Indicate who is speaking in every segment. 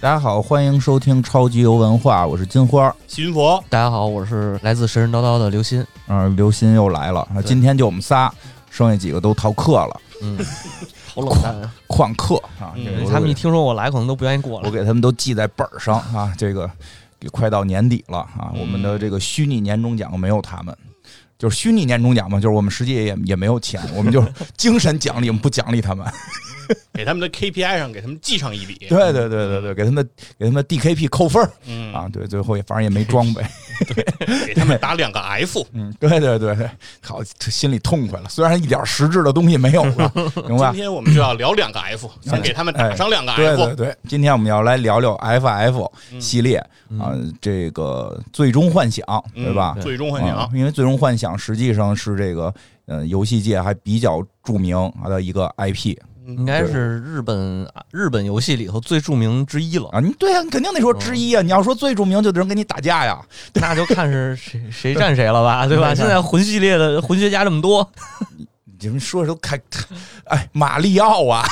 Speaker 1: 大家好，欢迎收听超级游文化，我是金花儿。
Speaker 2: 新佛，
Speaker 3: 大家好，我是来自神神叨叨的刘鑫。
Speaker 1: 嗯、刘鑫又来了，啊今天就我们仨，剩下几个都逃课了，
Speaker 3: 嗯，好
Speaker 1: 冷
Speaker 3: 淡啊！
Speaker 1: 旷课啊。
Speaker 2: 嗯
Speaker 1: 这个
Speaker 3: 他们一听说我来，可能都不愿意过
Speaker 1: 我
Speaker 3: 来。
Speaker 1: 给他们都记在本儿上啊。这个也快到年底了啊，
Speaker 2: 嗯
Speaker 1: 我们的这个虚拟年终奖没有他们。就是虚拟年终奖嘛，就是我们实际也也没有钱，我们就是精神奖励，我们不奖励他们。
Speaker 2: 给他们的 KPI 上给他们记上一笔。
Speaker 1: 对对对对对，给他们给他们 DKP 扣分儿
Speaker 2: 嗯
Speaker 1: 啊，对，最后也反正也没装备。
Speaker 2: 给他们打两个 F，
Speaker 1: 嗯，对对对 对，好，这心里痛快了。虽然一点实质的东西没有了，明
Speaker 2: 今
Speaker 1: 白？嗯哎
Speaker 2: 天我们就要聊两个 F，先给他们打上两个
Speaker 1: 对
Speaker 2: F
Speaker 1: 对。对，今天我们要来聊聊 FF
Speaker 2: 嗯
Speaker 1: 系列啊、这个《最终幻想》
Speaker 2: 嗯
Speaker 1: 对吧？
Speaker 2: 最终幻想
Speaker 1: 啊，因为《最终幻想》实际上是这个呃游戏界还比较著名啊的一个 IP
Speaker 2: 嗯
Speaker 3: 应该是日本日本游戏里头最著名之一了，
Speaker 1: 啊，你对啊，你肯定得说之一啊。你要说最著名，就得人跟你打架呀。
Speaker 3: 那就看是谁谁战谁 了吧，对吧？
Speaker 1: 对
Speaker 3: 现在魂系列的魂学家这么多，
Speaker 1: 你们说的都开，哎，马里奥啊，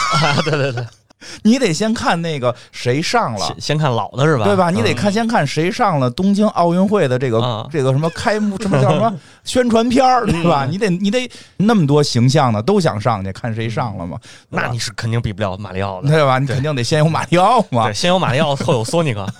Speaker 3: 对对对，
Speaker 1: 你得先看那个谁上了，
Speaker 3: 先先看老的是吧？
Speaker 1: 对吧？你
Speaker 3: 嗯
Speaker 1: 得看先看谁上了东京奥运会的这个、
Speaker 3: 啊嗯
Speaker 1: 这个什么开幕什么叫什 么宣传片儿，对吧？你得你得那么多形象的都想上去，看谁上了嘛？
Speaker 3: 嗯啊那你是肯定比不了马里奥的。
Speaker 1: 对吧？你肯定得先有马里奥嘛
Speaker 3: 对，。先有马里奥，后有索 尼克。啊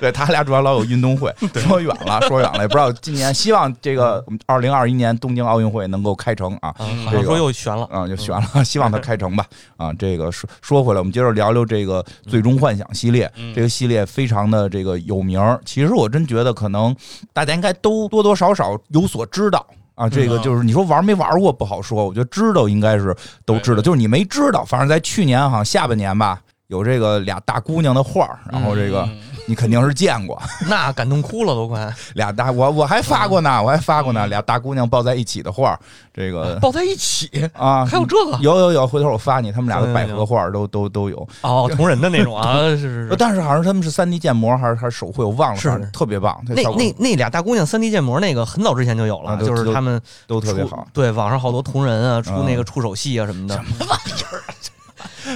Speaker 1: 对他俩主要老有运动会，说远了，说远了，也不知道今年希望这个二零二一年东京奥运会能够开成啊。
Speaker 3: 嗯，好
Speaker 1: 这
Speaker 3: 像
Speaker 1: 个
Speaker 3: 说又悬了。
Speaker 1: 啊，就悬了， 希望它开成吧。啊，这个说说回来，我们接着聊聊这个《最终幻想》系列。
Speaker 2: 嗯
Speaker 1: 这个系列非常的这个有名儿，其实我真觉得可能大家应该都多多少少有所知道。啊，这个
Speaker 2: 嗯啊
Speaker 1: 就是你说玩没玩过不好说，我觉得知道应该是都知道，
Speaker 2: 对
Speaker 1: 就是你没知道，反正在去年好像下半年吧，有这个俩大姑娘的画儿，然后这个
Speaker 2: 嗯
Speaker 1: 你肯定是见 过，
Speaker 3: 那感动哭了 都快，
Speaker 1: 俩大我我还发过呢，我还发过呢，
Speaker 2: 嗯
Speaker 1: 俩大姑娘抱在一起的画儿，这 个
Speaker 3: 抱在一起，
Speaker 1: 啊，
Speaker 3: 还有这个
Speaker 1: 有有有，回头我发你，他们俩的
Speaker 3: 有有
Speaker 1: 百
Speaker 3: 有
Speaker 1: 合画儿都都都有，
Speaker 3: 哦，同人的那种啊，是是 是。
Speaker 1: 但是好像他们是三 D 建模还是还是手绘，我忘了，
Speaker 3: 是
Speaker 1: 反正特别棒，这
Speaker 3: 那
Speaker 1: 效果
Speaker 3: 那那俩大姑娘三 D 建模那个很早之前就有了，
Speaker 1: 啊都
Speaker 3: 就是他们
Speaker 1: 都特别
Speaker 3: 出
Speaker 1: 好。
Speaker 3: 对，网上好多同人啊，出
Speaker 1: 嗯
Speaker 3: 那个触手戏啊什么的。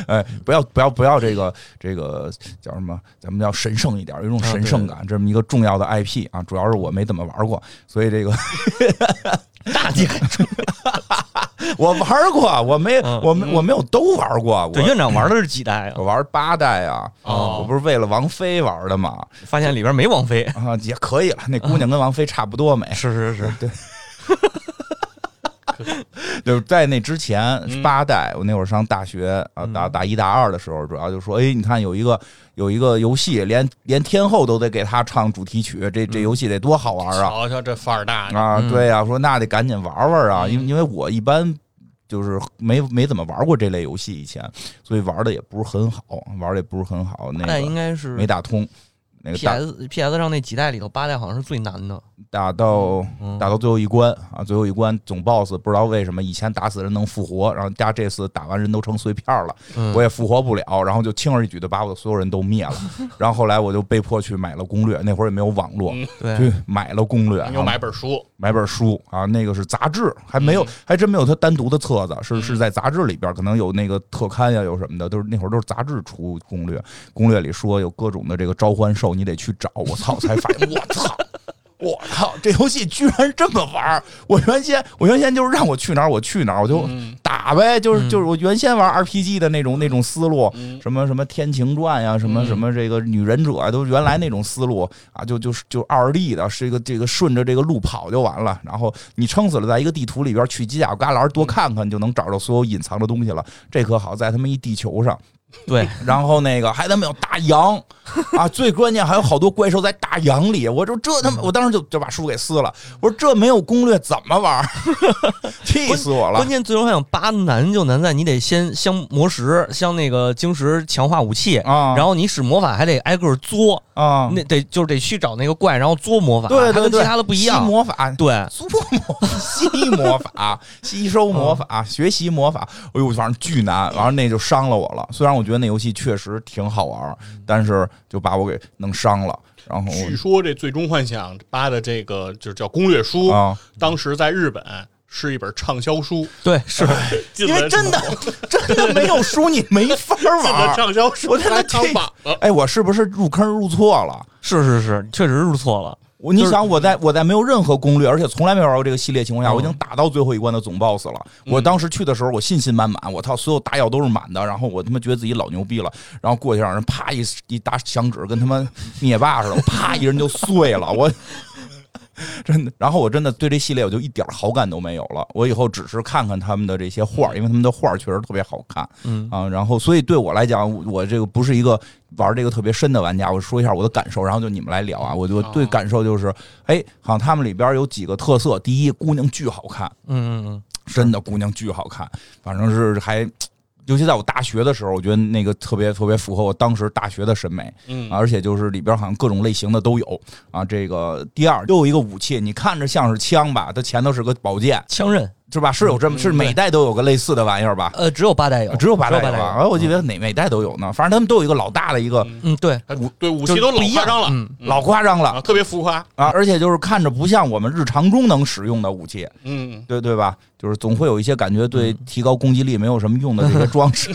Speaker 1: 哎，不要不要不要这个这个叫什么？咱们要神圣一点，有一
Speaker 3: 啊
Speaker 1: 种神圣感，这么一个重要的 IP 啊，主要是我没怎么玩过，所以这 个
Speaker 3: 大姐，
Speaker 1: 我玩过，我没
Speaker 3: 嗯
Speaker 1: 我没我没有都玩过，
Speaker 3: 对，
Speaker 1: 我哦
Speaker 3: 院长玩的是几代啊
Speaker 1: 我？玩八代啊，
Speaker 3: 哦
Speaker 1: 我不是为了王菲玩的嘛，
Speaker 3: 发现里边没王菲。
Speaker 1: 啊也可以了，那
Speaker 3: 啊
Speaker 1: 姑娘跟王菲差不多美，
Speaker 3: 是是是，
Speaker 1: 就是在那之前
Speaker 2: 嗯
Speaker 1: 八代，我那会儿上大学啊，大大一大二的时候，主要就说，哎，你看有一个有一个游戏，连连天后都得给他唱主题曲，这这游戏得多好玩啊！
Speaker 2: 瞧瞧这范儿大的，
Speaker 1: 啊，
Speaker 3: 嗯
Speaker 1: 对呀、说那得赶紧玩玩啊，
Speaker 2: 嗯
Speaker 1: 因为因为我一般就是没没怎么玩过这类游戏以前，所以玩的也不是很好，玩的也不是很好，那
Speaker 3: 那应
Speaker 1: 个
Speaker 3: 该是
Speaker 1: 没打通，那个打
Speaker 3: PS PS 上那几代里头，八代好像是最难的。
Speaker 1: 打到。
Speaker 3: 嗯
Speaker 1: 打到最后一关啊，最后一关总 boss 不知道为什么以前打死人能复活，然后加这次打完人都成碎片了，
Speaker 3: 嗯
Speaker 1: 我也复活不了，然后就轻而易举的把我的所有人都 灭了。然后后来我就被迫去买了攻略，那会儿也没有网络，
Speaker 2: 嗯
Speaker 3: 对，
Speaker 1: 去买了攻略，然
Speaker 2: 又
Speaker 1: 后
Speaker 2: 买本书，
Speaker 1: 买本书啊，那个是杂志，还没有
Speaker 2: 嗯，
Speaker 1: 还真没有它单独的册子，是
Speaker 2: 嗯
Speaker 1: 是在杂志里边，可能有那个特刊呀，有什么的，都是那会儿都是杂志出攻略，攻略里说有各种的这个召唤兽，你得去找。我操，才发现，我操。我操！这游戏居然这么玩儿！我原先我原先就是让我去哪儿我去哪儿，我就
Speaker 2: 嗯
Speaker 1: 打呗，就是
Speaker 3: 嗯
Speaker 1: 就是我原先玩 RPG 的那种那种思路，
Speaker 2: 嗯
Speaker 1: 什么什么《天晴传》呀，什么
Speaker 2: 嗯
Speaker 1: 什么这个女忍者啊，都是原来那种思路啊，就就是就二 D 的，是一个这个顺着这个路跑就完了。然后你撑死了，在一个地图里边去犄角旮旯
Speaker 2: 嗯
Speaker 1: 多看看，你就能找着所有隐藏的东西了。这可好，在他们一地球上，
Speaker 3: 对，
Speaker 1: 然后那个还他妈有大洋啊，最关键还有好多怪兽在大洋里，我说这他
Speaker 2: 嗯
Speaker 1: 妈，我当时就就把书给撕了，我说这没有攻略怎么玩儿？ 气死我了
Speaker 3: 关！键最终幻想八难就难在你得先镶魔石，镶那个晶石强化武器，
Speaker 1: 啊，
Speaker 3: 然后你使魔法还得挨个儿作，
Speaker 1: 啊，
Speaker 3: 那得就是得去找那个怪，然后作魔法，
Speaker 1: 对
Speaker 3: 它
Speaker 1: 对
Speaker 3: 跟其
Speaker 1: 对，
Speaker 3: 他的不一样
Speaker 1: 吸。魔法，
Speaker 3: 对，
Speaker 1: 做魔吸魔 法、吸收魔
Speaker 3: 嗯
Speaker 1: 法、学习魔法，哎呦，反正巨难，完了那就伤了我了。虽然我觉得那游戏确实挺好玩儿，
Speaker 3: 嗯
Speaker 1: 但是就把我给弄伤了。然
Speaker 2: 嗯
Speaker 1: 后
Speaker 2: 据说这《最终幻想八》的这个就是叫攻略书
Speaker 1: 我，啊，
Speaker 2: 当时在日本是一本畅销书，
Speaker 3: 对，是
Speaker 2: 因
Speaker 1: 因为真的 真的没有书你没法
Speaker 2: 进了
Speaker 1: 玩。
Speaker 2: 畅销书
Speaker 1: 啊我真的
Speaker 2: 排行
Speaker 1: 这
Speaker 2: 榜了。
Speaker 1: 哎，我是不是入坑入错了？
Speaker 3: 是是是，确实入错了。
Speaker 1: 我你
Speaker 3: 就是
Speaker 1: 想我在我在没有任何攻略，而且从来没玩过这个系列情况下，
Speaker 3: 嗯
Speaker 1: 我已经打到最后一关的总 boss 了。我当时去的时候，我信心满满，我操，所有打药都是满的，然后我他妈觉得自己老牛逼了，然后过去让人啪一一打响指，跟他妈灭霸似的，我啪一人就碎了，我。真的，然后我真的对这系列我就一点好感都没有了。我以后只是看看他们的这些画儿，因为他们的画儿确实特别好看。
Speaker 3: 嗯
Speaker 1: 啊，然后所以对我来讲，我我这个不是一个玩这个特别深的玩家，我说一下我的感受，然后就你们来聊啊。我就
Speaker 2: 哦
Speaker 1: 对感受就是，哎，好像他们里边有几个特色，第一，姑娘巨好看，
Speaker 3: 嗯嗯嗯，
Speaker 1: 真的姑娘巨好看，反正是还。尤其在我大学的时候，我觉得那个特别特别符合我当时大学的审美，
Speaker 2: 嗯
Speaker 1: 啊而且就是里边好像各种类型的都有啊。这个第二又有一个武器，你看着像是枪吧，它前头是个宝剑，
Speaker 3: 枪刃，
Speaker 1: 是吧？是有
Speaker 3: 嗯
Speaker 1: 这么是每代都有个类似的玩意儿吧？
Speaker 3: 呃，只有八代有，
Speaker 1: 只有八代
Speaker 3: 有
Speaker 1: 有吧？啊，我记得哪哪代都有呢。反正他们都有一个老大的一个，
Speaker 3: 嗯，对，
Speaker 2: 他对武器都老夸张了，
Speaker 3: 嗯
Speaker 1: 老夸张了
Speaker 2: 啊，特别浮夸。
Speaker 1: 啊，而且就是看着不像我们日常中能使用的武器，
Speaker 2: 嗯，
Speaker 1: 对对吧？就是总会有一些感觉对
Speaker 3: 嗯
Speaker 1: 提高攻击力没有什么用的这些装 饰，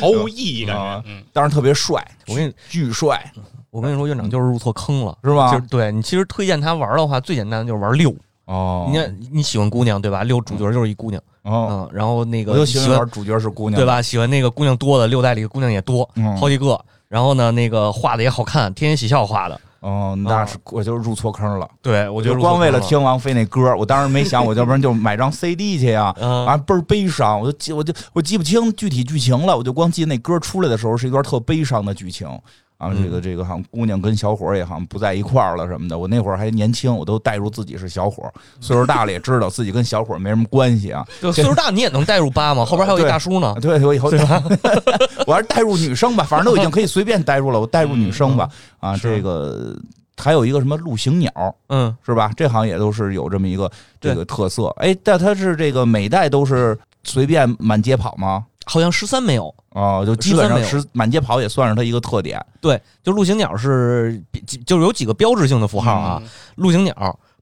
Speaker 2: 毫无意义感
Speaker 1: 啊
Speaker 2: 觉。嗯，
Speaker 1: 当然特别帅，
Speaker 3: 我跟你
Speaker 1: 巨帅
Speaker 3: 我跟你说，院长就是入错坑了。
Speaker 1: 是吧
Speaker 3: 就是？对你其实推荐他玩的话，最简单的就是玩六。
Speaker 1: 哦
Speaker 3: 你看你喜欢姑娘对吧？六主角就是一姑娘，
Speaker 1: 哦，
Speaker 3: 嗯，然后那
Speaker 1: 我
Speaker 3: 个
Speaker 1: 就
Speaker 3: 喜
Speaker 1: 喜欢玩主角是姑娘，
Speaker 3: 对？吧？喜欢那个姑娘多的，六代里的姑娘也多，
Speaker 1: 嗯
Speaker 3: 好几个。然后呢，那个画的也好看，天天喜笑画的。
Speaker 1: 哦，那是我就入错坑了。
Speaker 3: 对，嗯我
Speaker 1: 我
Speaker 3: 觉
Speaker 1: 就
Speaker 3: 得
Speaker 1: 光为
Speaker 3: 了
Speaker 1: 了，听王菲那歌，我当时没想，我要不然就买张 CD 去呀。
Speaker 3: 嗯，
Speaker 1: 啊，倍儿悲伤，我就记，我就我记不清具体剧情了，我就光记那歌出来的时候是一段特悲伤的剧情啊，
Speaker 3: 嗯
Speaker 1: 这个这个好像姑娘跟小伙儿也好像不在一块儿了什么的，我那会儿还年轻，我都带入自己是小伙儿，岁数大了也知道自己跟小伙儿没什么关系啊，
Speaker 3: 就岁数大你也能带入八嘛，后边还有一大叔呢
Speaker 1: 啊。对，我以后 我还是带入女生吧，反正都已经可以随便带入了，我带入女生吧啊，
Speaker 3: 嗯是
Speaker 1: 这个还有一个什么陆行鸟，
Speaker 3: 嗯，
Speaker 1: 是吧？这行也都是有这么一个
Speaker 3: 对
Speaker 1: 这个特色。哎，但它是这个每代都是随便满街跑吗？
Speaker 3: 好像十三没有。
Speaker 1: 哦，就基本上
Speaker 3: 13没
Speaker 1: 是满街跑也算是它一个特点。
Speaker 3: 对，就陆行鸟是就是有几个标志性的符号啊，
Speaker 2: 嗯，
Speaker 3: 陆行鸟。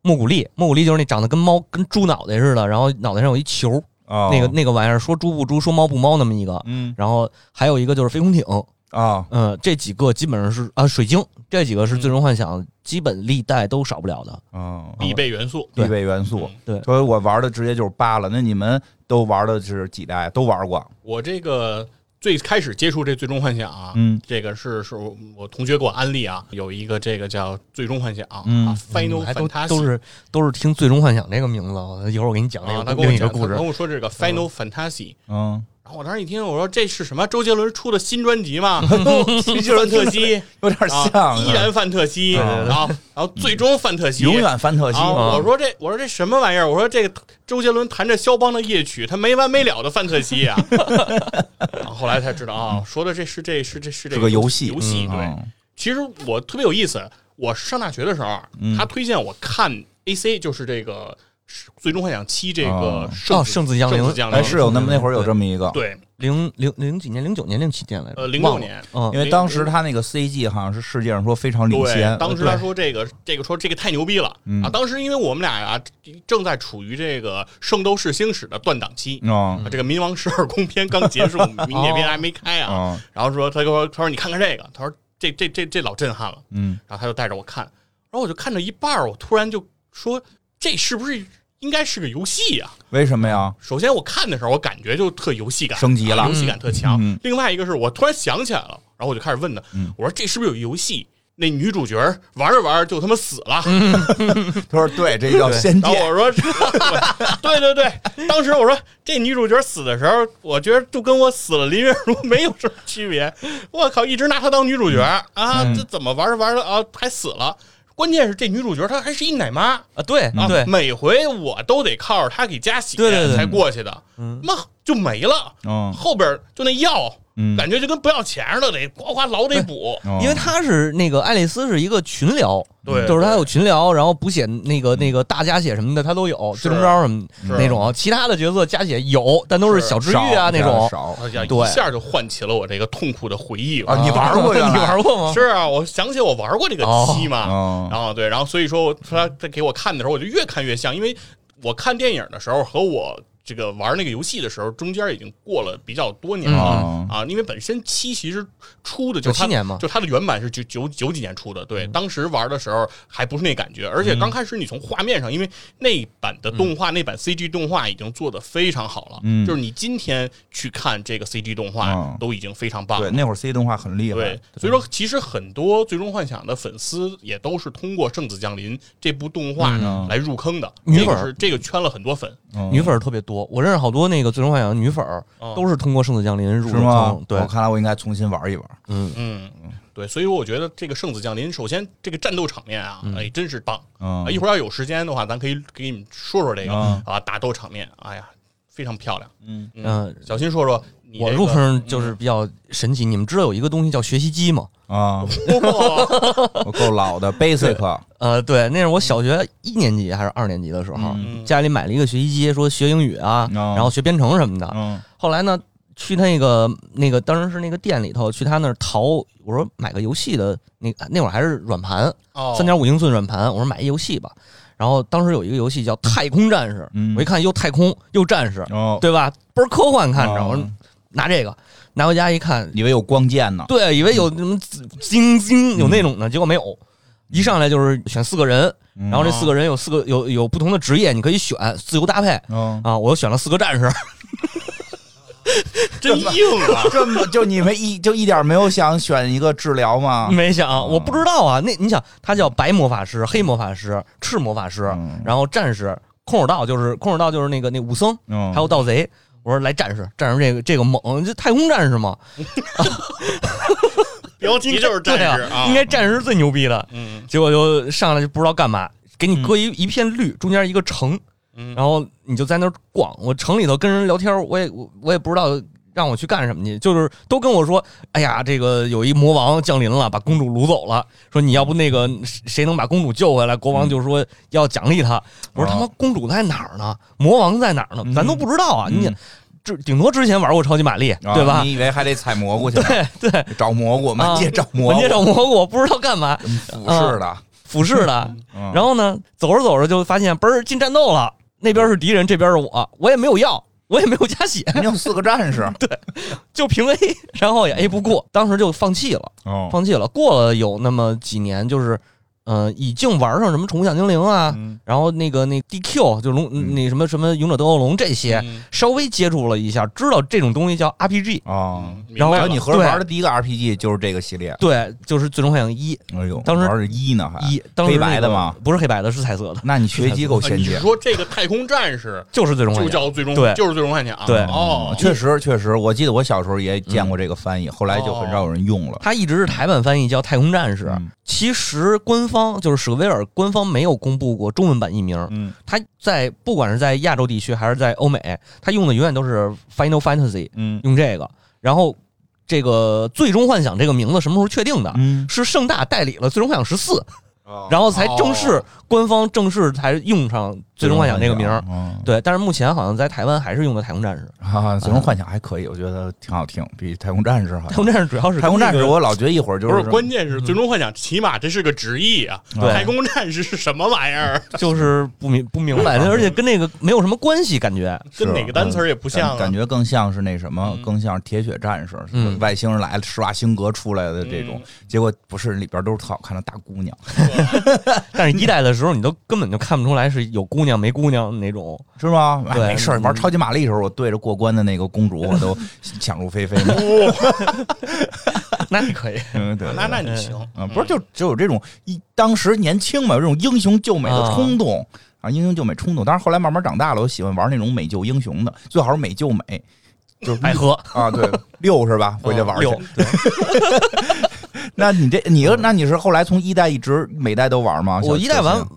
Speaker 3: 莫古力，莫古力就是那长得跟猫跟猪脑袋似的，然后脑袋上有一球，
Speaker 1: 哦，
Speaker 3: 那个那个玩意儿，说猪不猪，说猫不猫那么一个。
Speaker 1: 嗯
Speaker 3: 然后还有一个就是飞空艇，
Speaker 1: 啊
Speaker 3: 嗯、这几个基本上是啊，水晶这几个是最
Speaker 2: 嗯
Speaker 3: 终幻想基本历代都少不了的。
Speaker 1: 啊，
Speaker 2: 必备元素。
Speaker 1: 必备元素。
Speaker 2: 嗯
Speaker 3: 对
Speaker 1: 所以我玩的直接就是八了。那你们都玩的是几代？都玩过？
Speaker 2: 我这个最开始接触这《最终幻想》啊，
Speaker 1: 嗯
Speaker 2: 这个是是我我同学给我安利啊，有一个这个叫《最终幻想》
Speaker 1: 嗯
Speaker 2: 啊，Final
Speaker 3: 还都
Speaker 2: Fantasy，
Speaker 3: 都是都是听《最终幻想》这个名字啊，一会儿我给你讲
Speaker 2: 啊，他
Speaker 3: 那个
Speaker 2: 跟我
Speaker 3: 另一个
Speaker 2: 讲，
Speaker 3: 故
Speaker 2: 他
Speaker 3: 事
Speaker 2: 跟。我说这个 Final Fantasy。
Speaker 1: 嗯，
Speaker 2: 然后我当时一听，我说这是什么？周杰伦出的新专辑 吗？
Speaker 1: 是
Speaker 2: 范特西
Speaker 1: 有点
Speaker 2: 啊，
Speaker 1: 像，
Speaker 2: 依然范特西，
Speaker 1: 对对
Speaker 3: 嗯
Speaker 1: 对
Speaker 2: 然后然后最终范特西，
Speaker 1: 永远范特西。嗯
Speaker 2: 啊！
Speaker 3: 啊
Speaker 2: 我说这，我说这什么玩意儿？我说这个周杰伦弹着肖邦的夜曲，他没完没了的范特西啊！然后后来才知道啊，说的这是这是这是这
Speaker 1: 是个游戏
Speaker 2: 游戏对。
Speaker 1: 嗯
Speaker 2: 其实我特别有意思，我上大学的时候，啊他推荐我看 AC，就是这个《最终幻想七》这个
Speaker 1: 哦
Speaker 2: 圣
Speaker 3: 哦圣子降临
Speaker 2: 圣子降
Speaker 1: 哎，
Speaker 2: 临
Speaker 1: 是有那么那会儿有这么一个，
Speaker 2: 对，
Speaker 3: 零零零几年，零九年、零七年来着，
Speaker 2: 呃，零
Speaker 3: 忘
Speaker 2: 六
Speaker 3: 了。
Speaker 2: 年。
Speaker 3: 嗯
Speaker 1: 因为当时他那个 CG 好像是世界上说非常领
Speaker 2: 对
Speaker 1: 先，，
Speaker 2: 当时他说这个这个说这个太牛逼了、
Speaker 1: 嗯
Speaker 2: 啊！当时因为我们俩呀、正在处于这个《圣斗士星矢》的断档期，
Speaker 1: 嗯
Speaker 2: 啊，这个《冥王十二宫篇》刚结束，冥界篇还没开啊。
Speaker 1: 嗯
Speaker 2: 然后说，他跟我说，他说你看看这个，他说这这这这老震撼了。
Speaker 1: 嗯
Speaker 2: 然后他就带着我看，然后我就看到一半儿，我突然就说，这是不是应该是个游戏呀、
Speaker 1: 为什么呀？
Speaker 2: 首先我看的时候，我感觉就特游戏感
Speaker 1: 升级了
Speaker 2: 啊游戏感特强。
Speaker 1: 嗯
Speaker 2: 另外一个是我突然想起来了，然后我就开始问他，
Speaker 1: 嗯
Speaker 2: 我说这是不是有游戏？那女主角玩着玩着就他妈死了，
Speaker 1: 他说对，这叫仙
Speaker 2: 然后
Speaker 1: 界，
Speaker 2: 我说， 对对对，当时我说这女主角死的时候，我觉得就跟我死了林月如没有什么区别。我靠，一直拿她当女主角啊，
Speaker 3: 嗯
Speaker 2: 这怎么玩着玩着啊还死了？关键是这女主角她还是一奶妈
Speaker 3: 啊，对
Speaker 2: 啊，
Speaker 3: 对，
Speaker 2: 每回我都得靠着她给加血
Speaker 3: 对对对
Speaker 2: 才过去的，
Speaker 3: 嗯
Speaker 2: 妈就没了。
Speaker 1: 嗯
Speaker 2: 后边就那药，
Speaker 1: 嗯，
Speaker 2: 感觉就跟不要钱似的，得呱呱老得补。
Speaker 1: 哦
Speaker 3: 因为他是那个爱丽丝是一个群聊，
Speaker 2: 对
Speaker 3: 就是他
Speaker 2: 对
Speaker 3: 有群聊，然后补血那个那个大加血什么的，他都有，
Speaker 2: 是
Speaker 3: 最终招什么
Speaker 2: 是
Speaker 3: 那种，其他的角色加血有，但都是
Speaker 2: 是
Speaker 3: 小治
Speaker 1: 少
Speaker 3: 愈啊那种
Speaker 1: 少
Speaker 2: 哎呀
Speaker 3: 对
Speaker 2: 一下就唤起了我这个痛苦的回忆
Speaker 1: 啊你玩过
Speaker 3: 你
Speaker 1: 原来
Speaker 3: 玩过吗？
Speaker 2: 是啊，我想起我玩过这个
Speaker 3: 哦
Speaker 2: 七嘛，
Speaker 1: 哦
Speaker 2: 然后对，然后所以说我他他给我看的时候，我就越看越像，因为我看电影的时候和我这个玩那个游戏的时候，中间已经过了比较多年了、
Speaker 1: 啊，
Speaker 2: 啊，因为本身七其实出的就
Speaker 3: 97
Speaker 2: 它
Speaker 3: 年嘛
Speaker 2: 就它的原版是九九
Speaker 1: 嗯
Speaker 2: 九几年出的，对，当时玩的时候还不是那感觉，而且刚开始你从画面上，因为那版的动画、那版 CG 动画已经做的非常好了，
Speaker 1: 嗯
Speaker 2: 就是你今天去看这个 CG 动画、
Speaker 1: 嗯
Speaker 2: 都已经非常棒了
Speaker 1: 对，。那会儿 C 动画很厉害，
Speaker 2: 啊对，所以说其实很多《最终幻想》的粉丝也都是通过《圣子降临》这部动画
Speaker 1: 嗯
Speaker 2: 来入坑的，
Speaker 3: 啊女
Speaker 2: 这个
Speaker 3: 粉儿
Speaker 2: 是这个圈了很多粉。
Speaker 1: 嗯
Speaker 3: 女粉儿特别多，我认识好多那个《最终幻想》的女粉儿
Speaker 2: 哦
Speaker 3: 都是通过《圣子降临》入
Speaker 1: 是
Speaker 3: 的
Speaker 1: 吗
Speaker 3: 坑。？对
Speaker 1: 我，看来我应该重新玩一玩。
Speaker 3: 嗯，
Speaker 2: 嗯，对，所以我觉得这个《圣子降临》，首先这个战斗场面啊，哎，真是棒！
Speaker 1: 嗯
Speaker 2: 啊一会儿要有时间的话，咱可以给你们说说这个
Speaker 1: 嗯
Speaker 2: 啊，打斗场面，哎呀，非常漂亮。
Speaker 1: 嗯
Speaker 3: 嗯
Speaker 2: 小新说说你
Speaker 3: 我
Speaker 2: 这
Speaker 3: 入
Speaker 2: 个嗯
Speaker 3: 坑就是比较神奇。你们知道有一个东西叫学习机吗？
Speaker 1: 啊，
Speaker 2: 哇
Speaker 1: 我够老的 basic，
Speaker 3: 呃，对，那是我小学一年级还是二年级的时候，
Speaker 2: 嗯
Speaker 3: 家里买了一个学习机，说学英语啊，
Speaker 1: 哦
Speaker 3: 然后学编程什么的。
Speaker 1: 嗯
Speaker 3: 后来呢，去那个那个当时是那个店里头，去他那儿淘，我说买个游戏的那那会儿还是软盘，
Speaker 2: 哦，
Speaker 3: 三点五英寸软盘，我说买一游戏吧。然后当时有一个游戏叫《太空战士》，
Speaker 1: 嗯
Speaker 3: 我一看又太空又战士，
Speaker 1: 哦，
Speaker 3: 对吧？倍儿科幻看着，
Speaker 1: 哦
Speaker 3: 我说拿这个，拿回家一看，
Speaker 1: 以为有光剑呢，
Speaker 3: 对，以为有什么晶
Speaker 1: 嗯
Speaker 3: 晶有那种的，结果没有。一上来就是选四个人，
Speaker 1: 然
Speaker 3: 然后这四个人有四个有有不同的职业，你可以选自由搭配
Speaker 1: 嗯，
Speaker 3: 啊。我又选了四个战士，
Speaker 2: 真硬 啊！
Speaker 1: 这么就你们一就一点没有想选一个治疗吗？
Speaker 3: 没想我不知道啊。那你想，他叫白魔法师、黑魔法师、赤魔法师，
Speaker 1: 嗯
Speaker 3: 然后战士空手道就是空手道就是那个那武僧，
Speaker 1: 嗯，
Speaker 3: 还有盗贼。我说来战士，战士这个这个猛，这太空战士嘛，
Speaker 2: 标题就是战士啊
Speaker 3: 对啊应该战士是最牛逼的。
Speaker 2: 嗯
Speaker 3: 结果就上来就不知道干嘛，给你搁一、
Speaker 1: 嗯
Speaker 3: 一片绿，中间一个城，
Speaker 2: 嗯，
Speaker 3: 然后你就在那儿逛。我城里头跟人聊天，我也我我也不知道让我去干什么去，就是都跟我说，哎呀，这个有一魔王降临了，把公主掳走了，说你要不那个谁谁能把公主救回来，国
Speaker 1: 嗯
Speaker 3: 王就说要奖励他。我说他妈公主在哪儿呢？魔王在哪儿呢？咱都不知道啊！你
Speaker 1: 嗯
Speaker 3: 这顶多之前玩过超级玛丽，
Speaker 1: 啊
Speaker 3: 对吧？
Speaker 1: 你以为还得采蘑菇去呢？
Speaker 3: 对对，
Speaker 1: 找蘑菇，满街找蘑
Speaker 3: 我
Speaker 1: 菇，
Speaker 3: 捏着蘑菇，我不知道干嘛，
Speaker 1: 俯视的。
Speaker 3: 俯视的。
Speaker 1: 嗯
Speaker 3: 然后呢，走着走着就发现，嘣儿进战斗了，那边是敌人，这边是我，我也没有药，我也没有加血，
Speaker 1: 你有四个战士，
Speaker 3: 就平 A，然后也 A 不过，当时就放弃了，
Speaker 1: 嗯哦，
Speaker 3: 放弃了。过了有那么几年，就是。呃，已经玩上什么《宠物小精灵》啊，
Speaker 1: 嗯
Speaker 3: 然后那个那 DQ 就龙、
Speaker 1: 嗯
Speaker 3: 那什么什么《勇者斗恶龙》这些，
Speaker 2: 嗯
Speaker 3: 稍微接触了一下，知道这种东西叫 RPG。
Speaker 1: 哦，
Speaker 2: 嗯
Speaker 3: 然后
Speaker 1: 然后
Speaker 2: 啊
Speaker 1: 你合着玩
Speaker 3: 对
Speaker 1: 的第一个 RPG 就是这个系列，
Speaker 3: 对，就是《最终幻想一》
Speaker 1: 哎呦，
Speaker 3: 当时
Speaker 1: 玩是一呢还，
Speaker 3: 一，当时
Speaker 1: 哎黑白的
Speaker 3: 那个
Speaker 1: 吗？
Speaker 3: 不是黑白的，是彩色的，
Speaker 1: 那你学习够
Speaker 2: 啊
Speaker 1: 先
Speaker 2: 你
Speaker 1: 进
Speaker 2: 是。说这个太空战士
Speaker 3: 就是《最终幻
Speaker 2: 就
Speaker 3: 想》。
Speaker 2: 叫最终
Speaker 3: 对
Speaker 2: 就是最终幻想啊
Speaker 3: 对
Speaker 2: 哦，
Speaker 1: 嗯确实，确实，我记得我小时候也见过这个翻译，后来就很少有人用了。
Speaker 3: 它一直是台版翻译叫《太空战士》
Speaker 1: 嗯
Speaker 3: 其实官方就是史克威尔官方没有公布过中文版译名，
Speaker 1: 嗯，
Speaker 3: 它在不管是在亚洲地区还是在欧美，它用的永远都是 Final Fantasy，
Speaker 1: 嗯
Speaker 3: 用这个。然后这个《最终幻想》这个名字什么时候确定的？
Speaker 1: 嗯，
Speaker 3: 是盛大代理了《最终幻想十四》，
Speaker 1: 哦
Speaker 3: 然后才正式、官方正式才用上《最终幻想》这个名儿。
Speaker 1: 嗯，
Speaker 3: 对，但是目前好像在台湾还是用的《太空战士》，
Speaker 1: 哈哈，啊最终幻想还可以，我觉得挺好听，比太空战士好
Speaker 3: 《太空
Speaker 1: 像。
Speaker 3: 战士》主要是
Speaker 1: 太空战士，
Speaker 3: 跟那个
Speaker 1: 我老觉得一会儿就
Speaker 2: 不是，
Speaker 1: 什么
Speaker 2: 关键是最终幻想，起码这是个职业啊！
Speaker 1: 对
Speaker 2: 太空战士是什么玩意儿？
Speaker 3: 就是不明不明
Speaker 1: 嗯
Speaker 3: 白，而且跟那个没有什么关系，感觉。
Speaker 1: 是啊
Speaker 2: 跟哪个单词儿也不像啊
Speaker 1: 感感觉更像是那什么，更像是铁血战士，
Speaker 3: 嗯
Speaker 1: 外星人来了，施瓦辛格出来的这种。
Speaker 2: 嗯
Speaker 1: 结果不是，里边都是特好看的大姑娘，
Speaker 3: 但是一代的时候，你都根本就看不出来是有姑娘没姑娘那种。
Speaker 1: 是吗？哎
Speaker 3: 对
Speaker 1: 没事儿，
Speaker 3: 嗯
Speaker 1: 玩超级玛丽的时候，我对着过关的那个公主，我 都想入非非。
Speaker 3: 哦那你 可以，
Speaker 1: 嗯，对，对
Speaker 2: 那那
Speaker 1: 对
Speaker 2: 你行
Speaker 3: 嗯
Speaker 1: 啊，不是就只有这种一当时年轻嘛，有这种英雄救美的冲动啊，英雄救美冲动。但是后来慢慢长大了，我喜欢玩那种美救英雄的，最好是美救美，就是
Speaker 3: 爱喝
Speaker 1: 啊，对，六是吧？回去玩去。
Speaker 3: 哎嗯六对
Speaker 1: 那你这你那你是后来从一代一直每代都玩吗？小
Speaker 3: 我一代
Speaker 1: 小
Speaker 3: 完
Speaker 1: 新，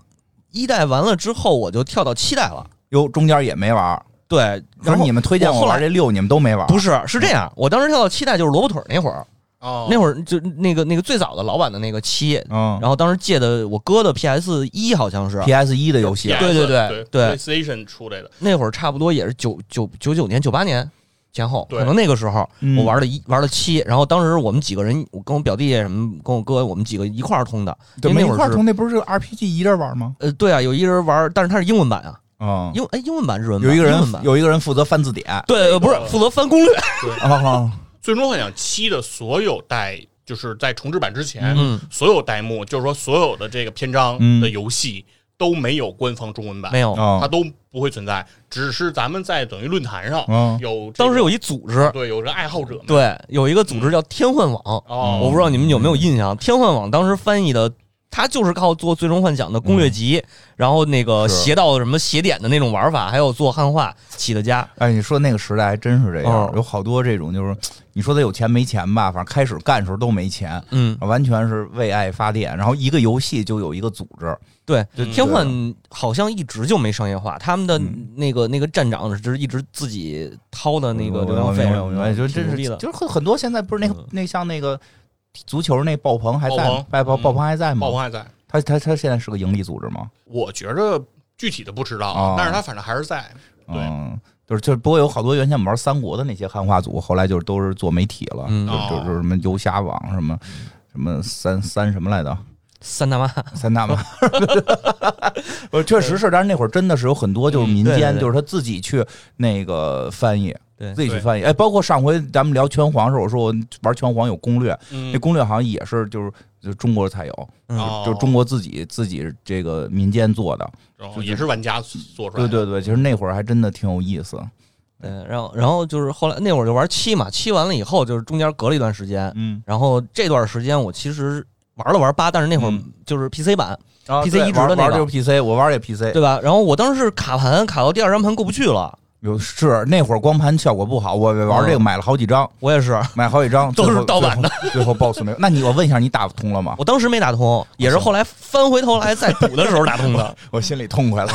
Speaker 3: 一代完了之后，我就跳到七代了。
Speaker 1: 哟，中间也没玩。
Speaker 3: 对，
Speaker 1: 可
Speaker 3: 然
Speaker 1: 是
Speaker 3: 后
Speaker 1: 你们推荐
Speaker 3: 我
Speaker 1: 我
Speaker 3: 后来
Speaker 1: 玩这六，你们都没玩。
Speaker 3: 不是是这样，我当时跳到七代就是萝卜腿儿那会儿，
Speaker 2: 哦，
Speaker 3: 那会儿就那个那个最早的老版的那个七，
Speaker 1: 嗯
Speaker 3: 然后当时借的我哥的 PS 一好像是，
Speaker 1: ，PS 一的游戏
Speaker 2: PS
Speaker 1: 啊，
Speaker 3: 对对对
Speaker 2: 对
Speaker 3: 对
Speaker 2: ，PlayStation 出来的，
Speaker 3: 那会儿差不多也是九九九九年九八年。前后
Speaker 2: 对
Speaker 3: 可能那个时候
Speaker 1: 嗯
Speaker 3: 我玩了一玩了七，然后当时我们几个人，我跟我表弟什么，跟我哥，我们几个一块儿通的。
Speaker 1: 怎
Speaker 3: 因
Speaker 1: 么一
Speaker 3: 为那会
Speaker 1: 块
Speaker 3: 儿
Speaker 1: 儿
Speaker 3: 是
Speaker 1: 通？那不是 RPG 一人玩吗？
Speaker 3: 呃，对啊，有一人玩，但是他是英文版啊，
Speaker 1: 啊，
Speaker 3: 英哎英文版日文版
Speaker 1: 有一个人
Speaker 3: 英文版
Speaker 1: 有一个人负责翻字典啊
Speaker 3: 对，呃不是负责翻攻略，
Speaker 1: 啊，
Speaker 2: 最终幻想七》的所有代，就是在重制版之前，
Speaker 3: 嗯
Speaker 2: 所有代幕，就是说所有的这个篇章
Speaker 1: 嗯
Speaker 2: 的游戏都没有官方中文版，
Speaker 3: 没有。
Speaker 1: 啊
Speaker 2: 它都不会存在，只是咱们在等于论坛上
Speaker 1: 嗯
Speaker 2: 有这个、
Speaker 3: 当时有一组织，
Speaker 2: 对有个爱好者们
Speaker 3: 对，有一个组织叫天幻网，
Speaker 1: 嗯
Speaker 2: 哦，
Speaker 3: 我不知道你们有没有印象，天幻网当时翻译的。它就是靠做《最终幻想》的攻略集，然后那个
Speaker 1: 嗯是
Speaker 3: 邪道什么邪典的那种玩法，还有做汉化起的家。
Speaker 1: 哎，你说那个时代还真是这样
Speaker 3: 哦，
Speaker 1: 有好多这种就是，你说他有钱没钱吧，反正开始干的时候都没钱，
Speaker 3: 嗯，
Speaker 1: 完全是为爱发电。然后一个游戏就有一个组织，
Speaker 3: 对，
Speaker 2: 嗯
Speaker 3: 天幻好像一直就没商业化，他们的
Speaker 1: 嗯
Speaker 3: 那个那个站长是一直自己掏的那个流量费
Speaker 1: 我明
Speaker 3: 什么
Speaker 1: 白
Speaker 3: 的，
Speaker 1: 我明白，就真
Speaker 3: 挺牛逼
Speaker 1: 是
Speaker 3: 的。
Speaker 1: 就是很很多现在不是那个
Speaker 3: 嗯
Speaker 1: 那像那个足球那爆棚还在
Speaker 2: 爆
Speaker 1: 吗
Speaker 2: 棚，
Speaker 1: 爆爆
Speaker 2: 嗯
Speaker 1: 爆棚还在吗
Speaker 2: 爆？棚还在，
Speaker 1: 他他他现在是个盈利组织吗？
Speaker 2: 我觉着具体的不知道，啊
Speaker 1: 哦
Speaker 2: 但是他反正还是在，对
Speaker 1: 嗯，就是就是，不过有好多原先我们玩三国的那些汉化组，后来就是都是做媒体了，
Speaker 3: 嗯
Speaker 1: 就就就是什么游侠网什么什么三三什么来着。
Speaker 3: 三大妈，
Speaker 1: 三 大妈，我确实是，但是那会儿真的是有很多就是民
Speaker 3: 嗯对
Speaker 1: 间，
Speaker 3: 对对
Speaker 1: 就是他自己去那个翻译，
Speaker 3: 对
Speaker 1: 自己去翻译。哎，包括上回咱们聊拳皇的时候，我说我玩拳皇有攻略，
Speaker 2: 嗯
Speaker 1: 那，攻略好像也是就是就中国才有，
Speaker 3: 嗯
Speaker 2: 哦
Speaker 1: 就中国自己自己这个民间做的。
Speaker 2: 然后也是玩家做出来
Speaker 1: 对
Speaker 2: 的，
Speaker 1: 对对，其实那会儿还真的挺有意思。
Speaker 3: 对，然后然后就是后来那会儿就玩七嘛，七完了以后就是中间隔了一段时间，
Speaker 1: 嗯
Speaker 3: 然后这段时间我其实玩了玩八，但是那会儿
Speaker 1: 嗯
Speaker 3: 就是 PC 版，PC
Speaker 1: 对
Speaker 3: 移植的
Speaker 1: 玩
Speaker 3: 那
Speaker 1: 玩
Speaker 3: 个
Speaker 1: 就是 PC，我玩也 PC。
Speaker 3: 对吧？然后我当时是卡盘卡到第二张盘过不去了，
Speaker 1: 有是那会儿光盘效果不好，我玩这个买了好几张，
Speaker 3: 我也是，
Speaker 1: 买好几 张
Speaker 3: 都是
Speaker 1: 最后
Speaker 3: 盗版的
Speaker 1: 最后最后 BOSS 没有。那你我问一下，你打通了吗？
Speaker 3: 我当时没打
Speaker 1: 哦
Speaker 3: 通，也是后来翻回头来再补的时候打通的。
Speaker 1: 我心里痛快了。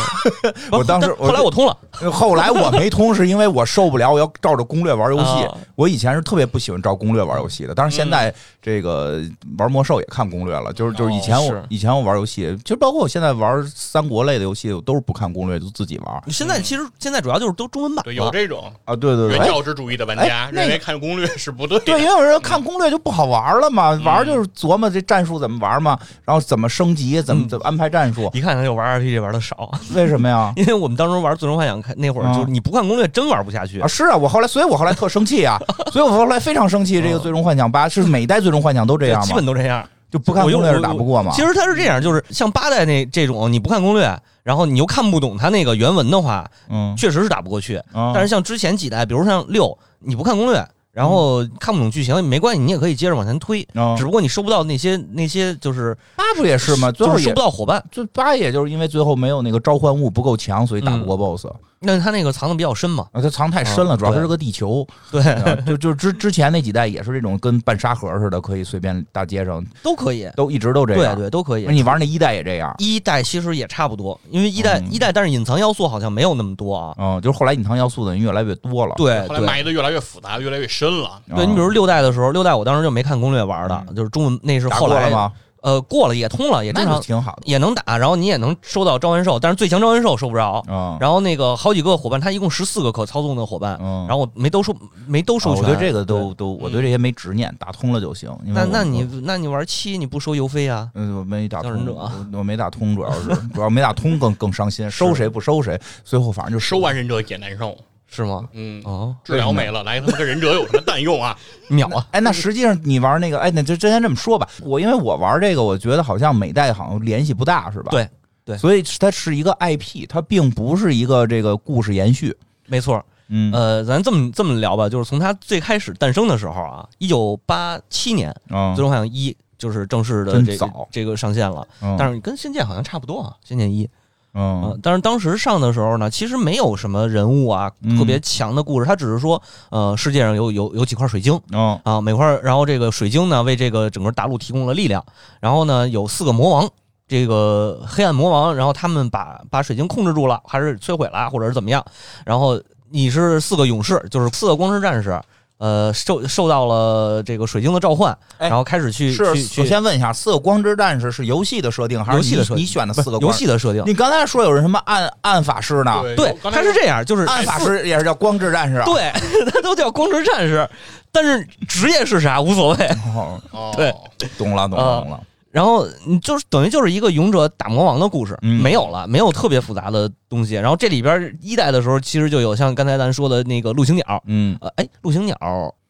Speaker 3: 不
Speaker 1: 我当时
Speaker 3: 但后来我通了，
Speaker 1: 后来我没通，是因为我受不了，我要照着攻略玩游戏
Speaker 3: 啊。
Speaker 1: 我以前是特别不喜欢照攻略玩游戏的，当然现在这个玩魔兽也看攻略了。就是就是以前
Speaker 3: 哦
Speaker 1: 我
Speaker 3: 是
Speaker 1: 以前我玩游戏，其实包括我现在玩三国类的游戏，我都是不看攻略就自己玩
Speaker 3: 现在其实现在主要就是都中文版
Speaker 2: 对
Speaker 3: 了
Speaker 2: 有这种
Speaker 1: 啊。对对对。
Speaker 2: 原
Speaker 1: 哎
Speaker 2: 教旨主义的玩家
Speaker 1: 哎那个
Speaker 2: 认为看攻略是不对
Speaker 1: 对，因
Speaker 2: 的，
Speaker 1: 为有
Speaker 3: 嗯
Speaker 1: 人看攻略就不好玩了嘛，玩就是琢磨这战术怎么玩嘛，然后怎么升级，怎么
Speaker 3: 嗯
Speaker 1: 怎么安排战术，
Speaker 3: 一看他就玩 RPG 玩的少，
Speaker 1: 为什么呀？
Speaker 3: 因为我们当时玩《最终幻想》开那会儿，
Speaker 1: 啊
Speaker 3: 就是你不看攻略真玩不下去
Speaker 1: 啊，。是啊，我后来，所以我后来特生 气啊，所以我后来非常生气。这个《最终幻想八》是每一代《最终幻想》都这样
Speaker 3: 嗯基
Speaker 1: 吗
Speaker 3: 本？都这样。
Speaker 1: 就不看攻略是打不过吗？
Speaker 3: 其实它是这样，就是像八代那这种，你不看攻略，然后你又看不懂它那个原文的话，
Speaker 1: 嗯，
Speaker 3: 确实是打不过去。但是
Speaker 1: 是
Speaker 3: 像之前几代，比如像六，你不看攻略，然后看不懂剧情没关系，你也可以接着往前推。
Speaker 1: 啊
Speaker 3: 只不过你收不到那些那些就是
Speaker 1: 嗯八不也是吗？最后
Speaker 3: 就是收
Speaker 1: 也
Speaker 3: 不到伙伴，
Speaker 1: 就八也就是因为最后没有那个召唤物不够强，所以打不
Speaker 3: 嗯
Speaker 1: 过 BOSS。
Speaker 3: 那它那个藏的比较深嘛。
Speaker 1: 啊，它藏太深了，
Speaker 3: 啊
Speaker 1: 主要它
Speaker 3: 对
Speaker 1: 是个地球。
Speaker 3: 对，
Speaker 1: 啊就就之之前那几代也是这种跟半沙盒似的，可以随便大街上
Speaker 3: 都可以，
Speaker 1: 都一直都这
Speaker 3: 对
Speaker 1: 样。
Speaker 3: 对，都可以
Speaker 1: 那。你玩那一代也这样。
Speaker 3: 一代其实也差不多，因为一代、
Speaker 1: 嗯
Speaker 3: 一代，但是隐藏要素好像没有那么多啊。
Speaker 1: 嗯，就是后来隐藏要素的人越来越多了。
Speaker 3: 对
Speaker 2: 后来
Speaker 3: 对，
Speaker 2: 埋的越来越复杂，越来越深了。
Speaker 1: 啊嗯
Speaker 3: 对你比如六代的时候，六代我当时就没看攻略玩的，就是中文那是
Speaker 1: 打
Speaker 3: 后
Speaker 1: 过
Speaker 3: 来
Speaker 1: 了？吗？
Speaker 3: 呃，过了也通了，也正
Speaker 1: 那就
Speaker 3: 常，
Speaker 1: 挺好的。
Speaker 3: 也能打，然后你也能收到召唤兽，但是最强召唤兽收不着。
Speaker 1: 嗯，
Speaker 3: 然后那个好几个伙伴，他一共十四个可操纵的伙伴，
Speaker 1: 嗯
Speaker 3: 然后我没都收，没都
Speaker 1: 啊
Speaker 3: 收
Speaker 1: 我
Speaker 3: 全。
Speaker 1: 觉得这个嗯都都，我对这些没执念，打通了就行。因为
Speaker 3: 嗯那
Speaker 1: 我
Speaker 3: 那你那你玩七你不收邮费啊？
Speaker 1: 嗯，我没打
Speaker 3: 叫
Speaker 1: 通，
Speaker 3: 忍者
Speaker 1: 我我没打通，主要是主要没打通更更伤心，收谁不收谁，最后反正就
Speaker 2: 收完忍者也难受，
Speaker 3: 是吗？
Speaker 2: 嗯，
Speaker 3: 哦，
Speaker 2: 治疗没了，来他妈跟忍者有什么蛋用啊？
Speaker 3: 秒啊！
Speaker 1: 哎，那实际上你玩那个，哎，那就之前这么说吧，我因为我玩这个，我觉得好像每代好像联系不大，是吧？
Speaker 3: 对对
Speaker 1: 所以它是一个 IP，它并不是一个这个故事延续。
Speaker 3: 没错，
Speaker 1: 嗯，
Speaker 3: 呃，咱这么这么聊吧，就是从它最开始诞生的时候啊，一九八七年，《
Speaker 1: 嗯
Speaker 3: 最终幻想一》就是正式的
Speaker 1: 真
Speaker 3: 这个
Speaker 1: 早
Speaker 3: 这个上线了，
Speaker 1: 嗯
Speaker 3: 但是跟《仙剑》好像差不多啊，《仙剑一》啊、
Speaker 1: 嗯
Speaker 3: 但是当时上的时候呢，其实没有什么人物啊
Speaker 1: 嗯
Speaker 3: 特别强的故事，它只是说，呃，世界上有有有几块水晶。
Speaker 1: 嗯
Speaker 3: 啊，每块儿，然后这个水晶呢，为这个整个大陆提供了力量。然后呢，有四个魔王，这个黑暗魔王，然后他们把把水晶控制住了，还是摧毁了，或者是怎么样？然后你是四个勇士，就是四个光之战士，呃，受受到了这个水晶的召唤，
Speaker 1: 哎
Speaker 3: 然后开始去
Speaker 1: 是，
Speaker 3: 去
Speaker 1: 首
Speaker 3: 去
Speaker 1: 先问一下，四个光之战士是游戏的设定还
Speaker 3: 游
Speaker 1: 是
Speaker 3: 戏
Speaker 1: 你
Speaker 3: 的设定
Speaker 1: 你选的四个
Speaker 3: 游
Speaker 1: 光？
Speaker 3: 戏的设定。
Speaker 1: 你刚才说有人什么暗暗法师呢？
Speaker 3: 对，
Speaker 2: 刚才
Speaker 3: 它是这样，就是
Speaker 1: 暗法师也是叫光之战士啊。
Speaker 3: 对， 它都叫光之战士，但是职业是啥无所谓。
Speaker 1: 哦，
Speaker 2: 哦，
Speaker 3: 对
Speaker 1: 懂了懂了
Speaker 3: 啊
Speaker 1: 懂了。
Speaker 3: 然后你就是等于就是一个勇者打魔王的故事，
Speaker 1: 嗯
Speaker 3: 没有了，没有特别复杂的东西。然后这里边一代的时候，其实就有像刚才咱说的那个陆行鸟，
Speaker 1: 嗯
Speaker 3: 呃，哎，陆行鸟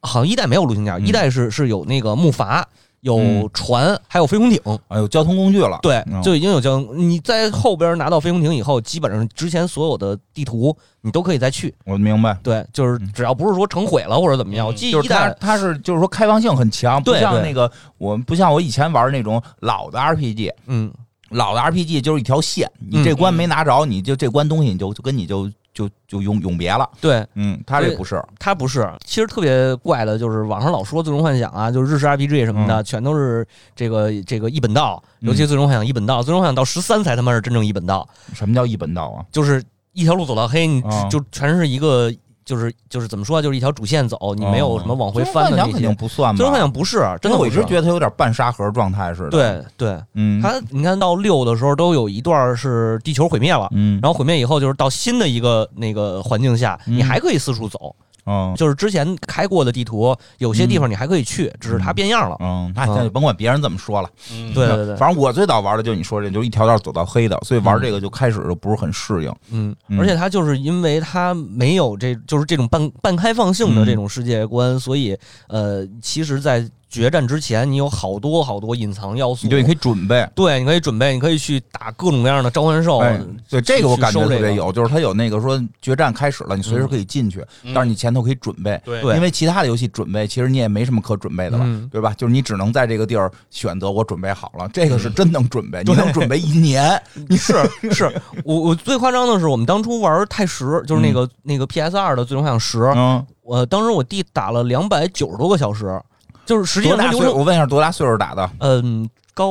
Speaker 3: 好像一代没有陆行鸟，
Speaker 1: 嗯
Speaker 3: 一代是是有那个木筏、有
Speaker 1: 嗯
Speaker 3: 船，还有飞空艇。
Speaker 1: 哎呦，交通工具了，
Speaker 3: 对
Speaker 1: 嗯，
Speaker 3: 就已经有交通。你在后边拿到飞空艇以后，基本上之前所有的地图你都可以再去。
Speaker 1: 我明白。
Speaker 3: 对，就是
Speaker 1: 嗯
Speaker 3: 只要不是说成毁了或者怎么
Speaker 2: 嗯
Speaker 3: 样，我记
Speaker 1: 就
Speaker 3: 得
Speaker 1: 是
Speaker 3: 一
Speaker 1: 它
Speaker 3: 代，
Speaker 1: 它是就是说开放性很强，不
Speaker 3: 对
Speaker 1: 像
Speaker 3: 对
Speaker 1: 那个我不像我以前玩那种老的 RPG，
Speaker 3: 嗯，
Speaker 1: 老的 RPG 就是一条线，你
Speaker 3: 嗯
Speaker 1: 这关没拿着，你就这关东西你就就跟你就就就永永别了。
Speaker 3: 对，
Speaker 1: 嗯，它
Speaker 3: 所以
Speaker 1: 这不是，
Speaker 3: 它不是。其实特别怪的就是网上老说《最终幻想》啊，就是日式 RPG 什么的，全都是这个这个一本道，
Speaker 1: 嗯
Speaker 3: 尤其《最终幻想》一本道，《最终幻想》到十三才他妈是真正一本道，
Speaker 1: 什么叫一本道啊？
Speaker 3: 就是一条路走到黑，你
Speaker 1: 哦
Speaker 3: 就全是一个。就是就是怎么说啊，就是一条主线走，你没有什么往回翻
Speaker 1: 嗯哦
Speaker 3: 的
Speaker 1: 最终幻
Speaker 3: 那
Speaker 1: 想
Speaker 3: 些。
Speaker 1: 肯定
Speaker 3: 最
Speaker 1: 不算吧？
Speaker 3: 终幻想不是，
Speaker 1: 因
Speaker 3: 真的
Speaker 1: 为
Speaker 3: 不
Speaker 1: 我一
Speaker 3: 是
Speaker 1: 直觉得它有点半沙盒状态似的。，
Speaker 3: 对对，
Speaker 1: 嗯，
Speaker 3: 它你看到六的时候都有一段是地球毁灭了。
Speaker 1: 嗯，
Speaker 3: 然后毁灭以后，就是到新的一个那个环境下，
Speaker 1: 嗯
Speaker 3: 你还可以四处走。
Speaker 1: 嗯
Speaker 3: 就是之前开过的地图，有些地方你还可以去，只是它变样了。
Speaker 1: 嗯，那那就甭管别人怎么说了。
Speaker 2: 嗯
Speaker 3: 对对对，
Speaker 1: 反正我最早玩的就是你说这，就是一条道走到黑的，所以玩这个就开始就不是很适应。
Speaker 3: 嗯
Speaker 1: 嗯，
Speaker 3: 而且它就是因为它没有这就是这种半半开放性
Speaker 1: 嗯
Speaker 3: 的这种世界观，所以呃，其实，在决战之前，你有好多好多隐藏要素。
Speaker 1: 对，你可以准备。
Speaker 3: 对，你可以准备，你可以去打各种各样的召唤兽。
Speaker 1: 哎，对这个我感觉特
Speaker 3: 哦去收这
Speaker 1: 别
Speaker 3: 个
Speaker 1: 有，就是它有那个说决战开始了，你随时可以进去，
Speaker 2: 嗯
Speaker 1: 但是你前头可以准备，
Speaker 2: 对
Speaker 3: 对
Speaker 1: 因为其他的游戏准备其实你也没什么可准备的了，
Speaker 3: 嗯
Speaker 1: 对吧？就是你只能在这个地儿选择我准备好了，这个
Speaker 3: 嗯
Speaker 1: 是真能准备，你能准备一年，
Speaker 3: 是是，我我最夸张的是，我们当初玩太十，就是那个、那个 PS 二的《最终幻想十》，
Speaker 1: 嗯，
Speaker 3: 我当时我弟打了两百九十多个小时，就是实际
Speaker 1: 多
Speaker 3: 上
Speaker 1: 大
Speaker 3: 他
Speaker 1: 岁
Speaker 3: 流
Speaker 1: 数？
Speaker 3: 程，
Speaker 1: 我问一下，多大岁数打的？
Speaker 3: 嗯，高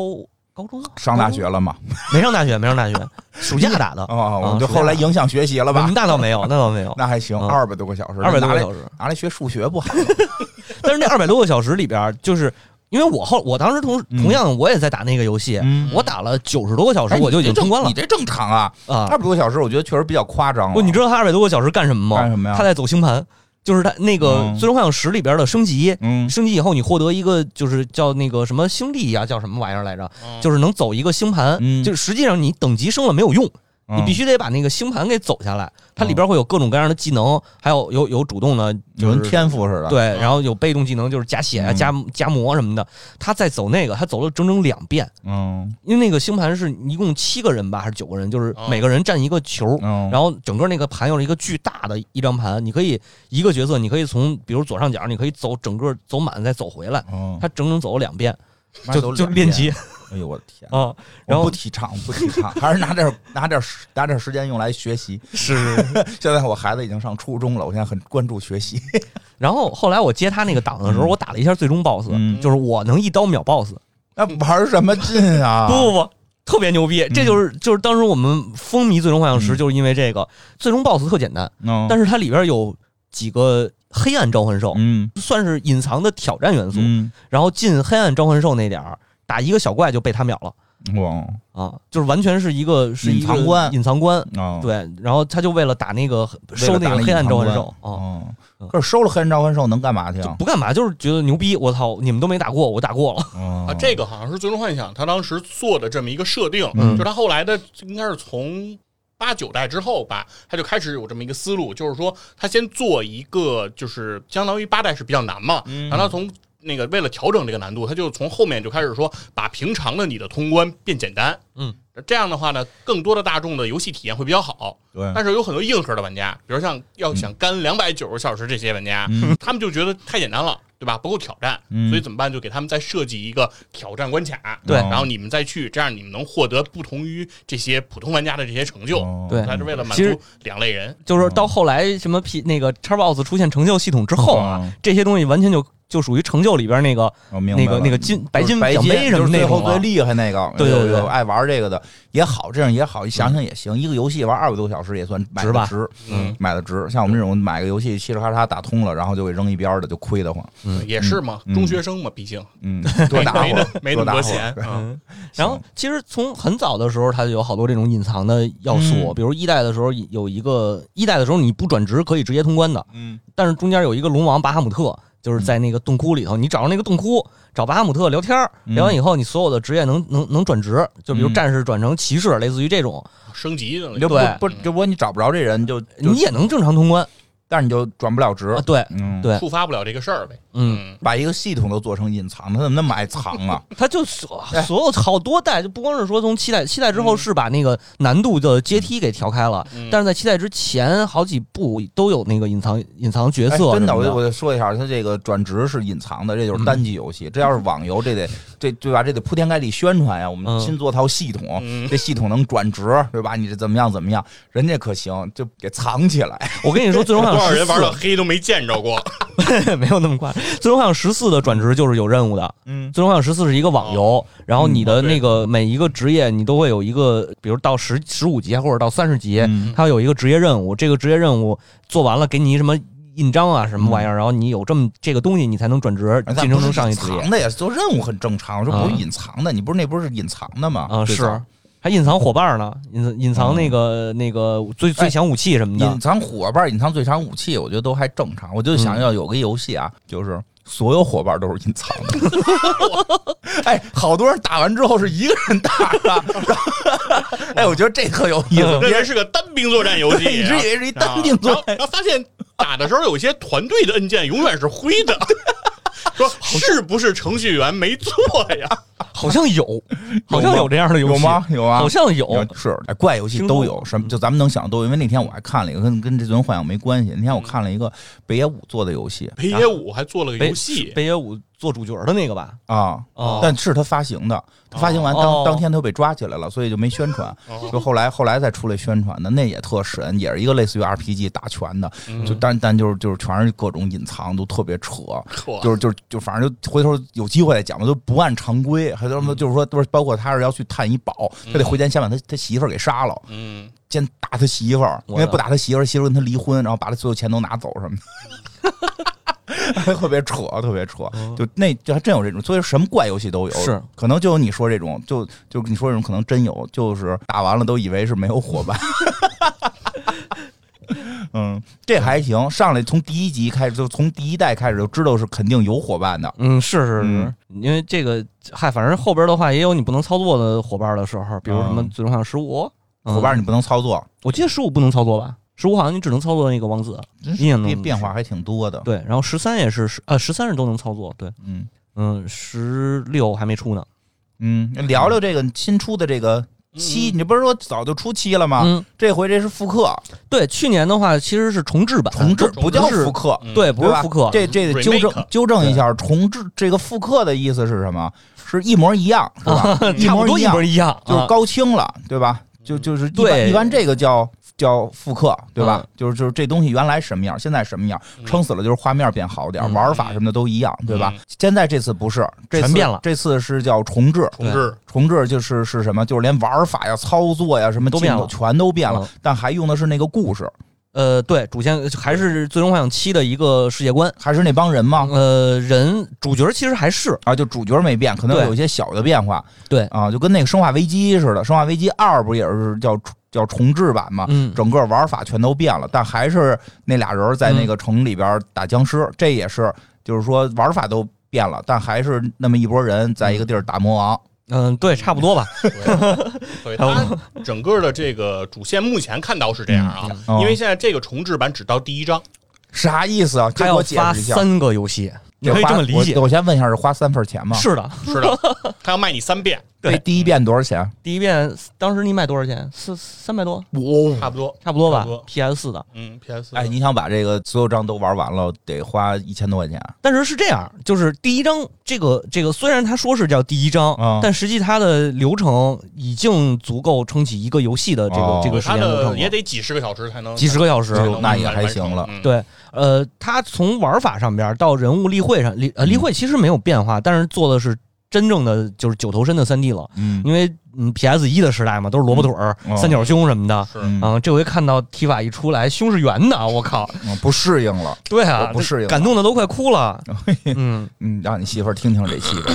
Speaker 3: 高中
Speaker 1: 上大
Speaker 3: 高中
Speaker 1: 学了吗？
Speaker 3: 没上大学，没上大 学，暑假打的，
Speaker 1: 哦，我
Speaker 3: 啊
Speaker 1: 就是
Speaker 3: 的
Speaker 1: 后来影响学习了吧
Speaker 3: 嗯？那倒没有，那倒没有，
Speaker 1: 那还行，
Speaker 3: 嗯
Speaker 1: 二百多个小时，
Speaker 3: 二百多
Speaker 1: 拿
Speaker 3: 个
Speaker 1: 来
Speaker 3: 小时。
Speaker 1: 拿来学数学不好？
Speaker 3: 但是那二百多个小时里边儿，就是因为我后我当时同
Speaker 1: 嗯
Speaker 3: 同样我也在打那个游戏，
Speaker 1: 嗯
Speaker 3: 我打了九十多个小时，
Speaker 1: 哎
Speaker 3: 我就已经
Speaker 1: 你这
Speaker 3: 通关了
Speaker 1: 你这正常啊？
Speaker 3: 啊
Speaker 1: 二。百多个小时，我觉得确实比较夸张了。
Speaker 3: 不，你知道他二百多个小时干什么吗？
Speaker 1: 干什么呀
Speaker 3: 他在走星盘，就是他那个
Speaker 1: 嗯
Speaker 3: 《最终幻想十》里边的升级。
Speaker 1: 嗯
Speaker 3: 升级以后，你获得一个就是叫那个什么星力呀、叫什么玩意儿来着？
Speaker 2: 嗯
Speaker 3: 就是能走一个星盘。
Speaker 1: 嗯
Speaker 3: 就实际上你等级升了没有用，
Speaker 1: 嗯
Speaker 3: 你必须得把那个星盘给走下来。它里边会有各种各样的技能，还有有有主动的，
Speaker 1: 有
Speaker 3: 就是
Speaker 1: 人天赋似的。
Speaker 3: 对，然后有被动技能，就是加血啊、
Speaker 1: 嗯
Speaker 3: 加加魔什么的。他在走那个，他走了整整两遍，
Speaker 1: 嗯
Speaker 3: 因为那个星盘是一共七个人吧，还是九个人？就是
Speaker 2: 哦
Speaker 3: 每个人占一个球，
Speaker 1: 嗯，
Speaker 3: 然后整个那个盘又是一个巨大的一张盘，你可以一个角色，你可以从比如左上角，你可以走整个走满再走回来，
Speaker 1: 嗯
Speaker 3: 他整整走了两遍，
Speaker 1: 妈都
Speaker 3: 就就
Speaker 1: 两
Speaker 3: 练
Speaker 1: 遍。
Speaker 3: 级
Speaker 1: 哎呦我的天！
Speaker 3: 啊。
Speaker 1: 我
Speaker 3: 然
Speaker 1: 不
Speaker 3: 后
Speaker 1: 提倡，不提倡，还是拿点拿点时拿点时间用来学习。
Speaker 2: 嗯
Speaker 3: 是，是
Speaker 1: 现在我孩子已经上初中了，我现在很关注学习。
Speaker 3: 然后后来我接他那个档的时候，
Speaker 1: 嗯
Speaker 3: 我打了一下最终 BOSS，
Speaker 1: 嗯
Speaker 3: 就是我能一刀秒 BOSS，
Speaker 1: 那玩什么劲啊？
Speaker 3: 不不不。特别牛逼，这就是就是当时我们风靡《最终幻想十》，
Speaker 1: 嗯
Speaker 3: 就是因为这个。最终 BOSS 特简单，
Speaker 1: 嗯，
Speaker 3: 但是它里边有几个黑暗召唤兽，
Speaker 1: 嗯
Speaker 3: 算是隐藏的挑战元素。
Speaker 1: 嗯，
Speaker 3: 然后进黑暗召唤兽那点儿，打一个小怪就被他秒了
Speaker 1: 哇
Speaker 3: 啊，就是完全是一个是一个
Speaker 1: 隐藏关
Speaker 3: 隐藏关。
Speaker 1: 啊，
Speaker 3: 对，然后他就为了打那个
Speaker 1: 为
Speaker 3: 收
Speaker 1: 了打那
Speaker 3: 那个
Speaker 1: 隐
Speaker 3: 黑暗
Speaker 1: 藏
Speaker 3: 召唤
Speaker 1: 关
Speaker 3: 兽啊，
Speaker 1: 嗯，
Speaker 3: 嗯
Speaker 1: 可是收了黑人召唤兽能干嘛去
Speaker 3: 就
Speaker 1: 啊？
Speaker 3: 不干嘛，就是觉得牛逼。我操，你们都没打过，我打过了。
Speaker 1: 啊
Speaker 2: 啊，这个好像是《最终幻想》他当时做的这么一个设定，
Speaker 1: 嗯
Speaker 2: 就是他后来的应该是从八九代之后吧，他就开始有这么一个思路，就是说他先做一个，就是相当于八代是比较难嘛，
Speaker 1: 嗯
Speaker 2: 然后他从。那个为了调整这个难度，他就从后面就开始说，把平常的你的通关变简单，
Speaker 3: 嗯，
Speaker 2: 这样的话呢，更多的大众的游戏体验会比较好。
Speaker 1: 对，
Speaker 2: 但是有很多硬核的玩家，比如像要想干两百九十小时这些玩家，他们就觉得太简单了，对吧？不够挑战，
Speaker 1: 嗯
Speaker 2: 所以怎么办？就给他们再设计一个挑战关卡，
Speaker 3: 对
Speaker 1: 哦
Speaker 2: 然后你们再去，这样你们能获得不同于这些普通玩家的这些成就。
Speaker 1: 哦
Speaker 3: 对
Speaker 2: 它是为了满
Speaker 3: 其实
Speaker 2: 足两类人，
Speaker 3: 就是
Speaker 1: 嗯
Speaker 3: 到后来什么 P 那个 Xbox 出现成就系统之后啊，
Speaker 1: 嗯
Speaker 3: 这些东西完全就就属于成就里边那个
Speaker 1: 我哦明白
Speaker 3: 那个
Speaker 1: 了
Speaker 3: 那个金白
Speaker 1: 就是
Speaker 3: 金
Speaker 1: 白
Speaker 3: 奖
Speaker 1: 金
Speaker 3: 杯什
Speaker 1: 就
Speaker 3: 么
Speaker 1: 是
Speaker 3: 那
Speaker 1: 最后
Speaker 3: 种
Speaker 1: 最
Speaker 3: 了。
Speaker 1: 厉害那个，
Speaker 3: 对对
Speaker 1: 有
Speaker 3: 对
Speaker 1: 有爱玩这个的也好，这样也好，想想也行，一个游戏玩二百多小时也算买
Speaker 3: 值
Speaker 1: 的
Speaker 3: 吧
Speaker 1: 值，
Speaker 2: 嗯，
Speaker 1: 买的值。像我们这种买个游戏嘁哩咔嚓打通了，然后就给扔一边儿的，就亏得慌。
Speaker 3: 嗯
Speaker 2: 也是嘛，
Speaker 1: 嗯
Speaker 2: 中学生嘛，毕竟
Speaker 1: 嗯，多打
Speaker 2: 没
Speaker 1: 会儿
Speaker 2: 那，没那么
Speaker 1: 打
Speaker 2: 多
Speaker 1: 会儿
Speaker 2: 钱，
Speaker 1: 对
Speaker 2: 嗯
Speaker 3: 然后其实从很早的时候，它就有好多这种隐藏的要素，
Speaker 1: 嗯
Speaker 3: 比如一代的时候有一个一代的时候你不转职可以直接通关的，
Speaker 1: 嗯
Speaker 3: 但是中间有一个龙王巴哈姆特，就是在那个洞窟里头，你找着那个洞窟，找巴哈姆特聊天儿，
Speaker 1: 嗯
Speaker 3: 聊完以后，你所有的职业能能能转职，就比如
Speaker 1: 嗯
Speaker 3: 战士转成骑士，类似于这种，
Speaker 2: 升级的了
Speaker 1: 你就不
Speaker 3: 对
Speaker 1: 不就不你找不着这人就，就
Speaker 3: 你也能正常通关
Speaker 1: 但是你就转不了职
Speaker 3: 啊。。对，
Speaker 1: 嗯，
Speaker 3: 对
Speaker 2: 触发不了这个事儿呗。
Speaker 3: 嗯，
Speaker 2: 嗯，
Speaker 1: 把一个系统都做成隐藏，他怎么那么爱藏 啊？
Speaker 3: 他就所
Speaker 1: 哎
Speaker 3: 所有好多代，就不光是说从七代，七代之后是把那个难度的阶梯给调开了，
Speaker 2: 嗯
Speaker 3: 但是在七代之前好几部都有那个隐藏隐藏角
Speaker 1: 哎
Speaker 3: 色什么，嗯
Speaker 1: 真的，我就我就说一下，他这个转职是隐藏的，这就是单机游戏。这要是网游，这得这对吧？这得铺天盖地宣传呀。我们
Speaker 3: 嗯
Speaker 1: 新做套系统，
Speaker 2: 嗯
Speaker 1: 这系统能转职，对吧？你这怎么样怎么样？人家可行，就给藏起来。
Speaker 3: 我跟你说，最终
Speaker 2: 多
Speaker 3: 幻
Speaker 2: 少
Speaker 3: 想
Speaker 2: 人
Speaker 3: 十
Speaker 2: 玩到
Speaker 3: 四
Speaker 2: 黑都没见着 过。
Speaker 3: 没有那么快，最终幻想十四的转职就是有任务的。
Speaker 1: 嗯，
Speaker 3: 最终幻想十四是一个网游，然后你的
Speaker 2: 嗯对
Speaker 3: 那个每一个职业，你都会有一个，比如到十十五级或者到三十级，
Speaker 1: 嗯
Speaker 3: 它有一个职业任务，这个职业任务做完了给你什么印章啊什么玩意儿，然后你有这么这个东西，你才能转职
Speaker 1: 咱
Speaker 3: 晋
Speaker 1: 哎不
Speaker 3: 升
Speaker 1: 是
Speaker 3: 成上一
Speaker 1: 隐
Speaker 3: 职业
Speaker 1: 藏的呀，做任务很正常，我说不
Speaker 3: 啊
Speaker 1: 是隐藏的，你不是那不是隐藏的吗？
Speaker 3: 啊，
Speaker 1: 最早
Speaker 3: 是。还隐藏伙伴呢，隐隐藏那个、那个最最强武器什么的
Speaker 1: 哎隐，藏伙伴、隐藏最强武器，我觉得都还正常。我就想要有个游戏啊，就是所有伙伴都是隐藏的。 哎，好多人打完之后是一个人打的，然后哎，我觉得这特有意思。
Speaker 2: 这
Speaker 1: 别
Speaker 2: 人
Speaker 1: 人
Speaker 2: 是个单兵作战游 戏，啊
Speaker 1: 一直以为是一单定
Speaker 2: 然
Speaker 1: 做
Speaker 2: 后，然后发现打的时候有些团队的按键永远是灰的。说是不是程序员没做呀？
Speaker 3: 好像有，好像有这样的游戏
Speaker 1: 有吗？？有啊，
Speaker 3: 好像有，
Speaker 1: 是哎怪游戏都有，什么就咱们能想的都有。因为那天我还看了一个跟跟这轮幻想没关系，那天我看了一个北野武做的游戏
Speaker 2: 北野武还做了个
Speaker 3: 北
Speaker 2: 游戏，
Speaker 3: 北野武做主角的那个吧？
Speaker 1: 啊，
Speaker 3: 哦
Speaker 1: 但是他发行的，他发行完当、
Speaker 3: 哦
Speaker 1: 当天他就被抓起来了，所以就没宣传，
Speaker 2: 哦
Speaker 1: 就后来后来再出来宣传的，那也特神，也是一个类似于 RPG 打拳的，
Speaker 3: 嗯
Speaker 1: 就但但就是就是全是各种隐藏，都特别扯。
Speaker 2: 可
Speaker 1: 就是就是就反正就回头有机会再讲吧，就不按常规，还有
Speaker 3: 嗯
Speaker 1: 什么就是说，就是包括他是要去探一宝，他得回家先把他他媳妇儿给杀了，
Speaker 2: 嗯，
Speaker 1: 先打他媳妇儿，因
Speaker 3: 我
Speaker 1: 为
Speaker 3: 的
Speaker 1: 不打他媳妇儿，媳妇儿跟他离婚，然后把他所有钱都拿走什么 的，特别扯，特别扯。就那就还真有这种，所以什么怪游戏都有，
Speaker 3: 哦是
Speaker 1: 可能就有你说这种，就就你说这种可能真有，就是打完了都以为是没有伙 伴。嗯，这还行，上来从第一集开始，就从第一代开始就知道是肯定有伙伴的。
Speaker 3: 嗯，是是是
Speaker 1: 嗯，
Speaker 3: 因为这个嗨，反正后边的话也有你不能操作的伙伴的时候，比如什么
Speaker 1: 嗯
Speaker 3: 最终幻想十五嗯
Speaker 1: 伙伴，你不能操作，
Speaker 3: 我记得十五不能操作吧？十五好像你只能操作那个王子，
Speaker 1: 真是
Speaker 3: 你也能
Speaker 1: 变变化还挺多的。
Speaker 3: 对，然后十三也是十呃十三是都能操作，对，
Speaker 1: 嗯
Speaker 3: 嗯，十六还没出呢，
Speaker 1: 嗯，聊聊这个新出的这个七，你不是说早就出七了吗？
Speaker 3: 嗯，
Speaker 1: 这回这是复刻，
Speaker 3: 对，去年的话其实是嗯重置版，
Speaker 1: 重置
Speaker 2: 重
Speaker 1: 不叫
Speaker 3: 置
Speaker 1: 复刻，
Speaker 2: 嗯
Speaker 3: 对，不
Speaker 1: 对
Speaker 3: 是
Speaker 1: 吧
Speaker 3: 复刻，
Speaker 1: 这这得
Speaker 2: Remake
Speaker 1: 纠正纠正一下，重置这个复刻的意思是什么？是一模一样，是吧？一
Speaker 3: 啊差不
Speaker 1: 模
Speaker 3: 多
Speaker 1: 一
Speaker 3: 一
Speaker 1: 样
Speaker 3: 模，一样，
Speaker 1: 就是
Speaker 3: 啊嗯
Speaker 1: 高清了，对吧？就就是一般
Speaker 3: 对
Speaker 1: 一般这个叫叫复刻，对吧
Speaker 3: 嗯？
Speaker 1: 就是就是这东西原来什么样，现在什么样，撑死了就是画面变好点儿，
Speaker 3: 嗯
Speaker 1: 玩法什么的都一样，对吧？现在这次不是，这次
Speaker 3: 全变了
Speaker 1: 这次是叫重置。
Speaker 2: 重置
Speaker 1: 重置就是是什么？就是连玩法呀、操作呀、什么
Speaker 3: 都变
Speaker 1: 镜头
Speaker 3: 了
Speaker 1: 全都变了
Speaker 3: 嗯，
Speaker 1: 但还用的是那个故事，
Speaker 3: 呃，对，主线还是最终幻想七的一个世界观，
Speaker 1: 还是那帮人吗？
Speaker 3: 呃，人主角其实还是
Speaker 1: 啊，就主角没变，可能
Speaker 3: 对
Speaker 1: 有一些小的变化。
Speaker 3: 对
Speaker 1: 啊，就跟那个《生化危机》似的，《生化危机二》不也是叫叫重置版吗？
Speaker 3: 嗯
Speaker 1: 整个玩法全都变了，但还是那俩人在
Speaker 3: 嗯
Speaker 1: 那个城里边打僵尸，这也是就是说玩法都变了，但还是那么一拨人在一个地儿打魔王。
Speaker 3: 嗯、对，差不多吧，
Speaker 2: 对，对它整个的这个主线目前看到是这样啊，
Speaker 1: 嗯
Speaker 2: 因为现在这个重置版只到第一章，
Speaker 1: 啥意思啊？这
Speaker 3: 他
Speaker 1: 给
Speaker 3: 要
Speaker 1: 我解
Speaker 3: 发
Speaker 1: 释一下。
Speaker 3: 三个游戏，你
Speaker 1: 得
Speaker 3: 可以这
Speaker 1: 花
Speaker 3: 么理解
Speaker 1: 我。我先问一下，是花三份钱吗？
Speaker 3: 是的，
Speaker 2: 是的，他要卖你三遍，
Speaker 1: 这第一遍多少钱？
Speaker 3: 第一遍当时你买多少钱？四三百多，
Speaker 2: 差不多，
Speaker 3: 差不多
Speaker 2: 差
Speaker 3: 吧
Speaker 2: 不多
Speaker 3: ？PS 四的，
Speaker 2: 嗯，PS，
Speaker 1: 哎，你想把这个所有章都玩完了，得花一千多块钱。
Speaker 3: 但是是这样，就是第一章这个这个，虽然它说是叫第一章，
Speaker 1: 嗯
Speaker 3: 但实际它的流程已经足够撑起一个游戏的这个、
Speaker 1: 哦
Speaker 3: 这个时
Speaker 2: 他
Speaker 3: 间流程
Speaker 2: 的
Speaker 3: 了，
Speaker 2: 也得几十个小时才能
Speaker 3: 几十个小时
Speaker 2: 才。能
Speaker 1: 那也
Speaker 2: 完
Speaker 1: 还
Speaker 2: 成
Speaker 1: 行了
Speaker 2: 嗯
Speaker 3: 对，呃，它从玩法上边儿到人物立绘上，立呃
Speaker 1: 嗯
Speaker 3: 立绘其实没有变化，但是做的是真正的就是九头身的三 D 了，
Speaker 1: 嗯
Speaker 3: 因为嗯 PS 一的时代嘛，都是萝卜腿儿、
Speaker 1: 嗯哦
Speaker 3: 三角胸什么的。
Speaker 2: 是
Speaker 1: 嗯
Speaker 3: 啊，这回看到提法一出来，胸是圆的，我靠！
Speaker 1: 嗯不适应了。
Speaker 3: 对啊，
Speaker 1: 我不
Speaker 3: 这
Speaker 1: 适应
Speaker 3: 感动的都快 哭了。嗯，
Speaker 1: 嗯，让你媳妇儿听听这戏吧。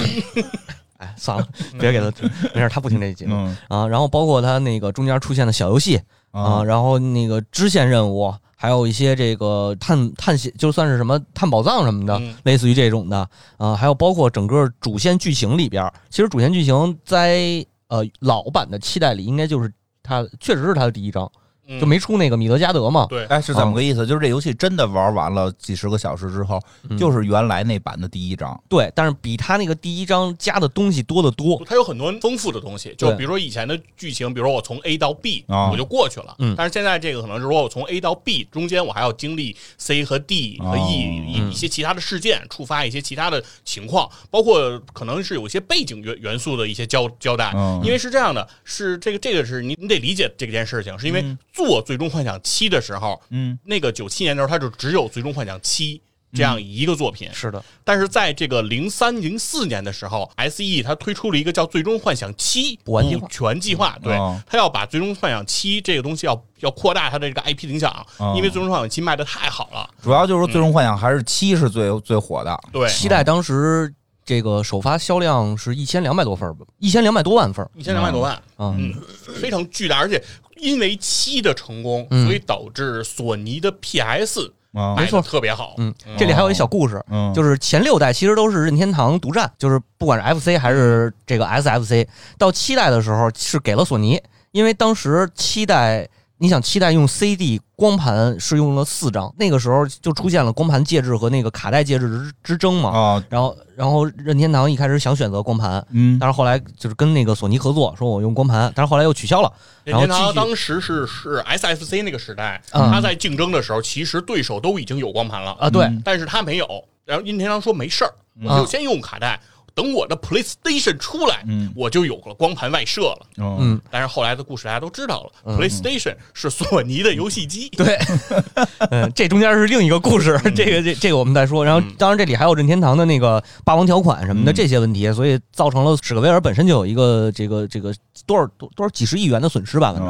Speaker 3: 哎，算了，别给他听，没事，他不听这节目
Speaker 1: 嗯
Speaker 3: 啊。然后包括他那个中间出现的小游戏
Speaker 1: 啊
Speaker 3: 啊，然后那个支线任务，还有一些这个探探险，就算是什么探宝藏什么的，
Speaker 2: 嗯
Speaker 3: 类似于这种的啊、还有包括整个主线剧情里边儿，其实主线剧情在呃老版的期待里，应该就是它确实是它的第一章，
Speaker 2: 嗯
Speaker 3: 就没出那个米德加德嘛。
Speaker 2: 对，
Speaker 1: 哎，是怎么个意思？就是这游戏真的玩完了几十个小时之后，
Speaker 3: 嗯
Speaker 1: 就是原来那版的第一章。
Speaker 3: 对，但是比它那个第一章加的东西多得多。
Speaker 2: 它有很多丰富的东西，就
Speaker 3: 对
Speaker 2: 比如说以前的剧情，比如说我从 A 到 B，、
Speaker 1: 啊
Speaker 2: 我就过去了。
Speaker 3: 嗯
Speaker 2: 但是现在这个可能是说我从 A 到 B 中间我还要经历 C 和 D 和 E、
Speaker 1: 哦
Speaker 2: 一一些其他的事件，触发一些其他的情况，包括可能是有一些背景元元素的一些交交代。
Speaker 1: 嗯
Speaker 2: 因为是这样的，是这个这个是你你得理解这件事情，是因为做《最终幻想七》的时候，
Speaker 1: 嗯，
Speaker 2: 那个九七年的时候，它就只有《最终幻想七》这样一个作品，
Speaker 3: 是的，
Speaker 2: 但是在这个零三零四年的时候，S.E. 它推出了一个叫《最终幻想七》
Speaker 3: 补完计划
Speaker 2: 全计
Speaker 3: 嗯
Speaker 2: 划，对
Speaker 1: 哦，
Speaker 2: 它要把《最终幻想七》这个东西要要扩大它的这
Speaker 3: 嗯
Speaker 2: 个 IP 影响啊
Speaker 1: 哦，
Speaker 2: 因为《最终幻想七》卖的太好了，
Speaker 1: 主要就是说《最终幻想》还是七是最最火的。
Speaker 2: 对，
Speaker 3: 期待当时这个首发销量是一千两百多份儿吧，一千两百多万份儿
Speaker 2: 一千两百多万，
Speaker 3: 啊。
Speaker 2: 嗯，非常巨大，而且因为七的成功，
Speaker 3: 嗯
Speaker 2: 所以导致索尼的 P.S.
Speaker 1: 啊，
Speaker 2: 卖
Speaker 3: 没错
Speaker 2: 的特别好，
Speaker 3: 嗯，这里还有一小故事，
Speaker 1: 嗯，
Speaker 3: 就是前六代其实都是任天堂独占，就是不管是 FC 还是这个 SFC，到七代的时候是给了索尼，因为当时七代。你想七代用 CD 光盘是用了四张，那个时候就出现了光盘介质和那个卡带介质之之争嘛。
Speaker 1: 啊，
Speaker 3: 然后，然后任天堂一开始想选择光盘，
Speaker 1: 嗯，
Speaker 3: 但是后来就是跟那个索尼合作，说我用光盘，但是后来又取消了。
Speaker 2: 任
Speaker 3: 然
Speaker 2: 天
Speaker 3: 后继
Speaker 2: 堂
Speaker 3: 续
Speaker 2: 当时是是 SFC 那个时代，
Speaker 3: 嗯
Speaker 2: 他在竞争的时候，其实对手都已经有光盘了
Speaker 3: 啊，对，
Speaker 1: 嗯
Speaker 2: 但是他没有。然后任天堂说没事儿，我就先用卡带，等我的 PlayStation 出来，
Speaker 1: 嗯
Speaker 2: 我就有了光盘外设了。
Speaker 1: 嗯，
Speaker 3: 嗯，
Speaker 2: 但是后来的故事大家都知道了、p l a y s t a t i o n 是索尼的游戏机，
Speaker 3: 对， 嗯，这中间是另一个故
Speaker 1: 嗯
Speaker 3: 事，这个这这个我们再说。然后，当然这里还有任天堂的那个霸王条款什么的
Speaker 1: 嗯
Speaker 3: 这些问题，所以造成了史克威尔本身就有一个这个这个多少多多少几十亿元的损失吧，反正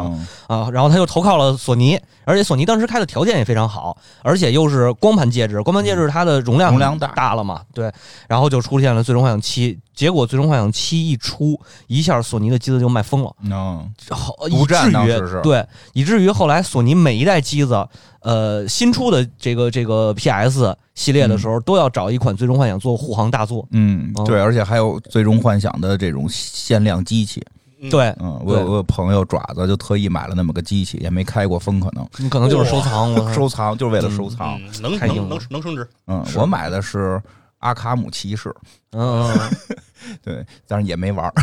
Speaker 1: 嗯
Speaker 3: 啊，然后他又投靠了索尼，而且索尼当时开的条件也非常好，而且又是光盘介质，光盘介质它的容量
Speaker 1: 嗯容量大
Speaker 3: 大了嘛，对，然后就出现了《最终幻想七》，结果《最终幻想七》一出，一下索尼的机子就卖疯了。
Speaker 1: 嗯，
Speaker 3: 好，
Speaker 1: 独
Speaker 3: 以
Speaker 1: 占
Speaker 3: 至
Speaker 1: 当
Speaker 3: 于
Speaker 1: 时是
Speaker 3: 对，以至于后来索尼每一代机子，呃，新出的这个这个 PS 系列的时候，都要找一款《最终幻想》做护航大作。
Speaker 1: 嗯，
Speaker 3: 哦
Speaker 1: 对，而且还有《最终幻想》的这种限量机器。
Speaker 2: 嗯
Speaker 3: 对，
Speaker 1: 嗯，我有
Speaker 3: 对
Speaker 1: 个朋友爪子就特意买了那么个机器，也没开过封，可能
Speaker 3: 你可能就是收藏，我
Speaker 1: 收藏就是为了收藏。
Speaker 2: 嗯，能
Speaker 3: 太硬
Speaker 2: 能
Speaker 3: 了
Speaker 2: 能能升值，
Speaker 1: 嗯，
Speaker 3: 是
Speaker 1: 我买的是阿卡姆骑 士，
Speaker 3: 嗯，嗯
Speaker 1: 对，但是也没玩儿。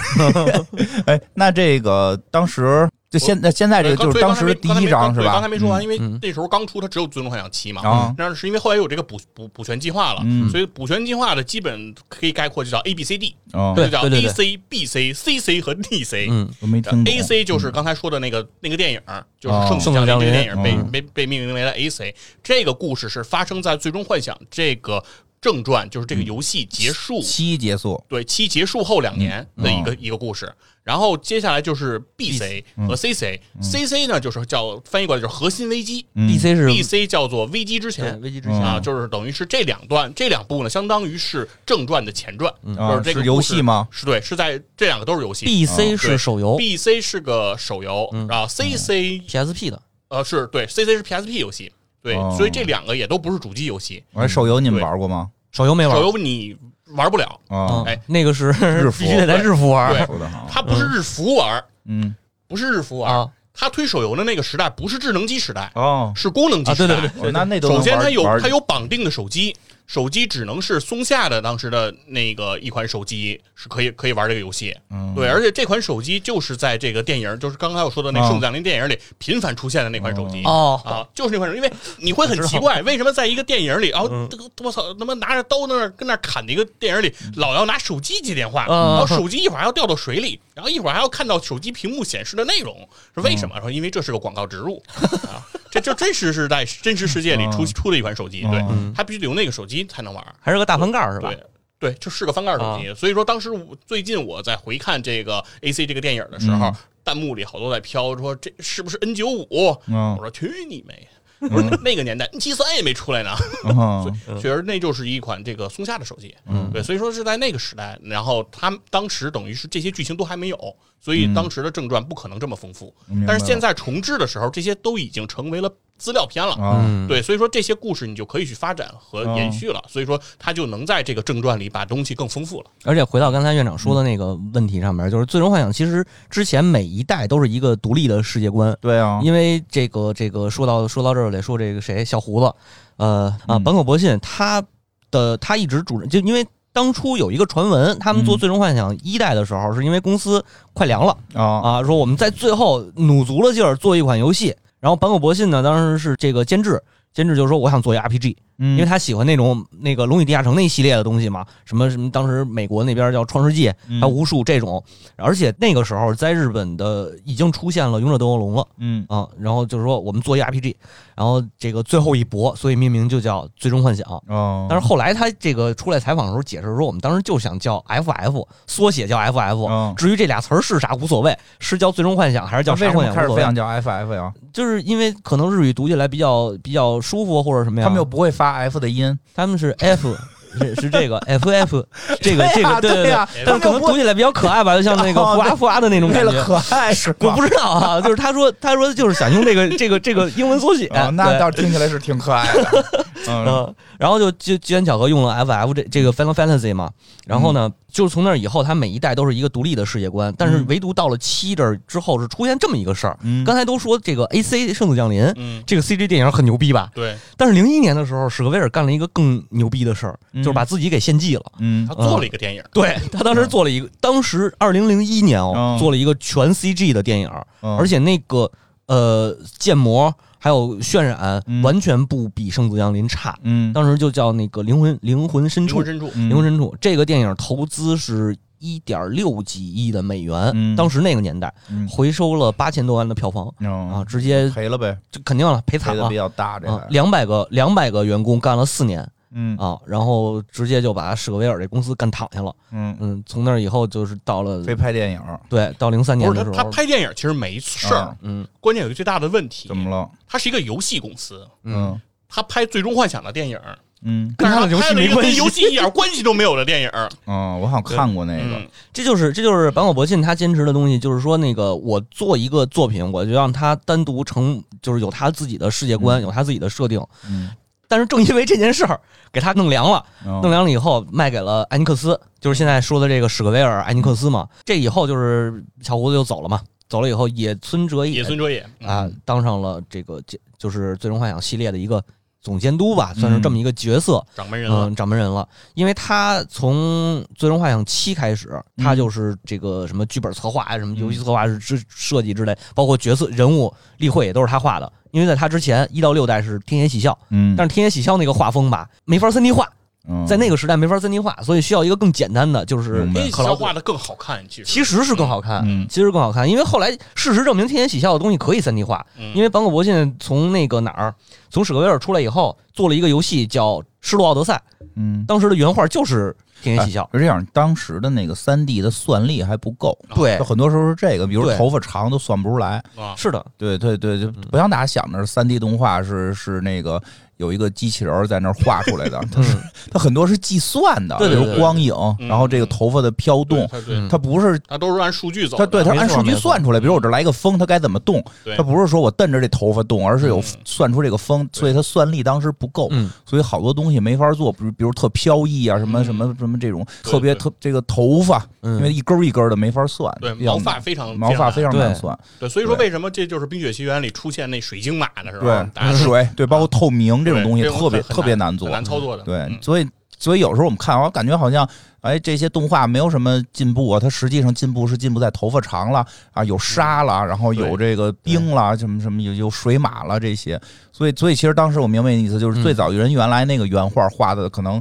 Speaker 1: 哎，那这个当时就现在现在这
Speaker 2: 对
Speaker 1: 个
Speaker 2: 刚
Speaker 1: 就是
Speaker 2: 对
Speaker 1: 当时第
Speaker 2: 刚才没
Speaker 1: 一章是
Speaker 2: 对
Speaker 1: 吧？
Speaker 2: 刚才没说完，啊因为
Speaker 3: 嗯
Speaker 2: 那时候刚出，它只有《最终幻想七》嘛。
Speaker 1: 啊，
Speaker 2: 但是因为后来有这个补补补全计划了，
Speaker 1: 嗯
Speaker 2: 所以补全计划的基本可以概括就叫 A B C D，
Speaker 1: 哦
Speaker 3: 对
Speaker 2: 就叫
Speaker 3: 对
Speaker 2: A
Speaker 3: 对
Speaker 2: C B C C C 和 D C。
Speaker 3: 嗯，
Speaker 1: 我没听懂。
Speaker 2: A C 就是刚才说的那个那个电影，就是
Speaker 1: 哦
Speaker 2: 《圣母降临》这个电影被
Speaker 1: 嗯
Speaker 2: 被被命名为了 A C。这个故事是发生在《最终幻想》这个正传，就是这个游戏结束，
Speaker 1: 嗯七嗯结束，
Speaker 2: 对七结束后两年的一个一个故事。然后接下来就是 B C
Speaker 1: 嗯
Speaker 2: 和 C C。C C 呢，就是叫翻译过来就是核心危机
Speaker 1: 嗯
Speaker 3: ，DC 是
Speaker 2: ，B C 叫做危机之
Speaker 3: 对
Speaker 2: 前。
Speaker 3: 危机之
Speaker 1: 嗯
Speaker 3: 前，
Speaker 2: 啊，就是等于是这两段，这两部呢，相当于是正传的前传，就
Speaker 1: 啊
Speaker 2: 是这个
Speaker 1: 是游
Speaker 2: 故事
Speaker 1: 戏吗？
Speaker 2: 是对，是在这两个都是游戏。
Speaker 1: 啊
Speaker 3: ，DC 是手游
Speaker 2: B C 是个手游，
Speaker 3: 嗯
Speaker 2: 然后 C C
Speaker 3: ，PSP 的，
Speaker 2: 呃是对，C C 是 P S P 游戏，对
Speaker 1: 哦，
Speaker 2: 所以这两个也都不是主机游戏，
Speaker 1: 哎，手游你们玩过吗？
Speaker 3: 手游没玩
Speaker 2: 手
Speaker 3: 儿，
Speaker 2: 游你玩不了，
Speaker 1: 啊，
Speaker 2: 哎
Speaker 3: 嗯，那个是
Speaker 1: 日服
Speaker 3: 必须得在日服玩儿
Speaker 2: 对
Speaker 1: 说的好，
Speaker 2: 它不是日服玩，
Speaker 1: 嗯，
Speaker 2: 不是日服玩，
Speaker 3: 啊，
Speaker 2: 它推手游的那个时代不是智能机时代，
Speaker 1: 哦，
Speaker 2: 是功能机
Speaker 3: 啊
Speaker 2: 时代。
Speaker 3: 对对
Speaker 1: 哦那那都能
Speaker 2: 首先，
Speaker 1: 玩
Speaker 2: 它有
Speaker 1: 玩
Speaker 2: 它有绑定的手机，手机只能是松下的当时的那个一款手机是可以可以玩这个游戏。
Speaker 1: 嗯
Speaker 2: 对，而且这款手机就是在这个电影，就是刚才我说的那
Speaker 1: 啊
Speaker 2: 《圣母降临》电影里频繁出现的那款手机。
Speaker 3: 哦，
Speaker 2: 啊，就是那款手机，因为你会很奇怪，为什么在一个电影里，然后
Speaker 1: 嗯
Speaker 2: 这个我操，他妈拿着刀在那儿跟那儿砍的一个电影里，老要拿手机接电
Speaker 1: 啊
Speaker 2: 话，然
Speaker 3: 嗯
Speaker 2: 后手机一会儿还要掉到水里，然后一会儿还要看到手机屏幕显示的内容，是为
Speaker 1: 嗯
Speaker 2: 什么？说因为这是个广告植入 啊，这就真实是在真实世界里出
Speaker 1: 嗯
Speaker 2: 出的一款手机，对
Speaker 1: 嗯，
Speaker 2: 它必须得用那个手机才能玩，
Speaker 3: 还是个大翻盖儿是吧？
Speaker 2: 对。对，就是个翻盖手
Speaker 1: 啊
Speaker 2: 机，所以说当时我最近我在回看这个 A C 这个电影的时候，
Speaker 1: 嗯
Speaker 2: 弹幕里好多在飘说这是不是 N 九五？
Speaker 1: 嗯
Speaker 2: 我说去你妹！我说那那个年代 N 七三也没出来呢，
Speaker 1: 嗯
Speaker 2: 确实那就是一款这个松下的手机，嗯，对，所以说是在那个时代，然后他们当时等于是这些剧情都还没有，所以当时的正传不可能这么丰富
Speaker 1: 嗯明，白
Speaker 2: 但是现在重置的时候，这些都已经成为了嗯资料片了。
Speaker 1: 啊，
Speaker 3: 嗯
Speaker 2: 对，所以说这些故事你就可以去发展和延续了，所以说它就能在这个正传里把东西更丰富了。
Speaker 3: 而且回到刚才院长说的
Speaker 1: 嗯
Speaker 3: 那个问题上面，就是《最终幻想》其实之前每一代都是一个独立的世界观，
Speaker 1: 对啊，
Speaker 3: 因为这个这个说到说到这儿得说这个谁小胡子，呃啊
Speaker 1: 嗯
Speaker 3: 坂口博信他的他一直主就因为。当初有一个传闻，他们做
Speaker 1: 嗯
Speaker 3: 《最终幻想》一代的时候，是因为公司快凉了
Speaker 1: 啊
Speaker 3: 啊，说我们在最后努足了劲儿做一款游戏。然后坂口博信呢，当时是这个监制，监制就说我想做一个 RPG，
Speaker 1: 因
Speaker 3: 因为他喜欢那种那个《龙与地下城》那一系列的东西嘛，什么什么，当时美国那边叫《创世纪》，
Speaker 1: 嗯
Speaker 3: 还有无数这种，而且那个时候在日本的已经出现了《勇者斗恶龙》了
Speaker 1: 嗯
Speaker 3: 啊，然后就是说我们做一 RPG，然后这个最后一搏，所以命名就叫《最终幻想》。
Speaker 1: 哦，
Speaker 3: 但是后来他这个出来采访的时候解释说，我们当时就想叫 FF，缩写叫 FF，、
Speaker 1: 嗯
Speaker 3: 至于这俩词儿是啥无所谓，是叫《最终幻想》还是叫啥
Speaker 1: 为什
Speaker 3: 幻
Speaker 1: 么
Speaker 3: 想
Speaker 1: 开
Speaker 3: 无
Speaker 1: 始
Speaker 3: 所
Speaker 1: 非
Speaker 3: 谓
Speaker 1: 想，叫 FF 呀？
Speaker 3: 就是因为可能日语读起来比较比较舒服或者什
Speaker 2: 啊
Speaker 3: 么呀，
Speaker 1: 他们又不会发 F 的音，
Speaker 3: 他们是 F，是是这个 F F，这个这
Speaker 1: 呀
Speaker 3: 个对
Speaker 1: 对呀，
Speaker 3: 但是可
Speaker 1: 他们
Speaker 3: 能
Speaker 1: 又不
Speaker 3: 读起来比较可爱吧，就像那个
Speaker 1: 哦
Speaker 3: 呼啦呼啦的那种
Speaker 1: 为
Speaker 3: 感
Speaker 1: 了
Speaker 3: 觉。
Speaker 1: 可爱是
Speaker 3: 我
Speaker 1: 吧？
Speaker 3: 不知道啊，就是他说他说就是想用这个这个这个英文缩写，
Speaker 1: 啊，那
Speaker 3: 对
Speaker 1: 倒是听起来是挺可爱的。 嗯
Speaker 3: 嗯，然后就就机缘巧合用了 F F 这这个 Final Fantasy 嘛，然后呢，就是从那以后，它每一代都是一个独立的世界观，但是
Speaker 1: 嗯
Speaker 3: 唯独到了七这儿之后是出现这么一个事儿。
Speaker 1: 嗯
Speaker 3: 刚才都说这个 A C 圣子降临
Speaker 2: 嗯，
Speaker 3: 这个 C G 电影很牛逼吧，
Speaker 2: 对，
Speaker 3: 但是零一年的时候，史格威尔干了一个更牛逼的事儿，就是把自己给献祭了。
Speaker 1: 嗯
Speaker 2: 他做了一个电影，
Speaker 3: 对 他当时做了一个，当时二零零一年哦
Speaker 1: 嗯，
Speaker 3: 做了一个全 CG 的电影，
Speaker 1: 嗯，
Speaker 3: 而且那个呃建模还有渲染
Speaker 1: 嗯
Speaker 3: 完全不比《圣子降临》差，
Speaker 1: 嗯
Speaker 3: 当时就叫那个灵魂灵魂深
Speaker 2: 灵
Speaker 3: 处
Speaker 2: 魂，深处，
Speaker 1: 嗯
Speaker 3: 灵魂深处这个电影投资是一点六几亿的美元，
Speaker 1: 嗯
Speaker 3: 当时那个年代
Speaker 1: 嗯
Speaker 3: 回收了八千多万的票房
Speaker 1: 嗯
Speaker 3: 啊，直接
Speaker 1: 赔了呗，
Speaker 3: 就肯定了
Speaker 1: 赔
Speaker 3: 赔惨
Speaker 1: 的
Speaker 3: 了
Speaker 1: 比。较大这
Speaker 3: 啊，
Speaker 1: 个。
Speaker 3: 两百个两百个员工干了四年
Speaker 1: 嗯
Speaker 3: 啊，然后直接就把史格威尔这公司干躺下了。
Speaker 1: 嗯，
Speaker 3: 嗯，从那儿以后就是到了
Speaker 1: 非拍电影
Speaker 3: 对，到零三年
Speaker 2: 不
Speaker 3: 的
Speaker 2: 是
Speaker 3: 时
Speaker 2: 他
Speaker 3: 候，
Speaker 2: 他拍电影其实没事儿
Speaker 1: 啊，
Speaker 3: 嗯
Speaker 2: 关键有一个最大的问题
Speaker 1: 怎，么了？
Speaker 2: 它是一个游戏公司，
Speaker 1: 嗯
Speaker 2: 他拍《最终幻想》的电影，
Speaker 1: 嗯
Speaker 3: 跟
Speaker 2: 但
Speaker 3: 他
Speaker 2: 是
Speaker 3: 的游戏
Speaker 2: 拍了
Speaker 3: 没
Speaker 2: 一个
Speaker 3: 关
Speaker 2: 跟
Speaker 3: 系
Speaker 2: 游戏一点关系都没有的电影，
Speaker 1: 嗯，我好像看过
Speaker 3: 哎
Speaker 1: 那个。
Speaker 2: 嗯，
Speaker 3: 这就是这就是坂口博信他坚持的东西，就是说那个我做一个作品，我就让他单独成，就是有他自己的世界观，有他自己的设定。
Speaker 1: 嗯，
Speaker 3: 但是正因为这件事儿，给他弄凉了，弄
Speaker 2: 哦
Speaker 1: 嗯
Speaker 3: 凉了以后卖给了艾尼克斯，就是现在说的这个史格威尔艾尼克斯
Speaker 2: 嗯
Speaker 3: 嘛。这以后就是小胡子就走了嘛，走了以后野村哲
Speaker 2: 野
Speaker 3: 也
Speaker 2: 村哲嗯也，
Speaker 3: 啊当上了这个就是最终幻想系列的一个总监督吧，
Speaker 2: 嗯
Speaker 3: 算是这么一个角色。
Speaker 2: 掌门人了，
Speaker 3: 嗯，掌门人了，因为他从《最终幻想七》开始，
Speaker 1: 嗯
Speaker 3: 他就是这个什么剧本策划啊呀、什么游戏策划是之设计之类，包括角色人物立绘也都是他画的。因为在他之前，一到六代是天野喜孝，
Speaker 1: 嗯，
Speaker 3: 但是天野喜孝那个画风吧，没法三 D 画，
Speaker 1: 是
Speaker 3: 在那个时代没法三 D 画，所以需要一个更简单的，就是
Speaker 1: 明白
Speaker 2: 黑
Speaker 3: 嗯克劳
Speaker 2: 肖
Speaker 3: 德。
Speaker 2: 画的更好看，其实，
Speaker 3: 其实是更好看，
Speaker 1: 嗯
Speaker 3: 其实更好看，因为后来事实证明，天野喜孝的东西可以三 D 画，
Speaker 2: 嗯
Speaker 3: 因为坂口博信从那个哪儿，从史格威尔出来以后，做了一个游戏叫《失落奥德赛》，
Speaker 1: 嗯。
Speaker 3: 当时的原画就是天野喜孝。
Speaker 1: 哎是这样，当时的那个三 D 的算力还不够，
Speaker 3: 哎对
Speaker 1: 就，很多时候是这个，比如
Speaker 3: 对
Speaker 1: 头发长都算不出来。
Speaker 2: 啊，
Speaker 3: 是的，
Speaker 1: 对对对，就不像大家想的，三 D 动画是是那个有一个机器人儿在那儿画出来的，它是它很多是计算的，
Speaker 3: 对对
Speaker 1: 比
Speaker 3: 对
Speaker 1: 如光影，
Speaker 2: 嗯
Speaker 1: 然后这个头发的飘动，
Speaker 2: 他对
Speaker 3: 嗯
Speaker 1: 它不是
Speaker 2: 他都是按数据走的，
Speaker 1: 它对它是
Speaker 3: 没
Speaker 1: 按
Speaker 3: 错
Speaker 1: 数据
Speaker 3: 没错
Speaker 1: 算出来，比如我这来一个风，它该怎么动，
Speaker 2: 对
Speaker 1: 它不是说我瞪着这头发动，而是有
Speaker 2: 嗯
Speaker 1: 算出这个风，所以它算力当时不够，
Speaker 3: 嗯，
Speaker 1: 所以好多东西没法做，比如比如特飘逸啊，什么
Speaker 2: 嗯
Speaker 1: 什么什么这种
Speaker 2: 对
Speaker 1: 特别
Speaker 2: 对
Speaker 1: 特这个头发，
Speaker 3: 嗯
Speaker 1: 因为一根儿一根儿的没法算，
Speaker 2: 对
Speaker 1: 比较
Speaker 2: 毛发非常
Speaker 1: 毛发非常
Speaker 3: 对
Speaker 1: 难算，
Speaker 2: 对，所以说
Speaker 1: 对
Speaker 2: 为什么这就是《冰雪奇缘》里出现那水晶马的时候， 大
Speaker 1: 对
Speaker 2: 家
Speaker 1: 水对包括透明这种
Speaker 2: 对
Speaker 1: 东西特别
Speaker 2: 很很
Speaker 1: 特别
Speaker 2: 难
Speaker 1: 难做
Speaker 2: 很，难操作的，
Speaker 1: 对
Speaker 2: 嗯，
Speaker 1: 所以所以有时候我们看，我感觉好像哎，这些动画没有什么进步啊，它实际上进步是进步在头发长了啊，有沙了，然后有这个冰了，什么什么有有水马了这些，所以所以其实当时我明白你的意思，就是
Speaker 3: 嗯
Speaker 1: 最早人原来那个原画画的可能。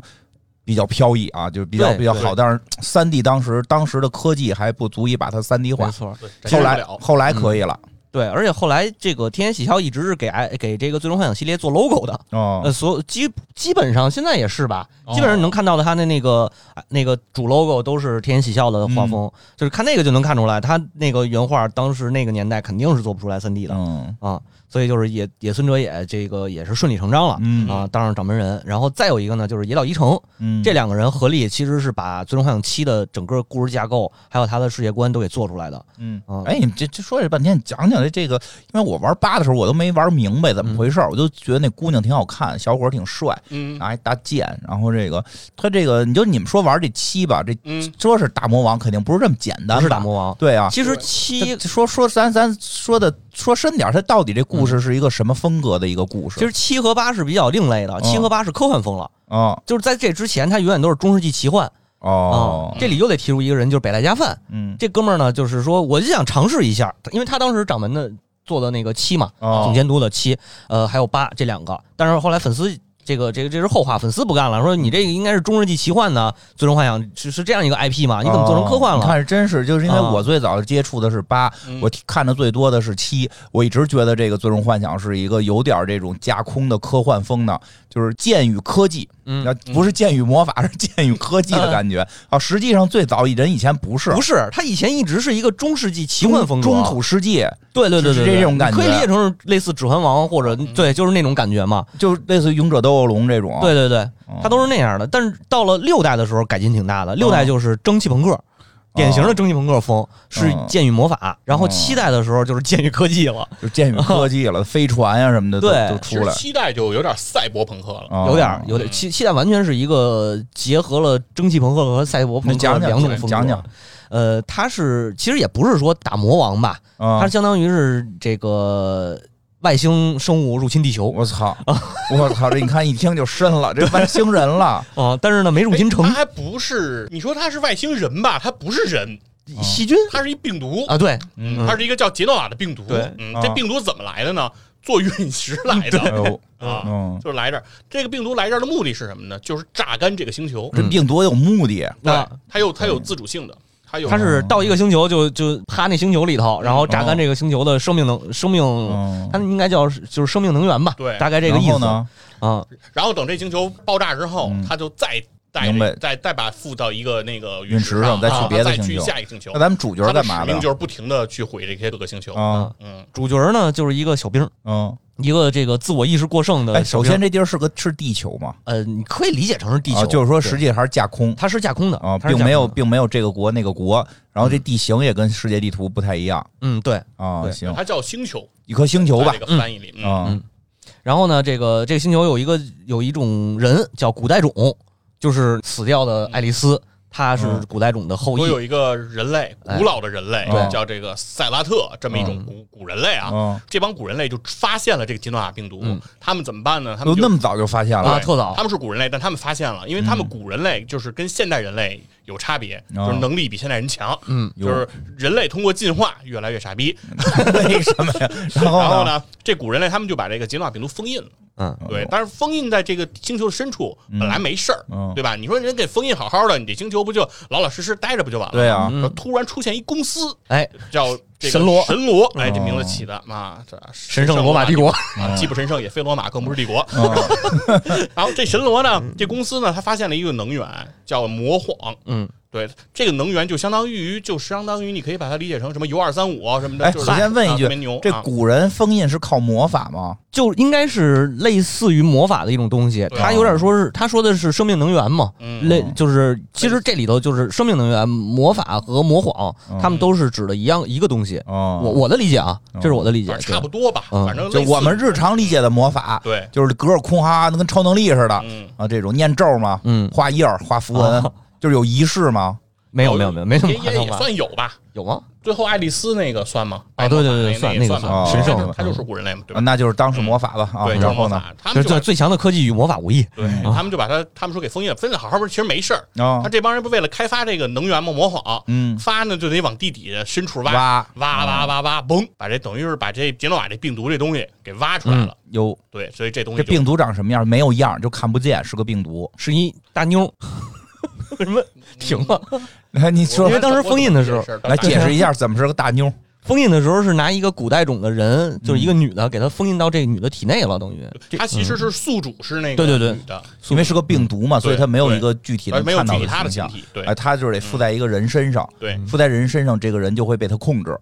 Speaker 1: 比较飘逸啊，就是比较
Speaker 3: 对
Speaker 1: 比较好，但是三 D 当时当时的科技还不足以把它三 D
Speaker 3: 没
Speaker 1: 化，
Speaker 3: 错，
Speaker 2: 对
Speaker 1: 后
Speaker 2: 展现不
Speaker 1: 来
Speaker 2: 了，
Speaker 1: 后来可以了，
Speaker 3: 对，而且后来这个天野喜孝一直是给哎给这个《最终幻想》系列做 logo 的，呃，
Speaker 1: 哦，
Speaker 3: 所有基基本上现在也是吧，
Speaker 2: 哦
Speaker 3: 基本上能看到的他的那个啊那个主 logo 都是天野喜孝的画风，就是看那个就能看出来，他那个原画当时那个年代肯定是做不出来三 D 的
Speaker 1: 嗯
Speaker 3: 啊，所以就是野野村哲也这个也是顺理成章了。
Speaker 1: 嗯
Speaker 3: 啊，当上掌门人，然后再有一个呢，就是野岛一成，
Speaker 1: 嗯，
Speaker 3: 这两个人合力其实是把《最终幻想七》的整个故事架构，还有他的世界观都给做出来的。
Speaker 1: 嗯
Speaker 3: 啊，
Speaker 1: 哎，你这这说这半天，你讲讲来这个，因为我玩八的时候我都没玩明白怎么回事
Speaker 3: 嗯
Speaker 1: 儿，我就觉得那姑娘挺好看，小伙儿挺帅，
Speaker 2: 嗯
Speaker 3: 啊
Speaker 1: 拿一大剑，然后这个他这个，你就你们说玩这七吧，这
Speaker 2: 嗯，
Speaker 1: 说是大魔王，肯定不是这么简单，
Speaker 3: 不是大，魔王。
Speaker 1: 对啊。
Speaker 3: 其实
Speaker 2: 对
Speaker 3: 七
Speaker 1: 这说说咱咱说的说深点儿，它到底这故事是一个什么风格的一个故事？
Speaker 3: 其实七和八嗯是比较另类的，七和八是科幻风了，
Speaker 1: 啊
Speaker 3: 就是在这之前，它永远都是中世纪奇幻啊、
Speaker 1: 哦，
Speaker 3: 这里又得提出一个人，就是北濑加范
Speaker 1: 嗯
Speaker 3: 这哥们儿呢，就是说我就想尝试一下，因为他当时掌门的做的那个七嘛，
Speaker 1: 哦
Speaker 3: 总监督的七，呃，还有八这两个，但是后来粉丝。这个这个这是后话，粉丝不干了，说你这个应该是中世纪奇幻呢，最终幻想是是这样一个 IP 啊嘛，你怎么做成科幻
Speaker 1: 哦你
Speaker 3: 了？
Speaker 1: 看，真是就是因为
Speaker 3: 啊
Speaker 1: 我最早接触的是八、
Speaker 2: 嗯
Speaker 1: 我看的最多的是七，我一直觉得这个《最终幻想》是一个有点这种架空的科幻风呢，就是剑与科技，
Speaker 3: 嗯
Speaker 1: 啊，不是剑与魔法，是剑与科技的感觉。啊，实际上最早人以前不是，
Speaker 3: 不
Speaker 1: 是
Speaker 3: 是，他以前一直是一个中世纪奇幻风格，
Speaker 1: 中土世纪，
Speaker 3: 对对对对，
Speaker 1: 是
Speaker 3: 对
Speaker 1: 这种感觉嗯
Speaker 3: 你可以理解成是类似《指环王》或者对，就是那种感觉嘛。
Speaker 1: 就类似于《勇者斗恶龙》这种。
Speaker 3: 对对对，
Speaker 1: 嗯，
Speaker 3: 它都是那样的。但是到了六代的时候，改进挺大的。六
Speaker 1: 哦
Speaker 3: 代就是蒸汽朋克，典型的蒸汽朋克风是
Speaker 1: 哦
Speaker 3: 剑与魔法。然后七代的时候就是剑与科技了，
Speaker 1: 就剑与科技了，飞船呀、什么的都
Speaker 3: 对
Speaker 1: 都
Speaker 2: 其
Speaker 1: 出
Speaker 2: 实
Speaker 1: 来，
Speaker 2: 期待就有点赛博朋克了。
Speaker 1: 啊
Speaker 3: 有点儿有点儿七七代完全是一个结合了蒸汽朋克和赛博
Speaker 1: 你
Speaker 3: 朋克
Speaker 1: 讲讲
Speaker 3: 两种风格。
Speaker 1: 讲讲，
Speaker 3: 呃，它是其实也不是说打魔王吧，
Speaker 1: 啊
Speaker 3: 它相当于是这个外星生物入侵地球
Speaker 1: 我操！我操！这你看一听就深了，这外星人了。
Speaker 3: 啊、但是呢没入侵
Speaker 2: 哎
Speaker 3: 成
Speaker 2: 他还不是你说他是外星人吧？他不是人，
Speaker 3: 细菌
Speaker 2: 他是一病毒，
Speaker 3: 啊，对，
Speaker 1: 嗯
Speaker 2: 它是一个叫杰诺瓦的病毒。
Speaker 3: 对
Speaker 2: 嗯
Speaker 1: 啊，
Speaker 2: 这病毒怎么来的呢？坐陨石 来
Speaker 1: 哎
Speaker 2: 的
Speaker 1: 呦，
Speaker 2: 啊，
Speaker 1: 嗯，
Speaker 2: 就是来这儿。这个病毒来这儿的目的是什么呢？就是榨干这个星球。
Speaker 1: 这病毒有目的，
Speaker 3: 那
Speaker 2: 对，它有它有自主性的，它
Speaker 1: 啊
Speaker 2: 有
Speaker 3: 他是到一个星球就就趴那星球里头，然后榨干这个星球的生命能生命，
Speaker 1: 嗯
Speaker 3: 它，应该叫就是生命能源吧？
Speaker 2: 对
Speaker 3: 大概这个
Speaker 1: 然
Speaker 3: 意
Speaker 1: 后
Speaker 3: 思
Speaker 1: 呢？
Speaker 3: 啊。
Speaker 2: 然后等这星球爆炸之后
Speaker 1: 嗯，
Speaker 2: 它就再带
Speaker 1: 明白
Speaker 2: 再再把附到一个那个
Speaker 1: 陨石上
Speaker 2: 上，
Speaker 1: 再
Speaker 2: 啊
Speaker 1: 去别的
Speaker 2: 再
Speaker 1: 星
Speaker 2: 去
Speaker 1: 球
Speaker 2: 下一个星球
Speaker 1: 那。咱们主角
Speaker 2: 它的
Speaker 1: 干嘛
Speaker 2: 使
Speaker 1: 的
Speaker 2: 命？就是不停的去毁这些各个星球。
Speaker 1: 啊，
Speaker 2: 嗯，
Speaker 3: 主角呢就是一个小兵，
Speaker 1: 嗯，
Speaker 3: 一个这个自我意识过剩的
Speaker 1: 哎，
Speaker 3: 小
Speaker 1: 首
Speaker 3: 兵。
Speaker 1: 先这地儿是个是地球嘛？
Speaker 3: 呃，你可以理解成是地
Speaker 1: 啊
Speaker 3: 球，
Speaker 1: 就是说
Speaker 3: 对
Speaker 1: 实际还是架空
Speaker 3: 它是架空的
Speaker 1: 啊，
Speaker 3: 它是
Speaker 1: 并
Speaker 3: 架空的
Speaker 1: 没有并没有这个国那个国，然后这地形也跟世界地图不太一样
Speaker 3: 嗯对。
Speaker 1: 啊。
Speaker 3: 对
Speaker 1: 行，
Speaker 2: 它叫星球，
Speaker 1: 一颗星球吧
Speaker 2: 在这个翻译里，嗯，
Speaker 1: 啊
Speaker 3: 嗯然后呢，这个这个星球有一个有一种人叫古代种，就是死掉的爱丽丝，她是
Speaker 1: 嗯
Speaker 3: 古代种的后
Speaker 2: 我有
Speaker 3: 裔。
Speaker 2: 一个人类，
Speaker 3: 哎
Speaker 2: 古老的人类
Speaker 1: 对
Speaker 2: 叫这个塞拉特，这么一种
Speaker 3: 嗯
Speaker 2: 古古人类啊。
Speaker 1: 啊，
Speaker 2: 这帮古人类就发现了这个吉诺瓦病毒，
Speaker 3: 嗯
Speaker 2: 他们怎么办呢？他
Speaker 1: 都
Speaker 2: 们
Speaker 1: 那
Speaker 2: 就
Speaker 1: 么早就发现
Speaker 3: 啊
Speaker 1: 了
Speaker 3: 特早
Speaker 2: 他们是古人类，但他们发现了，因为他们古人类就是跟现代人类有差别，
Speaker 1: 啊
Speaker 2: 就是能力比现代人强，
Speaker 3: 嗯，
Speaker 1: 哟
Speaker 2: 就是人类通过进化越来越傻 逼。
Speaker 1: 为什么呀？然
Speaker 3: 啊
Speaker 2: 然
Speaker 1: 后
Speaker 2: 后
Speaker 1: 呢？
Speaker 2: 呢，这古人类他们就把这个吉诺瓦病毒封印了，
Speaker 3: 嗯，
Speaker 2: 对，但是封印在这个星球的深处
Speaker 1: 嗯
Speaker 2: 本来没事儿，
Speaker 1: 嗯
Speaker 3: 哦
Speaker 2: 对吧？你说人给封印好好的，你这星球不就老老实实待着不就完了？
Speaker 1: 对啊，
Speaker 3: 嗯
Speaker 2: 然后突然出现一公司，
Speaker 3: 哎，
Speaker 2: 叫这个
Speaker 3: 神罗
Speaker 2: 神罗，哎，这
Speaker 1: 哦
Speaker 2: 名字起的啊，这神
Speaker 3: 神圣罗马帝
Speaker 2: 国
Speaker 3: 国，
Speaker 2: 啊，既不神圣也非罗马，更不是帝国。
Speaker 1: 嗯
Speaker 2: 然后这神罗呢，这公司呢，它发现了一个能源叫魔晃，
Speaker 3: 嗯，
Speaker 2: 对，这个能源就相当于就相当于你可以把它理解成什么铀二三五啊什么的。
Speaker 1: 哎，
Speaker 2: 就
Speaker 1: 我
Speaker 2: 是
Speaker 1: 先问一
Speaker 2: 啊
Speaker 1: 句
Speaker 2: 特别牛，
Speaker 1: 这
Speaker 2: 啊
Speaker 1: 古人封印是靠魔法吗？
Speaker 3: 就应该是类似于魔法的一种东西，
Speaker 2: 对啊
Speaker 3: 它有点说是他说的是生命能源嘛，
Speaker 2: 嗯
Speaker 3: 类就是其实这里头就是生命能源、魔法和魔谎，他们都是指的一样一个东西。
Speaker 1: 哦，
Speaker 3: 我我的理解啊，这是我的理解
Speaker 2: 反，正差不多吧，
Speaker 3: 嗯
Speaker 2: 反正
Speaker 1: 就
Speaker 2: 类似
Speaker 1: 我们日常理解的魔法，
Speaker 2: 对，
Speaker 1: 就是隔着空哈哈跟超能力似的
Speaker 2: 嗯，
Speaker 1: 啊，这种念咒嘛，
Speaker 3: 嗯
Speaker 1: 画印儿、画符文
Speaker 3: 哦，
Speaker 1: 就是有仪式嘛。
Speaker 3: 没有没有没有没什么
Speaker 2: 也
Speaker 3: 夸
Speaker 2: 也
Speaker 3: 张
Speaker 2: 也
Speaker 3: 吧？
Speaker 2: 算有吧。
Speaker 3: 有吗？
Speaker 2: 最后爱丽丝那个算吗？
Speaker 3: 啊对对对
Speaker 2: 白头发
Speaker 3: 算
Speaker 2: 那
Speaker 3: 那个
Speaker 2: 算
Speaker 1: 算
Speaker 2: 吧
Speaker 1: 神
Speaker 3: 圣嗯
Speaker 2: 它
Speaker 3: 了
Speaker 2: 它就是古人类嘛，对
Speaker 1: 啊
Speaker 2: 吧？
Speaker 1: 那就是当是魔法吧啊。
Speaker 2: 对，就是
Speaker 1: 然后
Speaker 2: 魔
Speaker 1: 呢？
Speaker 2: 法，他
Speaker 3: 就嗯
Speaker 2: 们就
Speaker 3: 是最
Speaker 2: 把
Speaker 3: 最强的科技与魔法无异。
Speaker 2: 对，他们就把它，他们说给封印了，封印的好好不是，其实没事儿。
Speaker 1: 啊
Speaker 3: 嗯
Speaker 2: 他，这帮人不为了开发这个能源嘛，模仿，
Speaker 1: 嗯，
Speaker 2: 发呢就得往地底下深处挖，
Speaker 1: 挖哦
Speaker 2: 挖挖挖挖，嘣，把这等于是把这杰诺瓦这病毒这东西给挖出来了。
Speaker 1: 有
Speaker 2: 对，所以这东
Speaker 1: 嗯这
Speaker 2: 西就
Speaker 1: 病毒长什么样？没有样儿，就看不见，是个病毒。
Speaker 3: 是一大妞， 为什么停了？
Speaker 1: 来， 你
Speaker 2: 我
Speaker 1: 说
Speaker 3: 嗯因为当时封印的时候
Speaker 2: 我懂这事儿
Speaker 1: 来解释一下怎么是个大 妞？
Speaker 3: 封印的时候是拿一个古代种的人，就是一个女的，给她封印到这个女的体内了，等于
Speaker 2: 他其
Speaker 1: 嗯
Speaker 2: 实是宿主是那个
Speaker 3: 对对对
Speaker 2: 女的，
Speaker 1: 因为是个病毒嘛，所以它没有一个具体
Speaker 2: 而
Speaker 1: 的
Speaker 2: 没有
Speaker 1: 看到
Speaker 2: 具
Speaker 1: 的
Speaker 2: 体他的
Speaker 1: 形
Speaker 2: 形
Speaker 1: 象。
Speaker 2: 体，对嗯
Speaker 1: 哎，嗯它就是得附在一个人身上，
Speaker 2: 对
Speaker 1: 附在人身上，这个人就会被它控制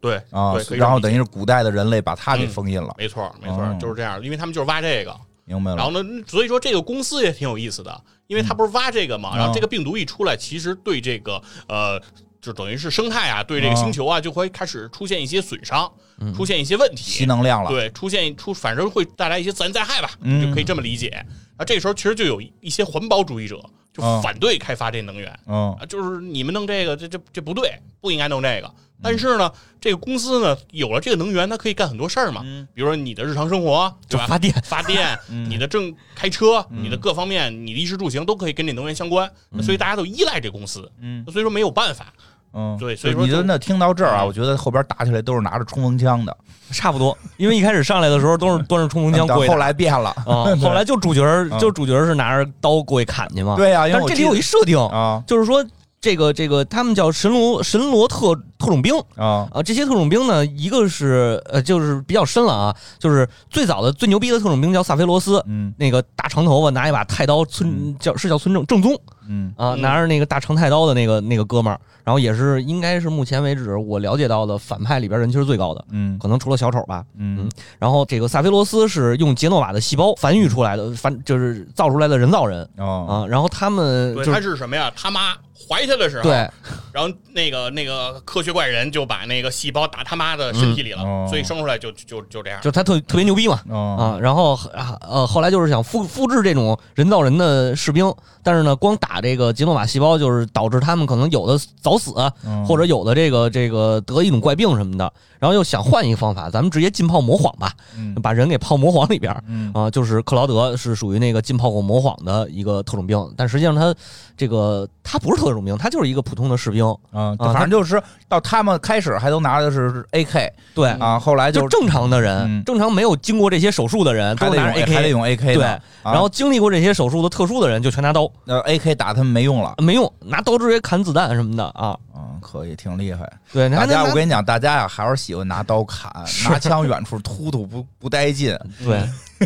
Speaker 2: 对
Speaker 1: 啊
Speaker 2: 对，可。以
Speaker 1: 然后
Speaker 2: 这
Speaker 1: 等
Speaker 2: 么理解嗯
Speaker 1: 于是古代的人类把它给封印了，
Speaker 2: 没错没
Speaker 1: 哦
Speaker 2: 错，就是这样，因为他们就是挖这个，
Speaker 1: 明白
Speaker 2: 然后
Speaker 1: 了？
Speaker 2: 呢，所以说这个公司也挺有意思的，因为它不是挖这个嘛，
Speaker 1: 嗯
Speaker 2: 然后这个病毒一出来，其实对
Speaker 1: 哦
Speaker 2: 这个呃，就等于是生态啊，对这个星球啊，就会开始出现一些损伤。
Speaker 3: 嗯
Speaker 2: 出现一些问题
Speaker 1: 吸，能量了，
Speaker 2: 对，出现出反正会带来一些自然灾害吧，
Speaker 1: 嗯
Speaker 2: 就可以这么理解。啊，这个时候其实就有一些环保主义者就
Speaker 1: 啊
Speaker 2: 反对开发这能源
Speaker 1: 嗯
Speaker 2: 啊，就是你们弄这个，这这这不对，不应该弄这个。但是呢，这个公司呢有了这个能源，它可以干很多事儿嘛，
Speaker 1: 嗯
Speaker 2: 比如说你的日常生活，对
Speaker 3: 就
Speaker 2: 吧？
Speaker 3: 发电，
Speaker 2: 发电，
Speaker 1: 嗯
Speaker 2: 你的正开车，
Speaker 1: 嗯
Speaker 2: 你的各方面，你的衣食住行都可以跟这能源相关，那所以大家都依赖这公司，
Speaker 1: 嗯
Speaker 2: 所以说没有办法。
Speaker 1: 嗯，
Speaker 2: 对所以说
Speaker 1: 你
Speaker 2: 就
Speaker 1: 真的听到这儿啊，
Speaker 2: 嗯
Speaker 1: 我觉得后边打起来都是拿着冲锋枪的，
Speaker 3: 差不多。因为一开始上来的时候都是 端着冲锋枪
Speaker 1: 但
Speaker 3: 过去
Speaker 1: 后
Speaker 3: 打，
Speaker 1: 来变了，
Speaker 3: 啊，后来就主角儿
Speaker 1: 嗯
Speaker 3: 就主角儿是拿着刀过去砍去嘛。，
Speaker 1: 对呀，啊因
Speaker 3: 但
Speaker 1: 为我
Speaker 3: 是这里
Speaker 1: 记得
Speaker 3: 有一设定，
Speaker 1: 啊
Speaker 3: 就是说这个这个他们叫神罗神罗特特种兵。
Speaker 1: 啊
Speaker 3: 啊，这些特种兵呢，一个是呃，就是比较深了啊，就是最早的最牛逼的特种兵叫萨菲罗斯，
Speaker 1: 嗯
Speaker 3: 那个大长头发拿一把太刀，村叫是叫村正正宗
Speaker 1: 嗯
Speaker 3: 啊，
Speaker 2: 嗯
Speaker 3: 拿着那个大长太刀的那个那个哥们儿，然后也是应该是目前为止我了解到的反派里边人气儿最高的，
Speaker 1: 嗯
Speaker 3: 可能除了小丑吧。
Speaker 1: 嗯
Speaker 3: 然后这个萨菲罗斯是用杰诺瓦的细胞繁育出来的，繁就是造出来的人造人
Speaker 1: 哦
Speaker 3: 啊，然后他们
Speaker 2: 对，
Speaker 3: 就
Speaker 2: 他
Speaker 3: 是
Speaker 2: 是什么呀？他妈怀他的时候，
Speaker 3: 对
Speaker 2: 然后那个那个科学怪人就把那个细胞打他妈的身体里了，
Speaker 1: 嗯哦
Speaker 2: 所以生出来就就就这样。
Speaker 3: 就是他特特别牛逼嘛，
Speaker 1: 哦
Speaker 3: 啊，然后啊呃，后来就是想复复制这种人造人的士兵，但是呢，光打这个杰诺瓦细胞，就是导致他们可能有的早死，
Speaker 1: 嗯
Speaker 3: 或者有的这个这个得一种怪病什么的。然后又想换一个方法，咱们直接浸泡魔谎吧，
Speaker 1: 嗯
Speaker 3: 把人给泡魔谎里边儿
Speaker 1: 嗯
Speaker 3: 啊。就是克劳德是属于那个浸泡过魔谎的一个特种兵，但实际上他这个他不是特种兵，他就是一个普通的士兵。
Speaker 1: 啊，
Speaker 3: 啊
Speaker 1: 反正就是到他们开始还都拿的是 AK
Speaker 3: 对，
Speaker 1: 啊，后来
Speaker 3: 嗯就正常的人，
Speaker 1: 嗯
Speaker 3: 正常没有经过这些手术的人，都
Speaker 1: 还得用
Speaker 3: 是拿着 AK
Speaker 1: 还得用 AK 呢
Speaker 3: 对，
Speaker 1: 啊
Speaker 3: 然后经历过这些手术的特殊的人就全拿刀，啊
Speaker 1: 那 AK 呃打他们没用了
Speaker 3: 没用，拿刀直接砍子弹什么的啊。
Speaker 1: 啊，可以挺厉害。
Speaker 3: 对，你
Speaker 1: 大
Speaker 3: 还
Speaker 1: 家，
Speaker 3: 能
Speaker 1: 我
Speaker 3: 拿
Speaker 1: 跟你讲，大家呀还是喜欢拿刀砍，拿枪远处突突不不带劲
Speaker 3: 对，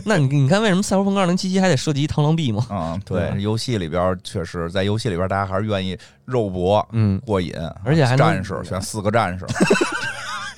Speaker 3: 那你你看为什么赛博朋克二零七七还得涉及一螳螂臂吗？
Speaker 1: 啊。
Speaker 3: 对吧
Speaker 1: 对，游戏里边确实，在游戏里边大家还是愿意肉搏
Speaker 3: 嗯，
Speaker 1: 过瘾，
Speaker 3: 而且还能
Speaker 1: 战士选四个战 士，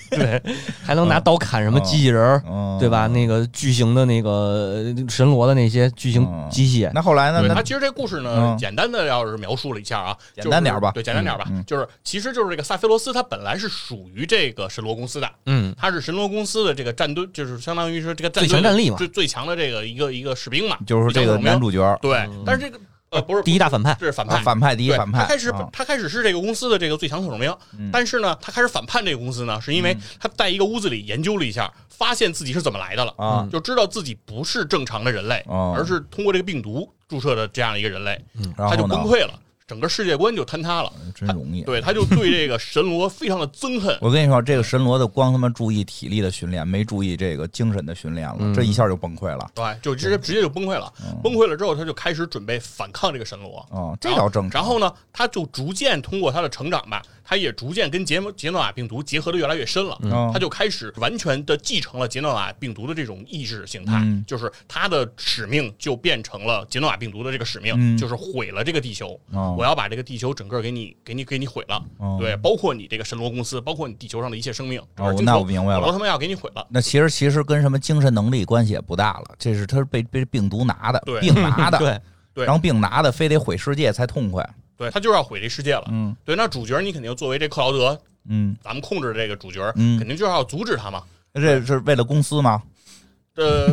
Speaker 3: 对，还能
Speaker 2: 嗯
Speaker 3: 拿刀砍什么机器人儿，
Speaker 1: 嗯，
Speaker 3: 对吧？？那个巨型的那个呃神罗的那些巨型
Speaker 1: 嗯
Speaker 3: 机械，
Speaker 1: 那后来呢？
Speaker 2: 对他
Speaker 1: 那
Speaker 2: 其实这故事呢，
Speaker 1: 嗯
Speaker 2: 简单的要是描述了一下啊，
Speaker 1: 简单点儿吧
Speaker 2: 就是对，简单点儿吧，
Speaker 1: 嗯嗯
Speaker 2: 就是其实就是这个萨菲罗斯，他本来是属于这个神罗公司的，
Speaker 3: 嗯，
Speaker 2: 他是神罗公司的这个战队，就是相当于是这个战队
Speaker 3: 最强战力嘛
Speaker 2: 最最强的这个一个一个士兵嘛，
Speaker 1: 就是这个
Speaker 2: 一个
Speaker 1: 男主角
Speaker 2: 对，
Speaker 3: 嗯
Speaker 2: 但是这个呃不是
Speaker 3: 第一大反派，
Speaker 2: 这是反
Speaker 1: 啊
Speaker 2: 派。
Speaker 1: 反派第一
Speaker 2: 对
Speaker 1: 反派，
Speaker 2: 他开始
Speaker 1: 啊
Speaker 2: 他开始是这个公司的这个最强特种兵
Speaker 1: 嗯，
Speaker 2: 但是呢，他开始反叛这个公司呢，是因为他在一个屋子里研究了一下，发现自己是怎么来的了，
Speaker 1: 啊
Speaker 2: 就知道自己不是正常的人类，
Speaker 1: 哦嗯
Speaker 2: 而是通过这个病毒注射的这样一个人类，
Speaker 1: 然
Speaker 2: 他就
Speaker 1: 后
Speaker 2: 崩
Speaker 1: 呢？
Speaker 2: 溃了，整个世界观就坍塌了。
Speaker 1: 真容易。。
Speaker 2: 对，他就对这个神罗非常的憎恨
Speaker 1: 我跟你说，这个神罗的光他妈注意体力的训练，没注意这个精神的训练了，
Speaker 3: 嗯
Speaker 1: 这一下就崩溃了。
Speaker 2: 对，就直接直接就崩溃了。崩溃了之后，他就开始准备反抗这个神罗。
Speaker 1: 嗯哦，这倒正常。
Speaker 2: 然后呢，他就逐渐通过他的成长吧，他也逐渐跟杰杰诺瓦病毒结合的越来越深了。
Speaker 1: 嗯
Speaker 2: 他就开始完全的继承了杰诺瓦病毒的这种意识形态，
Speaker 1: 嗯
Speaker 2: 就是他的使命就变成了杰诺瓦病毒的这个使命，
Speaker 1: 嗯
Speaker 2: 就是毁了这个地球。
Speaker 1: 哦
Speaker 2: 我要把这个地球整个给你给你给你毁了。
Speaker 1: 哦
Speaker 2: 对，包括你这个神罗公司，包括你地球上的一切生命。
Speaker 1: 哦
Speaker 2: 整个地球
Speaker 1: 那我明白了
Speaker 2: 老罗他们要给你毁了。
Speaker 1: 那其实其实跟什么精神能力关系也不大了，这是他是被被病毒拿的，
Speaker 2: 对
Speaker 1: 病拿 的，
Speaker 3: 对，
Speaker 2: 对
Speaker 1: 然后病拿的，非得毁世界才痛快。
Speaker 2: 对他就是要毁这世界了。
Speaker 1: 嗯
Speaker 2: 对，那主角你肯定作为这克劳德，
Speaker 1: 嗯，
Speaker 2: 咱们控制这个主角，
Speaker 1: 嗯
Speaker 2: 肯定就是要阻止他嘛。
Speaker 1: 这是为了公司吗？
Speaker 2: 呃，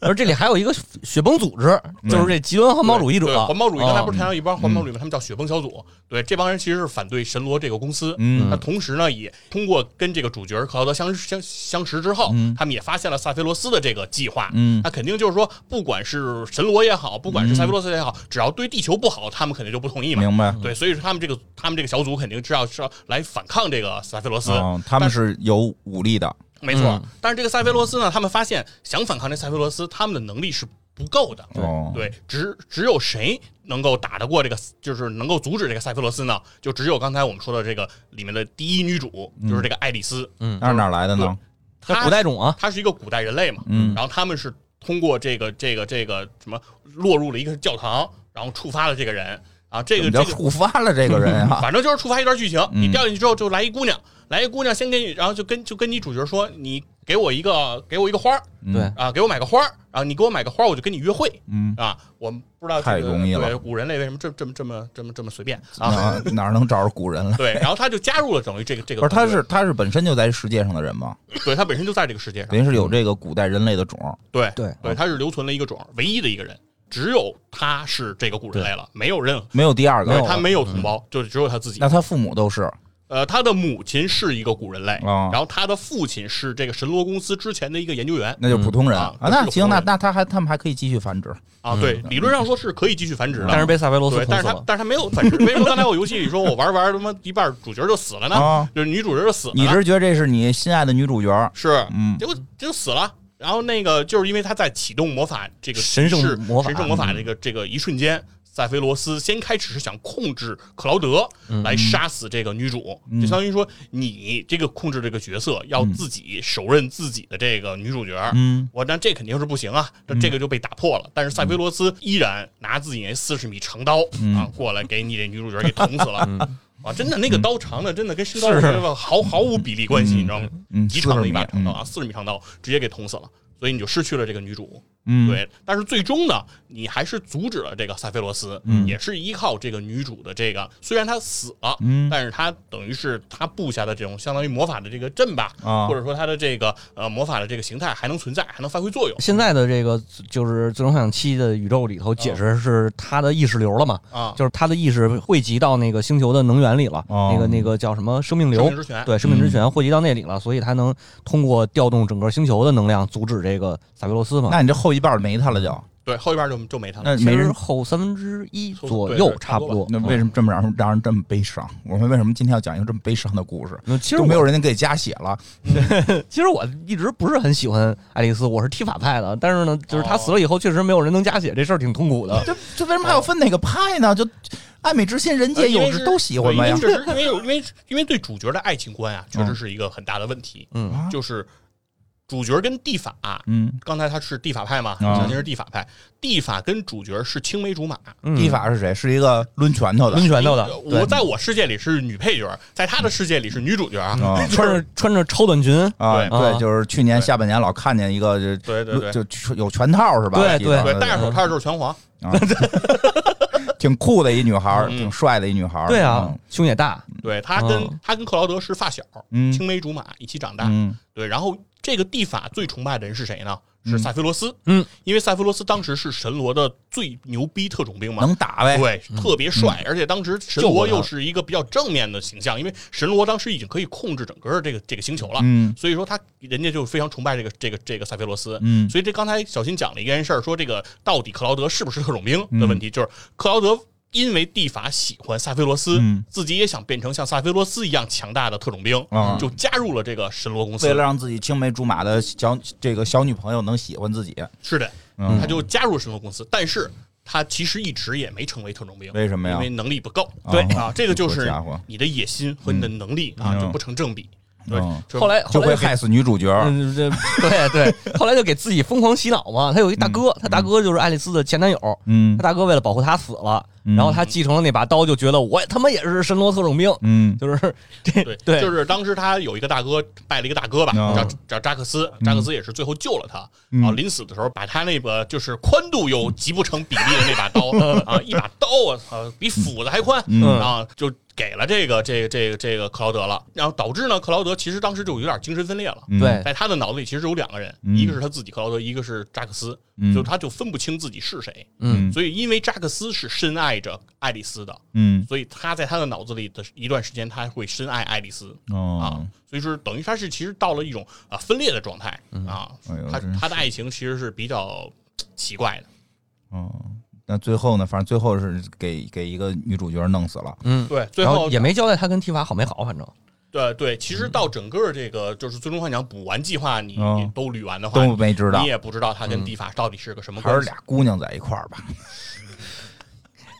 Speaker 3: 而这里还有一个雪崩组织，就是这极端环保主义
Speaker 2: 嗯对
Speaker 3: 者，
Speaker 2: 环保主义刚才
Speaker 3: 啊
Speaker 2: 不
Speaker 1: 嗯
Speaker 2: 是谈到一帮环保主义吗？他们叫雪崩小组。对，这帮人其实是反对神罗这个公司。
Speaker 1: 嗯
Speaker 2: 那同时呢，也通过跟这个主角克劳德相相相识之后，
Speaker 1: 嗯
Speaker 2: 他们也发现了萨菲罗斯的这个计划。
Speaker 1: 嗯
Speaker 2: 那肯定就是说，不管是神罗也好，不管是萨菲罗斯也好，只要对地球不好，他们肯定就不同意嘛。
Speaker 1: 明白。
Speaker 2: 对，所以说他们这个他们这个小组肯定是要是要来反抗这个萨菲罗斯。
Speaker 1: 嗯，他们是有武力的。
Speaker 2: 没错。
Speaker 3: 嗯
Speaker 2: 但是这个塞菲罗斯呢，他们发现想反抗这塞菲罗斯，他们的能力是不够的。
Speaker 1: 哦，
Speaker 2: 对，只只有谁能够打得过这个，就是能够阻止这个塞菲罗斯呢？就只有刚才我们说的这个里面的第一女主，就是这个爱丽丝。
Speaker 3: 嗯，
Speaker 1: 那是哪来的呢？
Speaker 3: 这
Speaker 2: 她
Speaker 3: 古代种啊，
Speaker 2: 她是一个古代人类嘛，
Speaker 1: 嗯
Speaker 2: 然后他们是通过这个这个这个什么落入了一个教堂，然后触发了这个人啊，这
Speaker 1: 怎
Speaker 2: 个
Speaker 1: 么
Speaker 2: 这
Speaker 1: 叫
Speaker 2: 个
Speaker 1: 触发了这个人嗯啊？
Speaker 2: 反正就是触发一段剧情，你掉进去之后就来一姑娘，来一姑娘先给你，然后就跟就跟女主角说，你给我一个给我一个花儿
Speaker 3: 对
Speaker 2: 啊，给我买个花儿，然后你给我买个花儿，我就跟你约会
Speaker 1: 嗯，
Speaker 2: 啊。我们不知道这
Speaker 1: 太
Speaker 2: 个
Speaker 1: 容易了嗯
Speaker 2: 对古人类为什么这这么这么这么这么随便 啊？
Speaker 1: 哪哪能找着古人了？
Speaker 2: 对，然后他就加入了等于这个这个
Speaker 1: 不是，他
Speaker 2: 团队，
Speaker 1: 是他是本身就在世界上的人嘛，
Speaker 2: 对他本身就在这个世界上，
Speaker 1: 等于是有这个古代人类的种。
Speaker 2: 对
Speaker 3: 对
Speaker 1: 啊
Speaker 2: 对，他是留存了一个种，唯一的一个人，只有他是这个古人类了，没有任何，
Speaker 1: 没有第二
Speaker 2: 对
Speaker 1: 个，
Speaker 2: 他没有同胞，就是只有他自己
Speaker 1: 那。他父母都是
Speaker 2: 呃，他的母亲是一个古人类，
Speaker 1: 哦
Speaker 2: 然后他的父亲是这个神罗公司之前的一个研究员
Speaker 1: 那就是普通人
Speaker 2: 嗯啊
Speaker 1: 啊。
Speaker 2: 就是
Speaker 1: 那
Speaker 2: 普
Speaker 1: 行，
Speaker 2: 通
Speaker 1: 那
Speaker 2: 人
Speaker 1: 那他还他们还可以继续繁殖，
Speaker 2: 啊。对，
Speaker 1: 嗯
Speaker 2: 理论上说是可以继续繁殖的，
Speaker 3: 但是被萨菲罗斯
Speaker 2: 对，
Speaker 3: 捅
Speaker 2: 但
Speaker 3: 死
Speaker 2: 是他
Speaker 3: 了。
Speaker 2: 但是他没有繁殖。为什么刚才我游戏里说我玩玩他妈一半主角就死了呢？
Speaker 1: 啊
Speaker 2: 就是女主角就死了，
Speaker 1: 你是觉得这是你心爱的女主角？
Speaker 2: 是，
Speaker 1: 嗯
Speaker 2: 结果就死了。然后那个就是因为他在启动魔法这个
Speaker 3: 神圣
Speaker 2: 是
Speaker 3: 魔法嗯
Speaker 2: 神圣魔法这个这个一瞬间，塞菲罗斯先开始是想控制克劳德
Speaker 3: 嗯
Speaker 2: 来杀死这个女主，就相当于说你这个控制这个角色要
Speaker 3: 嗯
Speaker 2: 自己手刃自己的这个女主角。
Speaker 1: 嗯，
Speaker 2: 我那这肯定是不行啊，这这个就被打破了。但是塞菲罗斯依然拿自己那四十米长刀
Speaker 1: 嗯
Speaker 2: 啊过来给你这女主角给捅死了。 啊，真的那
Speaker 1: 嗯
Speaker 2: 个刀长的，真的跟身高
Speaker 3: 是
Speaker 2: 这个毫毫无比例关系，你知道吗？
Speaker 1: 嗯
Speaker 2: 极长的一把
Speaker 1: 40米
Speaker 2: 长刀啊，四十米长刀直接给捅死了，所以你就失去了这个女主。
Speaker 1: 嗯
Speaker 2: 对，但是最终呢，你还是阻止了这个塞菲罗斯，也是依靠这个女主的这个，虽然她死了，
Speaker 1: 嗯
Speaker 2: 但是她等于是她布下的这种相当于魔法的这个阵吧，
Speaker 1: 啊
Speaker 2: 或者说她的这个呃魔法的这个形态还能存在，还能发挥作用
Speaker 3: 现在的这个就是《最终幻想七》的宇宙里头解释是他的意识流了嘛？
Speaker 2: 啊。
Speaker 3: 就是他的意识汇集到那个星球的能源里了，
Speaker 1: 哦嗯
Speaker 3: 那个那个叫什么生命
Speaker 2: 生
Speaker 3: 流
Speaker 2: 命之泉，
Speaker 3: 对，生命之泉汇集到那里了，所以他能通过调动整个星球的能量，阻止这个萨维罗斯嘛。
Speaker 1: 那你这后一半没他了就，
Speaker 2: 对，后一半就就没他了。
Speaker 1: 那
Speaker 3: 其
Speaker 1: 没
Speaker 3: 实
Speaker 1: 人。
Speaker 3: 后三分之一
Speaker 2: 对
Speaker 3: 左
Speaker 2: 对
Speaker 3: 右
Speaker 2: 差
Speaker 3: 差
Speaker 2: 不
Speaker 3: 不
Speaker 2: 多
Speaker 3: 多。嗯
Speaker 1: 那为什么这么让人让人这么悲伤？我们为什么今天要讲一个这么悲伤的故事？
Speaker 3: 那其实
Speaker 1: 都没
Speaker 3: 我
Speaker 1: 有人家给加血了，
Speaker 3: 其实我一直不是很喜欢爱丽丝，我是踢法派的。但是呢，就是她
Speaker 2: 哦
Speaker 3: 死了以后，确实没有人能加血，这事儿挺痛苦的。
Speaker 1: 这这为什么还要分哪个派呢？就爱美之心，人
Speaker 2: 呃
Speaker 1: 皆
Speaker 2: 因为
Speaker 1: 有之，
Speaker 2: 是
Speaker 1: 都喜欢
Speaker 2: 对
Speaker 1: 呗
Speaker 2: 呃因
Speaker 1: 呀
Speaker 2: 为。确实，因为有因为因为对主角的爱情观啊，确实是一个很大的问题。
Speaker 3: 嗯
Speaker 1: 啊
Speaker 2: 就是主角跟地法，啊
Speaker 1: 嗯，
Speaker 2: 刚才他是地法派嘛，
Speaker 1: 啊
Speaker 2: 小金是地法派，地法跟主角是青梅竹马。
Speaker 3: 嗯
Speaker 1: 地法是谁？是一个抡拳头的
Speaker 3: 抡拳头的
Speaker 2: 呃，我在我世界里是女配角，在他的世界里是女主角啊。
Speaker 1: 啊
Speaker 3: 穿着穿着超短裙，
Speaker 1: 啊，
Speaker 2: 对
Speaker 1: 对，
Speaker 3: 啊
Speaker 1: 就是去年下半年老看见一个就
Speaker 2: 对对对
Speaker 1: 就嗯就有拳套是吧？
Speaker 3: 对
Speaker 1: 我记得
Speaker 2: 对，戴上手套就是拳皇，
Speaker 1: 挺酷的一女孩儿，
Speaker 2: 嗯
Speaker 1: 挺帅的一女孩儿。
Speaker 3: 对啊，胸也大，
Speaker 2: 对他跟
Speaker 3: 嗯
Speaker 2: 他跟克劳德是发小，
Speaker 1: 嗯
Speaker 2: 青梅竹马一起长大。
Speaker 1: 嗯，
Speaker 2: 对，然后这个地法最崇拜的人是谁呢？是塞菲罗斯。
Speaker 3: 嗯，
Speaker 2: 因为塞菲罗斯当时是神罗的最牛逼特种兵嘛，
Speaker 1: 能打呗。
Speaker 2: 对，特别帅，而且当时神
Speaker 3: 救过
Speaker 2: 罗
Speaker 3: 他
Speaker 2: 又是一个比较正面的形象，因为神罗当时已经可以控制整个这个这个星球了，
Speaker 1: 嗯
Speaker 2: 所以说他人家就非常崇拜这个这个这个塞菲罗斯。
Speaker 1: 嗯
Speaker 2: 所以这刚才小新讲了一件事儿，说这个到底克劳德是不是特种兵的问题，就是克劳德。因为蒂法喜欢塞菲罗斯，
Speaker 1: 嗯
Speaker 2: 自己也想变成像塞菲罗斯一样强大的特种兵，
Speaker 1: 啊
Speaker 2: 就加入了这个神罗公司
Speaker 1: 为。了让自己青梅竹马的小这个小女朋友能喜欢自己，
Speaker 2: 是的，
Speaker 1: 嗯
Speaker 2: 他就加入神罗公司，但是他其实一直也没成为特种兵，
Speaker 1: 为什么呀
Speaker 2: 因为能力不够。
Speaker 1: 对
Speaker 2: 啊，这个就
Speaker 1: 好
Speaker 2: 是
Speaker 1: 家伙
Speaker 2: 你的野心和你的能力啊
Speaker 1: 嗯
Speaker 2: 就不成正比。对
Speaker 1: 嗯，
Speaker 2: 就
Speaker 3: 后来
Speaker 1: 就
Speaker 3: 后来
Speaker 1: 会
Speaker 3: 给
Speaker 1: 害死女主角。
Speaker 3: 嗯，这 对对，后来就给自己疯狂洗脑嘛。他有一大哥，他大哥就是爱丽丝的前男友，
Speaker 1: 嗯
Speaker 3: 他大哥为了保护她死了，
Speaker 1: 嗯
Speaker 3: 然后他继承了那把刀，就觉得我他妈也是神罗特种兵，
Speaker 1: 嗯
Speaker 3: 就是这
Speaker 2: 对
Speaker 3: 对
Speaker 2: 就是当时他有一个大哥拜了一个大哥吧，
Speaker 1: 嗯
Speaker 2: 叫叫扎克斯，扎克斯也是最后救了他啊。临死的时候，把他那个就是宽度又极不成比例的那把 刀啊，一把刀啊，操，比斧子还宽
Speaker 1: 嗯
Speaker 2: 啊，就给了这个这个这个这个克劳德了。然后导致呢，克劳德其实当时就有点精神分裂了。
Speaker 1: 嗯
Speaker 3: 对
Speaker 2: 在他的脑子里其实有两个人，
Speaker 1: 嗯
Speaker 2: 一个是他自己克劳德，一个是扎克斯，
Speaker 1: 嗯
Speaker 2: 就他就分不清自己是谁。
Speaker 1: 嗯
Speaker 2: 所以因为扎克斯是深爱着爱丽丝的，
Speaker 1: 嗯
Speaker 2: 所以他在他的脑子里的一段时间，他会深爱爱丽丝。啊
Speaker 1: 哦，，
Speaker 2: 所以说等于他是其实到了一种啊分裂的状态啊
Speaker 1: 哎呦，
Speaker 2: 他
Speaker 1: 真是
Speaker 2: 他的爱情其实是比较奇怪的。
Speaker 1: 哦，那最后呢？反正最后是给给一个女主角弄死了。
Speaker 3: 嗯，
Speaker 2: 对，最
Speaker 3: 然
Speaker 2: 后
Speaker 3: 也没交代他跟提法好没好，反正
Speaker 2: 对对，其实到整个这个就是最终幻想补完计划，你
Speaker 1: 嗯
Speaker 2: 你都捋完的话，
Speaker 1: 都没知道
Speaker 2: 你也不知道他跟蒂法到底是个什么
Speaker 1: 还
Speaker 2: 关
Speaker 1: 是
Speaker 2: 系。
Speaker 1: 俩姑娘在一块儿吧，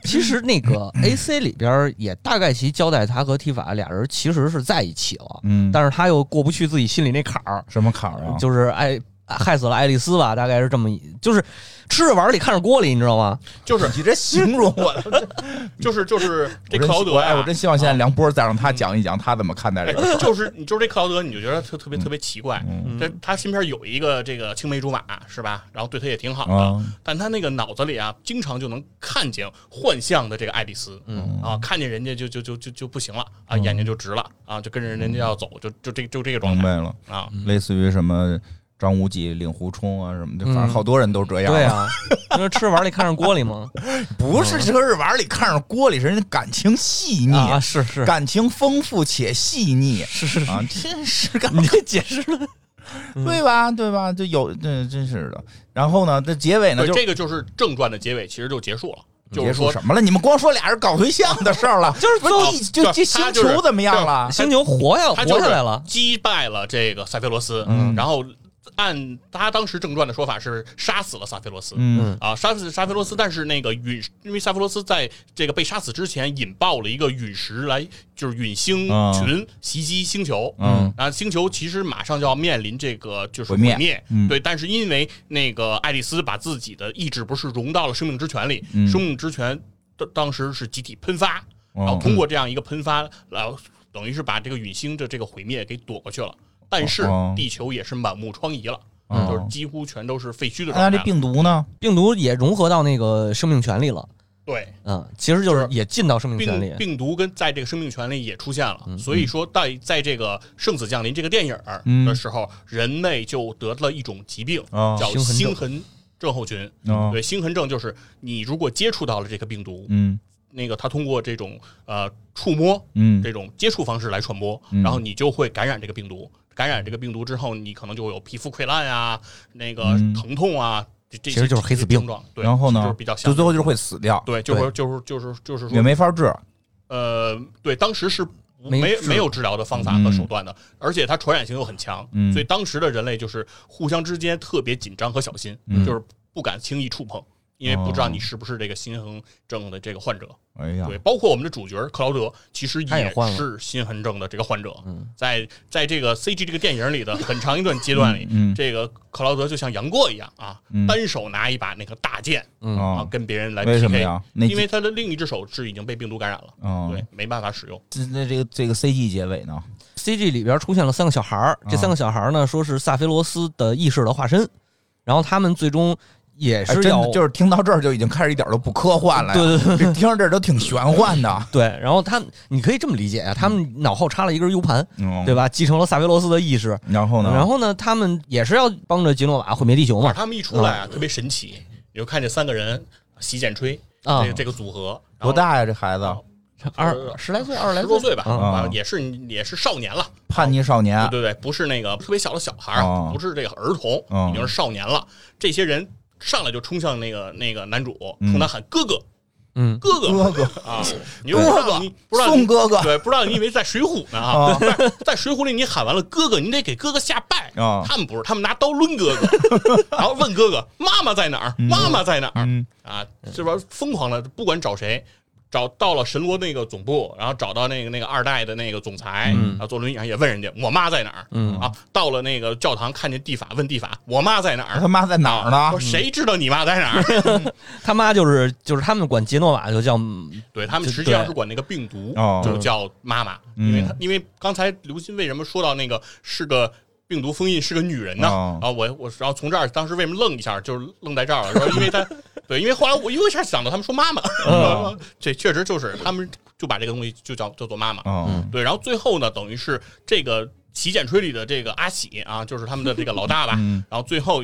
Speaker 3: 其实 那个 A C 里边也大概其交代他和提法俩人其实是在一起了，
Speaker 1: 嗯
Speaker 3: 但是他又过不去自己心里那坎儿，
Speaker 1: 什么坎儿啊？
Speaker 3: 就是爱害死了爱丽丝吧，大概是这么一，就是吃着碗里看着锅里，你知道吗？
Speaker 2: 就是
Speaker 1: 你这形容我，
Speaker 2: 就是就是这
Speaker 1: 我真
Speaker 2: 克劳德
Speaker 1: 哎，
Speaker 2: 呀
Speaker 1: 我真希望
Speaker 3: 啊
Speaker 1: 现在梁波再让
Speaker 3: 嗯
Speaker 1: 他讲一讲他怎么看待这个。
Speaker 2: 哎， 就是你就是这克劳德，你就觉得特特别特别奇怪。
Speaker 1: 嗯
Speaker 2: 这他身边有一个这个青梅竹马是吧？然后对他也挺
Speaker 3: 哎
Speaker 2: 好的，
Speaker 1: 啊
Speaker 2: 但他那个脑子里啊，经常就能看见幻象的这个爱丽丝，嗯啊，看见人家就就就就就不行了
Speaker 1: 嗯
Speaker 2: 啊，眼睛就直了啊，就跟着人家要走，就就这就这个状
Speaker 1: 明
Speaker 2: 态
Speaker 1: 白了，
Speaker 2: 啊。
Speaker 3: 嗯
Speaker 1: 类似于什么张无忌令狐冲啊什么的，反正
Speaker 3: 嗯
Speaker 1: 好多人都这样。
Speaker 3: 对啊，你说吃着碗里看着锅里吗？
Speaker 1: 不是这个碗里看着锅里，人家感情细腻，
Speaker 3: 啊，是 是
Speaker 1: 感情丰富且细腻
Speaker 3: 是是是，
Speaker 1: 啊，真是干嘛
Speaker 3: 你这解释的
Speaker 1: 对吧？对吧？这有这真是的。然后呢，这结尾呢
Speaker 2: 对，
Speaker 1: 就
Speaker 2: 这个就是正传的结尾，其实就结束了，就是
Speaker 1: 结束
Speaker 2: 说
Speaker 1: 什么了？你们光说俩人搞对象的事儿了，
Speaker 3: 就是
Speaker 1: 不是
Speaker 2: 最
Speaker 1: 就这
Speaker 2: 后就是
Speaker 1: 星
Speaker 2: 他就是
Speaker 1: 球怎么样了？
Speaker 3: 星球活下
Speaker 2: 他
Speaker 3: 活
Speaker 2: 就是
Speaker 3: 下来了，
Speaker 2: 击败了这个萨菲罗斯，
Speaker 1: 嗯
Speaker 2: 然后按他当时正传的说法是杀死了萨菲罗斯，
Speaker 1: 嗯
Speaker 2: 啊，杀死萨菲罗斯，但是那个陨，因为萨菲罗斯在这个被杀死之前引爆了一个陨石来，就是陨星
Speaker 1: 啊
Speaker 2: 群袭击星球，
Speaker 1: 嗯
Speaker 2: 啊，星球其实马上就要面临这个就是
Speaker 1: 毁
Speaker 2: 毁
Speaker 1: 灭嗯
Speaker 2: 对，但是因为那个爱丽丝把自己的意志不是融到了生命之泉里，
Speaker 1: 嗯
Speaker 2: 生命之泉当当时是集体喷发，然后
Speaker 1: 哦
Speaker 2: 通过这样一个喷发，然后等于是把这个陨星的这个毁灭给躲过去了。但是
Speaker 1: 哦
Speaker 2: 地球也是满目疮痍了，
Speaker 1: 哦
Speaker 2: 就是几乎全都是废墟的
Speaker 1: 那
Speaker 2: 状
Speaker 1: 这
Speaker 2: 态。
Speaker 1: 病毒呢？
Speaker 3: 病毒也融合到那个生命泉里了。
Speaker 2: 对，
Speaker 3: 嗯，其实就是
Speaker 2: 就是
Speaker 3: 也进到生命泉里
Speaker 2: 病。病毒跟在这个生命权里也出现了，所以说在在这个《圣子降临》这个电影儿
Speaker 1: 嗯
Speaker 2: 的时候，人类就得了一种疾病，
Speaker 1: 啊
Speaker 2: 叫星
Speaker 3: 星痕症
Speaker 2: 痕症候群。
Speaker 1: 哦
Speaker 2: 对，星痕症就是你如果接触到了这个病毒，
Speaker 1: 嗯
Speaker 2: 那个它通过这种呃触摸
Speaker 1: 嗯
Speaker 2: 这种接触方式来传播，然后你就会感染这个病毒。感染这个病毒之后，你可能就会有皮肤溃烂啊，那个疼痛啊，这这
Speaker 3: 其实就是黑死
Speaker 2: 这
Speaker 3: 病
Speaker 2: 些症状。对，
Speaker 1: 然后
Speaker 2: 就是
Speaker 1: 呢
Speaker 2: 比较，
Speaker 1: 就
Speaker 2: 像
Speaker 1: 最后就是会死掉，
Speaker 2: 对，就会就是就是就是说
Speaker 1: 也没法治。
Speaker 2: 呃，对，当时是不
Speaker 3: 没
Speaker 2: 没
Speaker 3: 治
Speaker 2: 没有治疗的方法和手段的，而且它传染性又很强，
Speaker 1: 嗯
Speaker 2: 所以当时的人类就是互相之间特别紧张和小心，就是不敢轻易触碰。因为不知道你是不是这个心痕症的这个患者，
Speaker 1: 哎呀，
Speaker 2: 对，包括我们的主角克劳德，其实
Speaker 3: 他也患了
Speaker 2: 是心痕症的这个患者。
Speaker 1: 嗯
Speaker 2: 在在这个 CG 这个电影里的很长一段阶段里，
Speaker 1: 嗯
Speaker 2: 这个克劳德就像杨过一样啊，
Speaker 1: 嗯
Speaker 2: 单手拿一把那个大剑
Speaker 3: 嗯
Speaker 2: 啊，
Speaker 1: 啊，
Speaker 2: 跟别人来 PK。
Speaker 1: 为什么呀？那
Speaker 2: 因为他的另一只手是已经被病毒感染了，
Speaker 1: 啊，
Speaker 2: 对，没办法使用。
Speaker 1: 这那这个这个 CG 结尾呢？
Speaker 3: CG 里边出现了三个小孩儿，这三个小孩儿呢，说是萨菲罗斯的意识的化身，然后他们最终也
Speaker 1: 哎，
Speaker 3: 是
Speaker 1: 真
Speaker 3: 要
Speaker 1: 的就是听到这儿就已经开始一点都不科幻了呀，
Speaker 3: 对
Speaker 1: 对对，听到这儿都挺玄幻的，
Speaker 3: 对，然后他你可以这么理解啊，他们脑后插了一根 U 盘，
Speaker 1: 嗯
Speaker 3: 对吧？继承了萨菲罗斯的意识，
Speaker 1: 然后呢？
Speaker 3: 然后呢，他们也是要帮着吉诺瓦毁灭地球嘛，
Speaker 2: 他们一出来啊，特别神奇，你就看这三个人洗剪吹
Speaker 3: 啊
Speaker 2: 这个这个组合
Speaker 1: 多？大呀？这孩子
Speaker 2: 然后
Speaker 3: 二十来岁，二十来
Speaker 2: 十多
Speaker 3: 岁，
Speaker 2: 岁吧，
Speaker 1: 啊
Speaker 2: 啊，也是也是少年了，
Speaker 1: 叛逆少年
Speaker 2: 哦对，对对，不是那个特别小的小孩儿
Speaker 1: 啊
Speaker 2: 啊，不是这个儿
Speaker 1: 啊
Speaker 2: 童，已经是少年了。这些人上来就冲向那个那个男主，
Speaker 1: 嗯
Speaker 2: 冲他喊哥哥
Speaker 3: 嗯，
Speaker 2: 哥
Speaker 1: 哥
Speaker 2: 哥
Speaker 1: 哥，
Speaker 2: 啊，你就不知道你不知道你
Speaker 1: 宋哥哥
Speaker 2: 对，不知道你以为在《水浒》呢啊？
Speaker 1: 啊
Speaker 2: 但是在《水浒》里，你喊完了哥哥，你得给哥哥下拜
Speaker 1: 啊
Speaker 2: 他们不是，他们拿刀抡哥哥，然后问哥哥妈妈在哪儿？妈妈在哪儿？
Speaker 1: 嗯
Speaker 2: 啊，这边疯狂的，不管找谁。找到了神罗那个总部，然后找到那个那个二代的那个总裁，
Speaker 1: 嗯
Speaker 2: 然后坐轮椅上也问人家我妈在哪儿，嗯啊，到了那个教堂看见地法问地法我妈在哪儿
Speaker 1: 他，妈嗯在哪儿呢
Speaker 2: 啊说？谁知道你妈在哪儿？
Speaker 3: 他妈就是就是他们管杰诺瓦就叫
Speaker 2: 对他们
Speaker 3: 就
Speaker 2: 实际上
Speaker 3: 对
Speaker 2: 是管那个病毒
Speaker 1: 哦，
Speaker 2: 就叫妈妈，
Speaker 1: 嗯
Speaker 2: 因为他因为刚才刘鑫为什么说到那个是个病毒封印是个女人呢？
Speaker 1: 哦
Speaker 2: 啊，我我然后从这儿当时为什么愣一下，就是愣在这儿了，然后因为他对，因为后来我又一下想到他们说妈妈，
Speaker 1: 嗯
Speaker 2: 这确实就是他们就把这个东西就叫叫做妈妈，
Speaker 1: 啊
Speaker 2: 对，然后最后呢，等于是这个洗剪吹里的这个阿喜啊，就是他们的这个老大吧，
Speaker 1: 嗯
Speaker 2: 然后最后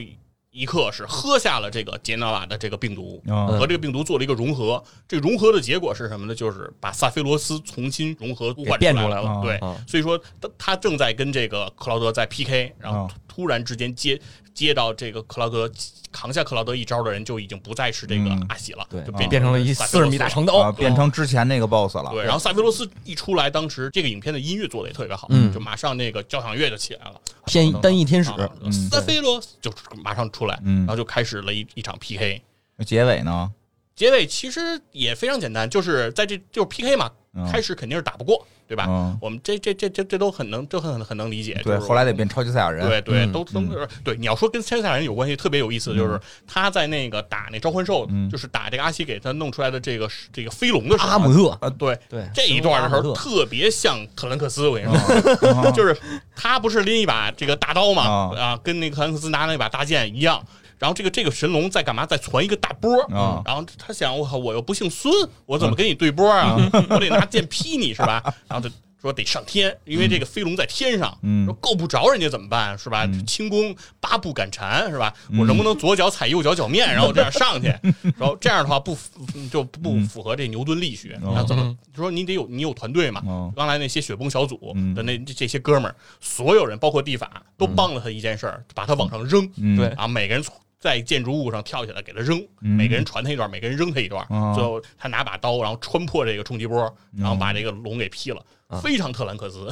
Speaker 2: 一刻是喝下了这个杰纳瓦的这个病毒，
Speaker 1: 啊
Speaker 2: 和这个病毒做了一个融合。这个融合的结果是什么呢？就是把萨菲罗斯重新融合
Speaker 3: 给
Speaker 2: 换
Speaker 3: 变
Speaker 2: 出
Speaker 3: 出
Speaker 2: 来
Speaker 3: 来
Speaker 1: 了
Speaker 2: 对，
Speaker 3: 啊
Speaker 2: 所以说他他正在跟这个克劳德在 PK，然后
Speaker 1: 啊
Speaker 2: 突然之间接接到这个克劳德扛下克劳德一招的人就已经不再是这个
Speaker 1: 嗯
Speaker 2: 阿喜了，
Speaker 3: 对啊
Speaker 2: 就
Speaker 1: 变
Speaker 3: 变成了一
Speaker 2: 萨菲
Speaker 3: 四十
Speaker 2: 罗斯
Speaker 3: 米大
Speaker 2: 了
Speaker 3: 长
Speaker 1: 啊，
Speaker 3: 刀，
Speaker 1: 变成之前那个 boss 了，
Speaker 2: 哦对，然后萨菲罗斯一出来，当时这个影片的音乐做的也特别好，
Speaker 3: 嗯
Speaker 2: 就马上那个交响乐就起来了，
Speaker 3: 天单翼天使，
Speaker 2: 啊萨菲罗斯就马上出来，
Speaker 1: 嗯
Speaker 2: 然后就开始了一一场 PK。
Speaker 1: 结尾呢？
Speaker 2: 结尾其实也非常简单，就是在这就是 PK 嘛，
Speaker 1: 嗯
Speaker 2: 开始肯定是打不过，对吧？
Speaker 1: 嗯
Speaker 2: 我们这这这这这都很能，这很很能理解。
Speaker 1: 对，
Speaker 2: 哎就是
Speaker 1: 后来得变超级赛亚人，
Speaker 2: 对对，
Speaker 3: 嗯
Speaker 2: 都都是对。你要说跟参赛人有关系，特别有意思，
Speaker 1: 嗯
Speaker 2: 就是他在那个打那召唤兽，就是打这个阿西给他弄出来的这个这个飞龙的时候，啊
Speaker 3: 阿姆特，
Speaker 2: 对
Speaker 3: 对
Speaker 2: 这一段的时
Speaker 3: 阿姆
Speaker 2: 候，
Speaker 3: 特
Speaker 2: 特别像特兰克斯，我跟你说，
Speaker 1: 啊，
Speaker 2: 就是他不是拎一把这个大刀嘛，
Speaker 1: 啊
Speaker 2: 啊，跟那个特兰克斯拿那把大剑一样。然后这个这个神龙在干嘛？在传一个大波儿
Speaker 1: 啊
Speaker 2: 然后他想，我靠，我又不姓孙，我怎么跟你对波啊？
Speaker 1: 嗯
Speaker 2: 我得拿剑劈你是吧？然后他说得上天，因为这个飞龙在天上，
Speaker 1: 嗯
Speaker 2: 说够不着人家怎么办是吧？轻功八步赶蝉是吧？
Speaker 1: 嗯
Speaker 2: 我能不能左脚踩右脚脚面， 然后我这样上去？然后这样的话不符嗯就不符合这牛顿力学，
Speaker 1: 嗯哦
Speaker 2: 然后怎么？就说你得有你有团队嘛，
Speaker 1: 哦
Speaker 2: 刚才那些雪崩小组
Speaker 1: 嗯
Speaker 2: 的那这这些哥们儿，所有人包括地法都帮了他一件事儿，把他往上扔，
Speaker 1: 嗯
Speaker 3: 对
Speaker 2: 啊，每个人在建筑物上跳起来给他扔，
Speaker 1: 嗯
Speaker 2: 每个人传他一段，每个人扔他一段，
Speaker 1: 哦
Speaker 2: 最后他拿把刀，然后穿破这个冲击波，然后把这个龙给劈了，非常特兰克斯，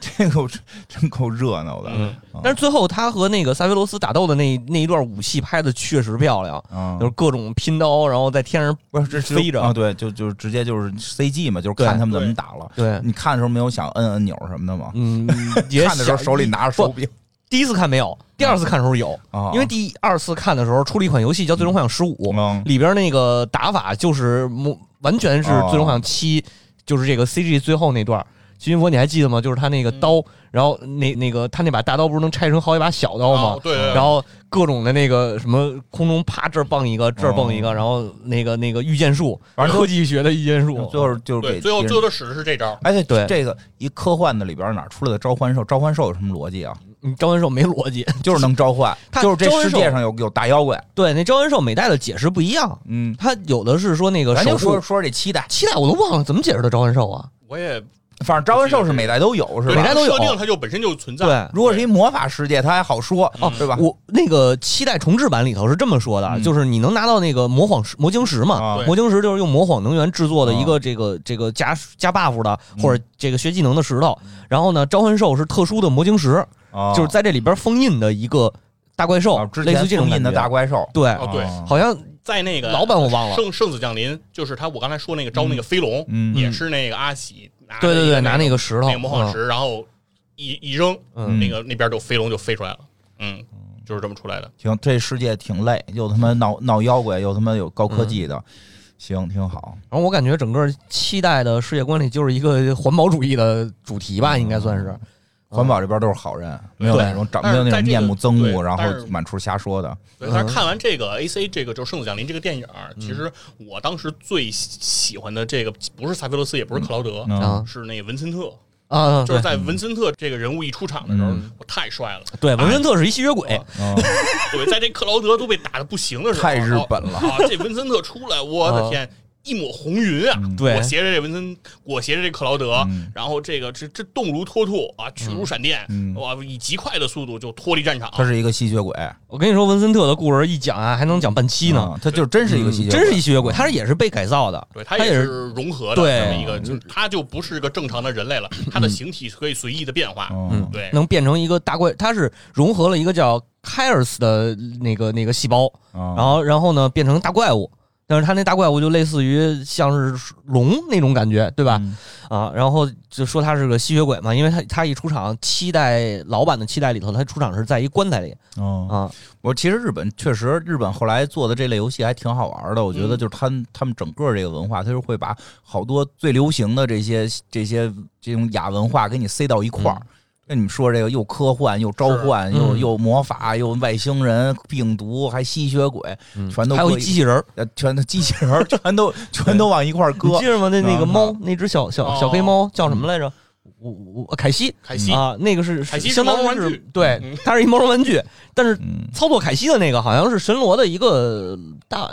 Speaker 1: 这个我真真够热闹的，
Speaker 2: 嗯
Speaker 1: 啊
Speaker 3: 但是最后他和那个萨菲罗斯打斗的那那一段武戏拍的确实漂亮，
Speaker 1: 啊
Speaker 3: 就是各种拼刀，然后在天上
Speaker 1: 不是这是
Speaker 3: 飞着
Speaker 1: 啊？对，就就是直接就是 CG 嘛，就是
Speaker 3: 对
Speaker 1: 看他们怎么
Speaker 2: 对
Speaker 1: 打了。
Speaker 3: 对，
Speaker 1: 你看的时候没有想摁按钮什么的吗？
Speaker 3: 嗯，也
Speaker 1: 看的时候
Speaker 3: 想
Speaker 1: 手里拿着手
Speaker 3: 不
Speaker 1: 柄
Speaker 3: 第一次看没有，第二次看的时候有，
Speaker 1: 啊，
Speaker 3: 因为第一二次看的时候出了一款游戏叫《最终幻想十五》，
Speaker 1: 嗯
Speaker 3: 里边那个打法就是模完全是
Speaker 1: 哦
Speaker 3: 《最终幻想七》，就是这个 CG 最后那段儿。徐云佛，你还记得吗？就是他那个刀，然后那那个他那把大刀不是能拆成好几把小刀吗？
Speaker 2: 哦对
Speaker 1: 嗯
Speaker 2: 对对
Speaker 3: 然后各种的那个什么空中啪这儿蹦一个，这儿蹦一个，然后那个那个御剑术，
Speaker 1: 哦反正
Speaker 3: 科技学的御剑术，
Speaker 1: 最后就是给
Speaker 2: 对，最后
Speaker 1: 别人
Speaker 2: 最后他使的是这招，
Speaker 1: 哎，对
Speaker 3: 对
Speaker 1: 这个一科幻的里边哪出来的召唤兽？召唤兽有什么逻辑啊？
Speaker 3: 嗯召唤兽没逻辑。
Speaker 1: 就是能召唤，
Speaker 3: 它
Speaker 1: 就是这
Speaker 3: 召唤
Speaker 1: 世
Speaker 3: 兽
Speaker 1: 界上有有大妖怪。
Speaker 3: 对，那召唤兽每代的解释不一样，
Speaker 1: 嗯，
Speaker 3: 它有的是说那个
Speaker 1: 呃咱
Speaker 3: 手
Speaker 1: 就
Speaker 3: 部
Speaker 1: 说说这七代，
Speaker 3: 期待我都忘了怎么解释的召唤兽啊。
Speaker 2: 我也
Speaker 1: 反正召唤兽是每代都有，是
Speaker 2: 对
Speaker 3: 每
Speaker 1: 吧？
Speaker 3: 代都有
Speaker 2: 设定，它就本身就存在，
Speaker 3: 对
Speaker 1: 如果是一魔法世界，它还好说，嗯
Speaker 2: 哦
Speaker 1: 对吧？
Speaker 3: 我那个七代重置版里头是这么说的，
Speaker 1: 嗯
Speaker 3: 就是你能拿到那个魔晃石、魔晶石嘛？
Speaker 1: 啊
Speaker 2: 对
Speaker 3: 魔晶石就是用魔晃能源制作的一
Speaker 1: 啊嗯
Speaker 3: 个这个、这个加加 buff 的或者这个学技能的石头。然后呢，召唤兽是特殊的魔晶石，
Speaker 1: 啊
Speaker 3: 就是在这里边封印的一个大怪兽，
Speaker 1: 啊之
Speaker 3: 类似
Speaker 1: 前
Speaker 3: 这种
Speaker 1: 封印的
Speaker 3: 感觉
Speaker 1: 大怪兽，
Speaker 3: 对，
Speaker 2: 哦对
Speaker 1: 啊
Speaker 3: 好像
Speaker 2: 在那个
Speaker 3: 老版我忘了。
Speaker 2: 圣圣子降临，就是他我刚才说那个招那个飞龙，
Speaker 1: 嗯
Speaker 2: 也是那个阿喜拿
Speaker 3: 对对
Speaker 2: 着一
Speaker 3: 对，
Speaker 2: 个
Speaker 3: 拿
Speaker 2: 那
Speaker 3: 那
Speaker 2: 个
Speaker 3: 个石头，
Speaker 2: 那个魔幻
Speaker 1: 嗯
Speaker 2: 石，然后一一扔，
Speaker 3: 嗯
Speaker 2: 那个那边就飞龙就飞出来了，嗯，就是这么出来的。
Speaker 1: 行，这世界挺累，又他妈闹闹妖怪，又他妈有高科技
Speaker 3: 嗯
Speaker 1: 的，行，挺好。
Speaker 3: 嗯。然后我感觉整个七代的世界观里就是一个环保主义的主题
Speaker 1: 嗯
Speaker 3: 吧，应该算是。
Speaker 1: 环保这边都是好人，没有
Speaker 2: 对
Speaker 1: 那种长没
Speaker 2: 但是
Speaker 1: 有那
Speaker 2: 在
Speaker 1: 种
Speaker 2: 这
Speaker 1: 面
Speaker 2: 个
Speaker 1: 目憎恶，
Speaker 2: 对
Speaker 1: 然后
Speaker 2: 但是
Speaker 1: 满处瞎说
Speaker 3: 啊
Speaker 1: 的。
Speaker 2: 对，但是看完这个 A C 这个就是《圣子降临》这个电影，其实我当时最喜喜欢的这个不是萨菲罗斯，也不是克劳德，
Speaker 1: 嗯
Speaker 3: 啊
Speaker 2: 是那个文森特。
Speaker 3: 啊，
Speaker 2: 就是
Speaker 3: 对
Speaker 2: 在文森特这个人物一出场的时候
Speaker 1: 嗯，
Speaker 2: 我太帅了。
Speaker 3: 对，文森特是一吸血鬼，
Speaker 2: 哦
Speaker 1: 嗯，
Speaker 2: 对，在这克劳德都被打的不行的时候，
Speaker 1: 太日本了嗯
Speaker 2: 啊！这文森特出来，我的天，一抹红云啊！
Speaker 3: 对
Speaker 2: 裹挟着这文森，裹挟着这克劳德，
Speaker 1: 嗯
Speaker 2: 然后这个这这动如脱兔啊，去如闪电，
Speaker 1: 嗯
Speaker 2: 哇，以极快的速度就脱离战场。
Speaker 1: 他是一个吸血鬼，
Speaker 3: 我跟你说，文森特的故事一讲啊，还能讲半期呢。
Speaker 1: 嗯他就真是一个吸血鬼，
Speaker 3: 真是一吸血鬼，他也是被改造的，
Speaker 2: 对，他
Speaker 3: 也
Speaker 2: 是
Speaker 3: 是
Speaker 2: 融合的
Speaker 3: 对
Speaker 2: 这么一个，
Speaker 1: 嗯
Speaker 2: 就是他就不是个正常的人 类了，他的形体可以随意的变化。
Speaker 1: 嗯
Speaker 2: 对，
Speaker 3: 能变成一个大怪，他是融合了一个叫凯尔斯的那个那个细胞，
Speaker 1: 然
Speaker 3: 嗯然
Speaker 2: 嗯
Speaker 3: 后然后呢变成大怪物，但是他那大怪物就类似于像是龙那种感觉，对
Speaker 2: 嗯
Speaker 3: 吧？啊，然后就说他是个吸血鬼嘛，因为他他一出场，七代老版的七代里头，他出场是在一棺材里
Speaker 1: 哦，
Speaker 3: 啊，
Speaker 1: 我其实日本确实，日本后来做的这类游戏还挺好玩的。我
Speaker 3: 嗯
Speaker 1: 觉得就是他们他们整个这个文化，他就会把好多最流行的这些这些这种亚文化给你塞到一块儿。跟你们说这个又科幻又召唤
Speaker 3: 嗯是
Speaker 1: 又
Speaker 3: 嗯
Speaker 1: 又魔法又外星人病毒还吸血鬼，全
Speaker 2: 嗯
Speaker 1: 都
Speaker 3: 嗯还有
Speaker 1: 搁
Speaker 3: 一机器人儿，
Speaker 1: 呃全都机器人儿全都全都往一块儿
Speaker 3: 你
Speaker 1: 搁
Speaker 3: 记。着吗？那那个
Speaker 1: 嗯
Speaker 3: 猫，那只小小小黑猫叫什么来着？我我我凯西，
Speaker 2: 哦凯
Speaker 1: 嗯
Speaker 2: 西
Speaker 3: 啊，那个是
Speaker 2: 凯西是
Speaker 3: 相当于
Speaker 2: 毛绒玩
Speaker 3: 是
Speaker 2: 具
Speaker 3: 对
Speaker 2: 嗯，
Speaker 3: 它是一毛绒玩具，但是
Speaker 1: 嗯
Speaker 3: 操作凯西的那个好像是神罗的一个大，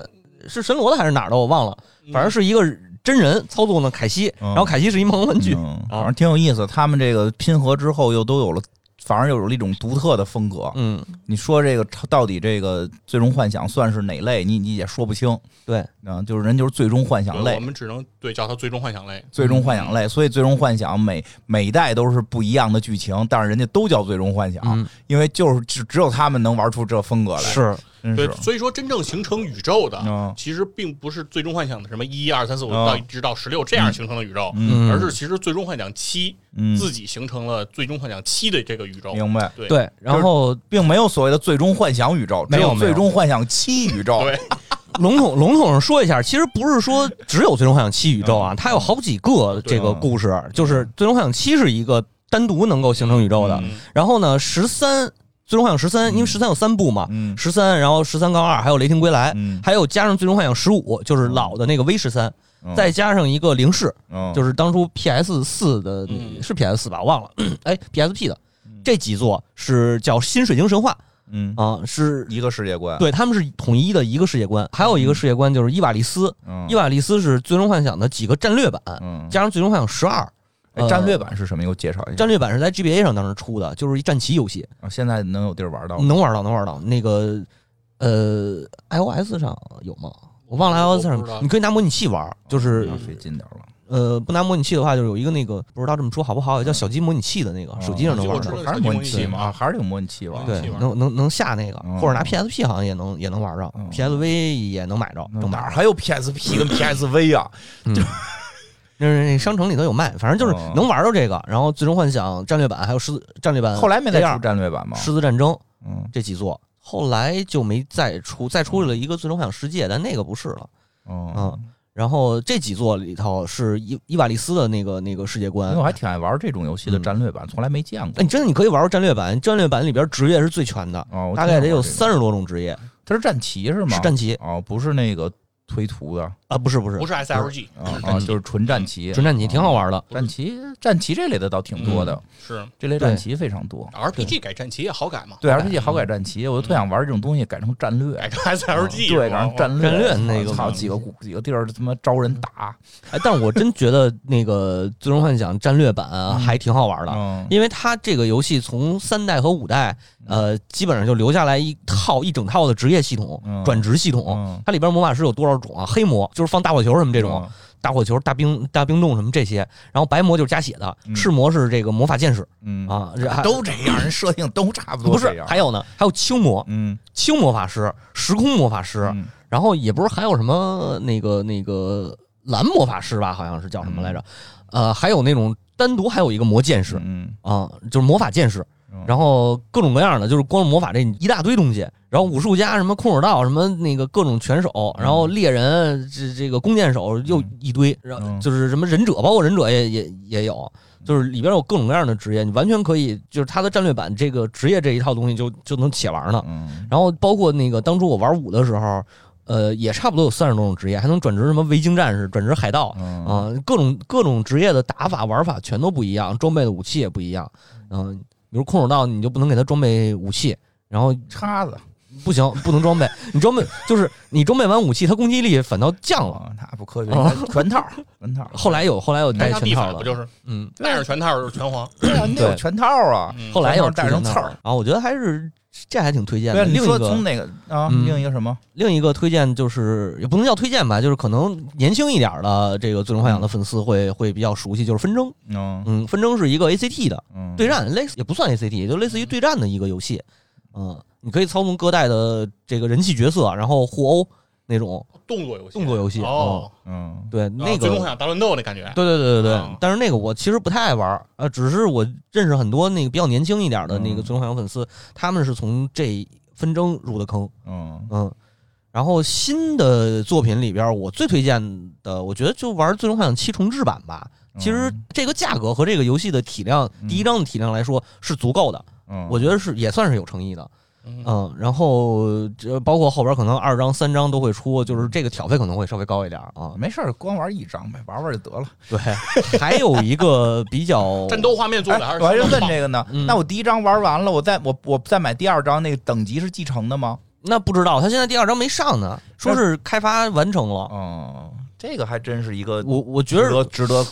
Speaker 3: 是神罗的还是哪儿的我忘了，反正是一个真人操作呢凯西，
Speaker 1: 嗯
Speaker 3: 然后凯西是一毛绒玩具，
Speaker 1: 嗯，
Speaker 2: 啊
Speaker 1: 反正挺有意思。他们这个拼合之后又都有了，反而又有了一种独特的风格。
Speaker 3: 嗯，
Speaker 1: 你说这个到底这个最终幻想算是哪类？你你也说不清
Speaker 3: 对，
Speaker 1: 啊，就是人就是最终幻想
Speaker 2: 对，我
Speaker 1: 类，
Speaker 2: 们只能对叫他最终幻想类。
Speaker 1: 最终幻想类，所以最终幻想每每一代都是不一样的剧情，但是人家都叫最终幻想，
Speaker 3: 嗯
Speaker 1: 因为就是只只有他们能玩出这风格来，
Speaker 3: 是
Speaker 1: 真
Speaker 2: 对
Speaker 1: 是，，
Speaker 2: 所以说真正形成宇宙的，
Speaker 1: 嗯
Speaker 2: 其实并不是最终幻想的什么一二三四五
Speaker 1: 嗯
Speaker 2: 到一直到十六这样形成的宇宙，
Speaker 3: 嗯
Speaker 2: 而是其实最终幻想七、
Speaker 1: 嗯，
Speaker 2: 自己形成了最终幻想七的这个宇宙。
Speaker 1: 明白，
Speaker 2: 对
Speaker 3: 对，然后
Speaker 1: 并没有所谓的最终幻想宇宙，只
Speaker 3: 没有没有
Speaker 1: 最终幻想七宇宙。
Speaker 2: 对，
Speaker 3: 笼统笼统上说一下，其实不是说只有《最终幻想七》宇宙啊，它有好几个这个故事，就是《最终幻想七》是一个单独能够形成宇宙的。
Speaker 2: 嗯
Speaker 3: 然后呢，十三《最终幻想十三》，因为十三有三部嘛，
Speaker 1: 嗯
Speaker 3: 十三，然后十三杠二，还有《雷霆归来》，
Speaker 1: 嗯，
Speaker 3: 还有加上《最终幻想十五》，就是老的那个 V 十三，
Speaker 1: 嗯
Speaker 3: 再加上一个零式，
Speaker 1: 嗯
Speaker 3: 就是当初 PS 四的、
Speaker 2: 嗯
Speaker 3: 是 PS 四吧，我忘了， 哎，PSP 的这几座是叫《新水晶神话
Speaker 1: 嗯》
Speaker 3: 啊，是
Speaker 1: 一个世界观。
Speaker 3: 对，他们是统一的一个世界观，还有一个世界观就是伊瓦利斯，
Speaker 1: 嗯，
Speaker 3: 伊瓦利斯是《最终幻想》的几个战略版，
Speaker 1: 嗯，
Speaker 3: 加上《最终幻想十二
Speaker 1: 哎
Speaker 3: 呃
Speaker 1: 战略版是什么？给我介绍一》，下。
Speaker 3: 战略版是在 GBA 上当时出的，就是一战棋游戏，
Speaker 1: 啊现在能有地儿玩到吗？
Speaker 3: 能玩到能玩到那个呃 iOS 上有吗？我忘了
Speaker 2: 我
Speaker 3: iOS
Speaker 2: 不知道
Speaker 3: 上，你可以拿模拟器玩，就是
Speaker 1: 那费劲点儿了。
Speaker 3: 呃不拿模拟器的话，就是有一个那个不知道这么说好
Speaker 1: 嗯
Speaker 3: 不好，叫小鸡模拟器的那
Speaker 1: 啊
Speaker 3: 个，手机上能
Speaker 2: 我
Speaker 3: 玩
Speaker 2: 知
Speaker 3: 到
Speaker 2: 道。
Speaker 1: 还是模拟器嘛，啊还是有模拟器吧？
Speaker 3: 对
Speaker 2: 模拟器，玩
Speaker 3: 能能能下那个，
Speaker 1: 嗯
Speaker 3: 或者拿 PSP 好像也能也能玩着
Speaker 1: 嗯
Speaker 3: ，PSV 也能买着，
Speaker 1: 那
Speaker 3: 能
Speaker 1: 哪
Speaker 3: 买
Speaker 1: 儿
Speaker 3: 着。
Speaker 1: 还有 PSP 跟 PSV 啊？
Speaker 3: 那是那商城里头有卖，反正就是
Speaker 1: 哦
Speaker 3: 能玩到这个。然后《最终幻想》战略版还有狮子战略版 AR，
Speaker 1: 后来没再出战略版吗？
Speaker 3: 狮子战争
Speaker 1: 嗯，
Speaker 3: 这几座，后来就没再出，再出了一个《最终幻想世界》，但那个不是了。
Speaker 1: 哦
Speaker 3: 嗯，然后这几座里头是伊伊瓦利斯的那个那个世界
Speaker 1: 因
Speaker 3: 观
Speaker 1: 为我。还挺爱玩这种游戏的
Speaker 3: 嗯
Speaker 1: 战略版，从来没见过
Speaker 3: 哎，。你真的你可以玩玩战略版，战略版里边职业是最全的，
Speaker 1: 哦，我
Speaker 3: 大概得有
Speaker 1: 经
Speaker 3: 三十多种职业，
Speaker 1: 常玩这个，它是战棋是吗？
Speaker 3: 是战棋
Speaker 1: 哦，不是那个推图的啊
Speaker 3: 啊？不是不是
Speaker 2: 不，是 SLG，
Speaker 1: 啊，就是纯战棋。啊
Speaker 3: 纯战棋挺好玩嗯的。
Speaker 1: 战棋战棋这类的倒挺多的，
Speaker 2: 是
Speaker 1: 这类战棋非常多。
Speaker 2: RPG 改战旗也好改嘛，
Speaker 1: 对 RPG 好改战棋，我就特想玩这种东西改成战略
Speaker 2: 改，成
Speaker 3: 哦
Speaker 2: SLG
Speaker 1: 嗯对，改
Speaker 2: 是吧
Speaker 1: 成战
Speaker 3: 战略那个
Speaker 1: 操
Speaker 2: 嘛
Speaker 1: 几个几个地儿他妈招人打，
Speaker 3: 哎，但我真觉得那个《最终幻想》战略版啊还挺好玩的，
Speaker 1: 嗯
Speaker 3: 因为它这个游戏从三代和五代，呃，基本上就留下来一套一整套的职业系统、
Speaker 1: 嗯
Speaker 3: 转职系统。
Speaker 1: 嗯，
Speaker 3: 它里边魔法师有多少种啊？黑魔就是放大火球什么这种，大火球、大冰、大冰冻什么这些。然后白魔就是加血的，
Speaker 1: 嗯
Speaker 3: 赤魔是这个魔法剑士
Speaker 1: 嗯
Speaker 3: 啊，这还
Speaker 1: 都这样，人设定都差不多
Speaker 3: 不
Speaker 1: 这
Speaker 3: 是
Speaker 1: 样，。
Speaker 3: 还有呢，还有青魔、
Speaker 1: 嗯，
Speaker 3: 青魔法师、时空魔法师，
Speaker 1: 嗯
Speaker 3: 然后也不是还有什么那个那个蓝魔法师吧，好像是叫什么来着？呃，还有那种单独还有一个魔剑士
Speaker 1: 嗯，
Speaker 3: 啊、就是魔法剑士
Speaker 1: 嗯。
Speaker 3: 然后各种各样的，就是光是魔法这一大堆东西，然后武术家什么空手道什么那个各种拳手，
Speaker 1: 嗯
Speaker 3: 然后猎人这这个弓箭手又一堆，然后
Speaker 1: 嗯
Speaker 3: 就是什么忍者，包括忍者也也也有，就是里边有各种各样的职业，你完全可以就是他的战略版这个职业这一套东西就就能且玩呢。
Speaker 1: 嗯
Speaker 3: 然后包括那个当初我玩五的时候，呃，也差不多有三十多种职业，还能转职什么维京战士、转职海盗
Speaker 1: 嗯
Speaker 3: 啊、各种各种职业的打法、玩法全都不一样，装备的武器也不一样。嗯、比如空手道，你就不能给他装备武器，然后
Speaker 1: 叉子
Speaker 3: 不行，不能装备，你装备就是你装备完武器，他攻击力反倒降了。
Speaker 1: 啊，那不科学
Speaker 3: 啊，
Speaker 1: 全套全 套，
Speaker 3: 后来有后来有带
Speaker 2: 单枪
Speaker 3: 全
Speaker 2: 地
Speaker 3: 套
Speaker 2: 法不
Speaker 3: 的，
Speaker 2: 就是
Speaker 3: 嗯，
Speaker 2: 带上全套就是拳皇，
Speaker 1: 对啊，你得有全套啊。
Speaker 2: 嗯
Speaker 3: 后来有
Speaker 1: 带上刺儿
Speaker 3: 啊，我觉得还是这还挺推荐
Speaker 1: 对啊，
Speaker 3: 的。
Speaker 1: 你
Speaker 3: 另一
Speaker 1: 说
Speaker 3: 个
Speaker 1: 从哪个啊？
Speaker 3: 嗯
Speaker 1: 另一个什么？
Speaker 3: 另一个推荐就是也不能叫推荐吧，就是可能年轻一点儿的这个《最终幻想》
Speaker 2: 嗯
Speaker 3: 的粉丝会会比较熟悉，就是《纷争》。
Speaker 1: 嗯
Speaker 3: 嗯，《纷争》是一个 ACT 的
Speaker 1: 嗯，
Speaker 3: 对战，类似也不算 ACT，就类似于对战的一个游戏。嗯，你可以操纵各代的这个人气角色，然后互殴那种。
Speaker 2: 动作游戏，
Speaker 3: 动作游戏
Speaker 2: 哦，
Speaker 1: 嗯
Speaker 3: 对，
Speaker 2: 啊
Speaker 3: 那
Speaker 2: 最终
Speaker 3: 个
Speaker 2: 幻。想大乱斗那感觉，
Speaker 3: 对对对对对
Speaker 2: 啊，
Speaker 3: 但是那个我其实不太爱玩儿，呃，只是我认识很多那个比较年轻一点儿的那个
Speaker 1: 嗯
Speaker 3: 最终幻想粉丝，他们是从这纷争入的坑，
Speaker 1: 嗯
Speaker 3: 嗯，然后新的作品里边儿，我最推荐的，我觉得就玩《最终幻想七重置版》吧。其实这个价格和这个游戏的体量，
Speaker 1: 嗯
Speaker 3: 第一章的体量来说是足够的，
Speaker 1: 嗯，
Speaker 3: 我觉得是也算是有诚意的，
Speaker 2: 嗯
Speaker 3: 嗯。然后这包括后边可能二章、三章都会出，就是这个挑费可能会稍微高一点儿啊。
Speaker 1: 嗯没事儿，光玩一张呗，玩玩就得了。
Speaker 3: 对，还有一个 比较
Speaker 2: 战斗画面做的还
Speaker 1: 哎
Speaker 2: 是
Speaker 1: 我还
Speaker 2: 是
Speaker 1: 是问这个呢
Speaker 3: 嗯。
Speaker 1: 那我第一张玩完了，我再我我再买第二张，那个等级是继承的吗？
Speaker 3: 那不知道，他现在第二章没上呢，说是开发完成了。
Speaker 1: 哦，这个还真是一个
Speaker 3: 啊我我觉
Speaker 1: 值得
Speaker 3: 得
Speaker 1: 值得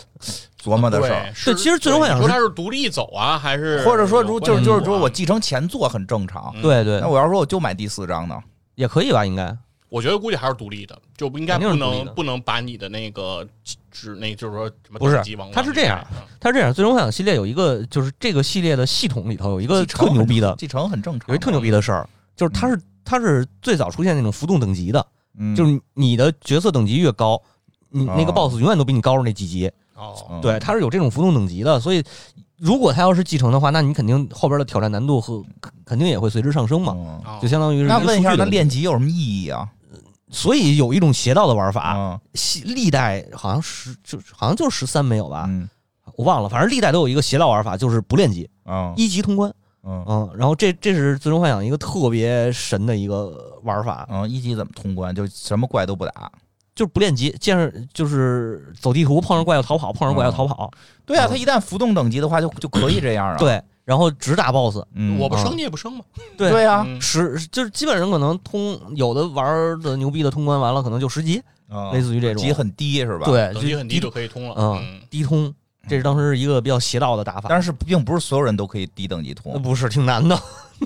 Speaker 1: 琢磨的事儿。
Speaker 2: 是
Speaker 3: 对其实最终幻想
Speaker 2: 你说
Speaker 3: 是
Speaker 2: 它是独立走啊，还是
Speaker 1: 或者说，如就是就是说我
Speaker 2: 嗯
Speaker 1: 继承前作很正常。
Speaker 3: 对对
Speaker 1: 嗯那，我要说我就买第四张呢？
Speaker 3: 也可以吧，应该。
Speaker 2: 我觉得估计还是独立的，就不应该
Speaker 3: 肯定
Speaker 2: 不
Speaker 3: 是独立的
Speaker 2: 能不能把你的那个只那就是说什么
Speaker 3: 不是
Speaker 2: 等级往
Speaker 3: 它是这样，它是这样，《最终幻想》系列有一个，就是这个系列的系统里头有一个
Speaker 1: 继承
Speaker 3: 特牛逼的，
Speaker 1: 继承很正常。啊
Speaker 3: 有一特牛逼的事儿，就是它是它是最早出现那种浮动等级的，
Speaker 1: 嗯，
Speaker 3: 就是你的角色等级越高，你
Speaker 1: 啊
Speaker 3: 那个 BOSS 永远都比你高出那几级。
Speaker 2: 哦，
Speaker 1: 嗯
Speaker 3: 对，它是有这种浮动等级的，所以如果它要是继承的话，那你肯定后边的挑战难度和肯定也会随之上升嘛，
Speaker 1: 嗯
Speaker 2: 哦
Speaker 3: 就相当于是
Speaker 1: 那
Speaker 3: 跟
Speaker 1: 问一
Speaker 3: 数
Speaker 1: 下，
Speaker 3: 据
Speaker 1: 那
Speaker 3: 的
Speaker 1: 练级有什么意义啊？
Speaker 3: 所以有一种邪道的玩法，
Speaker 1: 啊，
Speaker 3: 西历代好像十就好像就十三没有吧，
Speaker 1: 嗯，
Speaker 3: 我忘了，反正历代都有一个邪道玩法，就是不练级，
Speaker 1: 啊，
Speaker 3: 一级通关。
Speaker 1: 嗯，
Speaker 3: 嗯，然后这这是《最终幻想》一个特别神的一个玩法，
Speaker 1: 嗯，一级怎么通关？就什么怪都不
Speaker 3: 啊
Speaker 1: 打。
Speaker 3: 就是不练级，见着就是走地图，碰上怪要逃跑，碰上怪要逃跑，
Speaker 1: 对啊，
Speaker 3: 嗯
Speaker 1: 他一旦浮动等级的话，就就可以这样啊。，
Speaker 3: 对，然后只打 BOSS，
Speaker 1: 嗯，
Speaker 2: 哦我不
Speaker 3: 啊
Speaker 2: 升你也不升嘛，
Speaker 3: 对
Speaker 1: 对啊，
Speaker 2: 嗯
Speaker 3: 十就是基本上可能通有的玩的牛逼的通关完了，可能就十级，
Speaker 1: 嗯
Speaker 3: 类似于这种
Speaker 1: 级很低是吧？，
Speaker 3: 对，
Speaker 2: 等
Speaker 3: 就
Speaker 2: 级很低
Speaker 3: 低
Speaker 2: 就可以通了。
Speaker 3: 嗯，低通，这是当时一个比较邪道的打法，
Speaker 1: 但是并不是所有人都可以低等级
Speaker 3: 呃
Speaker 1: 通，
Speaker 3: 不是挺难的，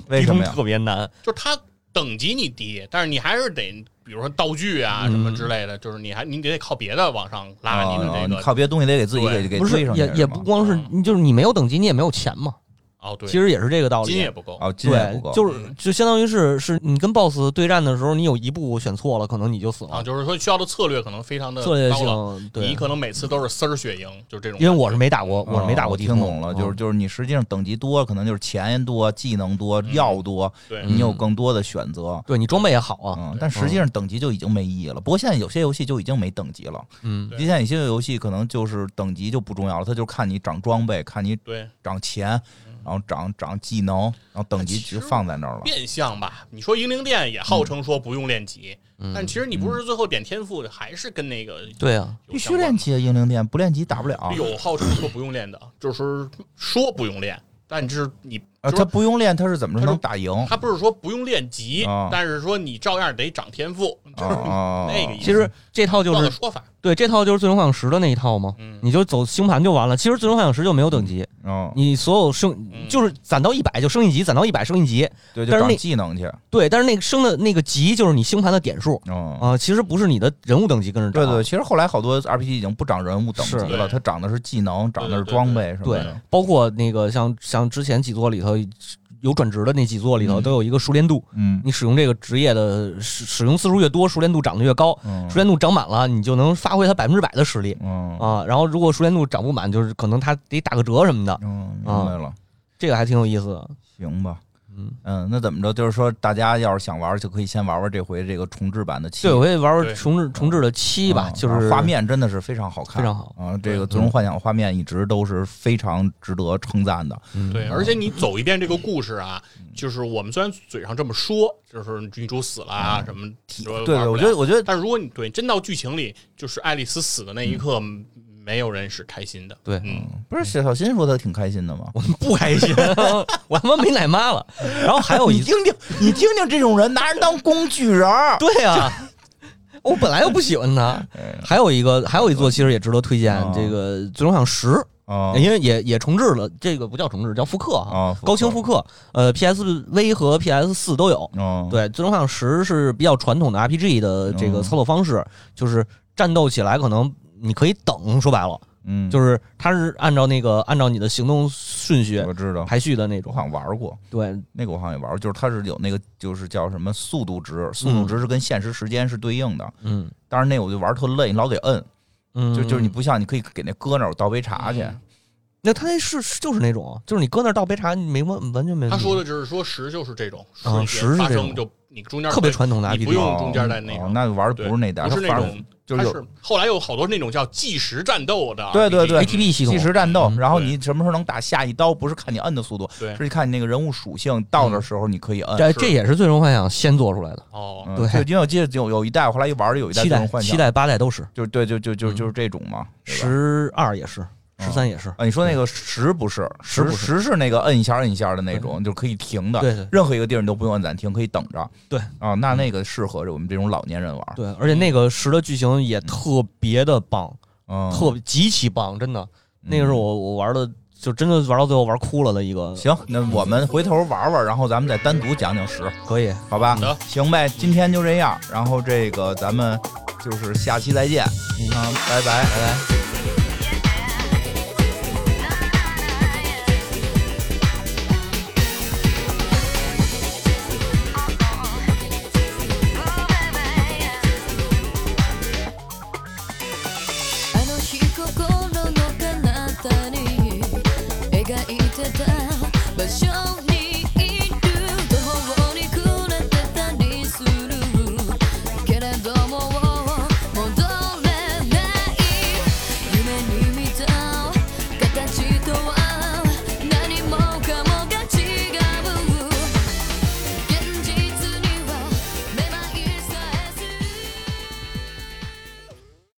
Speaker 1: 为
Speaker 3: 低
Speaker 1: 什
Speaker 3: 通
Speaker 1: 么呀？
Speaker 3: 特别难，
Speaker 2: 就是它等级你低，但是你还是得，比如说道具啊
Speaker 3: 嗯
Speaker 2: 什么之类的，就是你还你得靠别的往上拉
Speaker 3: 啊
Speaker 2: 你
Speaker 1: 哦
Speaker 2: 的这
Speaker 1: 你
Speaker 2: 个。
Speaker 1: 靠别的东西得给自己给给
Speaker 3: 不是
Speaker 1: 追上去
Speaker 3: 也也
Speaker 1: 吗
Speaker 3: 不光是
Speaker 2: 嗯
Speaker 3: 就是你没有等级，你也没有钱嘛，
Speaker 2: 哦，对，
Speaker 3: 其实也是这个道理，
Speaker 2: 金也不够。
Speaker 1: 哦，金也
Speaker 3: 对
Speaker 1: 不够，，
Speaker 2: 嗯
Speaker 3: 就是就相当于是是你跟 BOSS 对战的时候，你有一步选错了，可能你就死
Speaker 2: 啊，
Speaker 3: 了。
Speaker 2: 就是说需要的策略可能非常的
Speaker 3: 策略
Speaker 2: 高了，
Speaker 3: 性对
Speaker 2: 你，可能每次都是丝儿血赢，就是这种。
Speaker 3: 因为我是没打过，我是没打
Speaker 1: 哦
Speaker 3: 过
Speaker 1: 我
Speaker 3: 地
Speaker 1: 听
Speaker 3: 通，
Speaker 1: 懂了，就是
Speaker 3: 嗯
Speaker 1: 就是你实际上等级多，可能就是钱多、技能多、
Speaker 2: 嗯
Speaker 1: 药多，
Speaker 2: 对
Speaker 1: 你有更多的选择。
Speaker 3: 嗯哦对你装备也好啊，
Speaker 1: 嗯，但实际上等级就已经没意义了。不过现在有些游戏就已经没等级了，
Speaker 3: 嗯
Speaker 2: 对
Speaker 1: 现在有些游戏可能就是等级就不重要了，它就看你涨装备，看你
Speaker 2: 对
Speaker 1: 涨钱，
Speaker 3: 嗯
Speaker 1: 然后涨涨技能，然后等级
Speaker 2: 那其
Speaker 1: 就
Speaker 2: 实
Speaker 1: 放在那儿了。
Speaker 2: 变相吧，你说英灵殿也号称说不用练级，
Speaker 3: 嗯
Speaker 2: 但其实你不是最后点天赋，还是跟那个
Speaker 3: 对啊，
Speaker 2: 有
Speaker 1: 必须
Speaker 2: 相关嗯
Speaker 1: 练级啊，英灵殿不练级打不了。
Speaker 2: 有号称说不用练的，就是说不用练，但是你
Speaker 1: 啊，
Speaker 2: 就
Speaker 1: 他
Speaker 2: 是
Speaker 1: 不用练，他是怎么着
Speaker 2: 他是
Speaker 1: 能打赢？
Speaker 2: 他不是说不用练级
Speaker 1: 啊，
Speaker 2: 但是说你照样得涨天赋，就
Speaker 1: 哦
Speaker 2: 是
Speaker 1: 哦
Speaker 2: 那个意思。
Speaker 3: 其实这套就
Speaker 2: 换个
Speaker 3: 是
Speaker 2: 说法，
Speaker 3: 对这套就是最终幻想十的那一套嘛，
Speaker 2: 嗯，
Speaker 3: 你就走星盘就完了。其实最终幻想十就没有等级，
Speaker 1: 哦，
Speaker 3: 你所有升
Speaker 2: 嗯
Speaker 3: 就是攒到一百就升一级，攒到一百升一级。
Speaker 1: 对，就
Speaker 3: 但是
Speaker 1: 长
Speaker 3: 那
Speaker 1: 技能去。
Speaker 3: 对，但是那个升的那个级就是你星盘的点数
Speaker 1: 哦，
Speaker 3: 啊，其实不是你的人物等级跟着
Speaker 1: 对对，
Speaker 3: 涨。
Speaker 1: 其实后来好多 RPG 已经不长人物等级
Speaker 3: 是
Speaker 1: 了，
Speaker 2: 对
Speaker 1: 它长的是技能，长的是
Speaker 2: 对对对
Speaker 1: 装备什么
Speaker 3: 对
Speaker 1: 的。，
Speaker 3: 包括那个像像之前几座里头有转职的那几座里头
Speaker 1: 嗯
Speaker 3: 都有一个熟练度，
Speaker 1: 嗯
Speaker 3: 你使用这个职业的使使用次数越多，熟练度涨得越高，
Speaker 1: 嗯
Speaker 3: 熟练度涨满了，你就能发挥它百分之百的实力
Speaker 1: 嗯
Speaker 3: 啊。然后如果熟练度涨不满，就是可能它得打个折什么的，
Speaker 1: 嗯，明白了，
Speaker 3: 这个还挺有意思的。
Speaker 1: 行吧。
Speaker 3: 啊嗯，
Speaker 1: 嗯，那怎么着？就是说，大家要是想玩，就可以先玩玩这回这个重置版的七
Speaker 3: 这，回玩
Speaker 2: 对
Speaker 3: 玩重置重置的七吧，
Speaker 1: 嗯
Speaker 3: 就是
Speaker 1: 画面真的是非常好看，
Speaker 3: 非常好。嗯
Speaker 1: 啊，这个《最终幻想》画面一直都是非常值得称赞的。
Speaker 3: 嗯
Speaker 2: 对，而且你走一遍这个故事啊，
Speaker 1: 嗯
Speaker 2: 就是我们虽然嘴上这么说，就是女主死了啊什么，
Speaker 1: 对
Speaker 2: 说
Speaker 1: 对，
Speaker 2: 玩不
Speaker 1: 我
Speaker 2: 了
Speaker 1: 觉得，我觉得
Speaker 2: 但是如果你对真到剧情里，就是爱丽丝死的
Speaker 1: 嗯
Speaker 2: 那一刻，没有人是开心的。
Speaker 3: 对
Speaker 2: 嗯，
Speaker 1: 不是小小新说他挺开心的吗？
Speaker 3: 不开心， 我他妈没奶妈了。然后还有
Speaker 1: 嗯你
Speaker 3: 一，。
Speaker 1: 听听， 你听听这种人拿人当工具人儿
Speaker 3: 对啊，我本来就不喜欢他。
Speaker 1: 哎
Speaker 3: 还有一个，还有一座其实也值得推荐
Speaker 1: 啊，
Speaker 3: 这个《最终幻想十》，
Speaker 1: 啊
Speaker 2: 哎
Speaker 3: 因为也也重置了，这个不叫重置，叫复刻啊，
Speaker 1: 啊，
Speaker 3: 高清复刻。呃，PSV 和 PS 四都有。
Speaker 1: 啊，
Speaker 3: 对，《最终幻想十》是比较传统的 RPG 的这个
Speaker 1: 嗯
Speaker 3: 操作方式，就是战斗起来可能你可以等，说白了，
Speaker 1: 嗯，
Speaker 3: 就是它是按照那个按照你的行动顺序
Speaker 1: 我知道，
Speaker 3: 排序的那
Speaker 1: 我
Speaker 3: 种
Speaker 1: 好。像玩过
Speaker 3: 对，
Speaker 1: 那个，我好像也玩过，就是它是有那个就是叫什么速度值，速
Speaker 2: 嗯
Speaker 1: 度值是跟现实时间是对应的。
Speaker 3: 嗯
Speaker 1: 当然那我就玩特累，你老得摁，
Speaker 3: 嗯，
Speaker 1: 就就是你不像你可以给那搁那儿我倒杯
Speaker 2: 嗯
Speaker 1: 茶去。
Speaker 3: 那他那是是就是那种，就是你搁那儿倒杯茶，你没问完全没问
Speaker 2: 他
Speaker 3: 题。
Speaker 2: 说的就是说十就是这种，
Speaker 3: 啊
Speaker 2: 瞬
Speaker 3: 十是
Speaker 2: 间发
Speaker 3: 这
Speaker 2: 生
Speaker 3: 种
Speaker 2: 就你中间
Speaker 3: 特别传统的
Speaker 2: 你
Speaker 3: RPG，
Speaker 2: 不用
Speaker 1: 哦
Speaker 2: 中间在那
Speaker 1: 哦
Speaker 2: 种，
Speaker 1: 那玩的
Speaker 2: 对
Speaker 1: 不是那代，
Speaker 2: 不是
Speaker 1: 它
Speaker 2: 那
Speaker 1: 反
Speaker 2: 种，
Speaker 1: 就是
Speaker 2: 它
Speaker 1: 有
Speaker 2: 是后来有好多那种叫计时战斗的啊 RPG，
Speaker 1: 对对对
Speaker 3: ATB 系统
Speaker 1: 计时战斗，
Speaker 3: 嗯
Speaker 1: 然后
Speaker 2: 对
Speaker 1: 你什么时候能打下一刀，不是看你摁的速度，
Speaker 2: 对嗯
Speaker 1: 是看你那个人物属性到的时候你可以摁。
Speaker 3: 这
Speaker 2: 是
Speaker 3: 这也是最终幻想先做出来的，
Speaker 2: 哦，
Speaker 1: 嗯
Speaker 3: 对
Speaker 1: 就因为我记得有有一代，我后来一玩的有一代
Speaker 3: 七
Speaker 1: 这
Speaker 3: 代
Speaker 1: 种幻
Speaker 3: 七
Speaker 1: 想，
Speaker 3: 代八代都是，
Speaker 1: 就是对，就就就
Speaker 3: 嗯
Speaker 1: 就是这种嘛。对吧
Speaker 3: 十二也是，十三也是，
Speaker 1: 啊，你说那个十不是十
Speaker 3: 十不是
Speaker 1: 十是那个摁一下摁一下的那种，就可以停的。
Speaker 3: 对对
Speaker 1: 任何一个地儿你都不用按暂停，可以等着。
Speaker 3: 对嗯
Speaker 1: 啊，那那个适合我们这种老年人玩。
Speaker 3: 对，而且那个十的剧情也特别的棒，
Speaker 1: 嗯，
Speaker 3: 特别极其棒，真的，那个是我我玩的，就真的玩到最后玩哭了的一个，
Speaker 1: 行，那我们回头玩玩，然后咱们再单独讲讲十，
Speaker 3: 可以，
Speaker 1: 好吧？
Speaker 2: 行
Speaker 1: 行呗，今嗯天就这样，然后这个咱们就是下期再见。啊，拜拜，拜拜。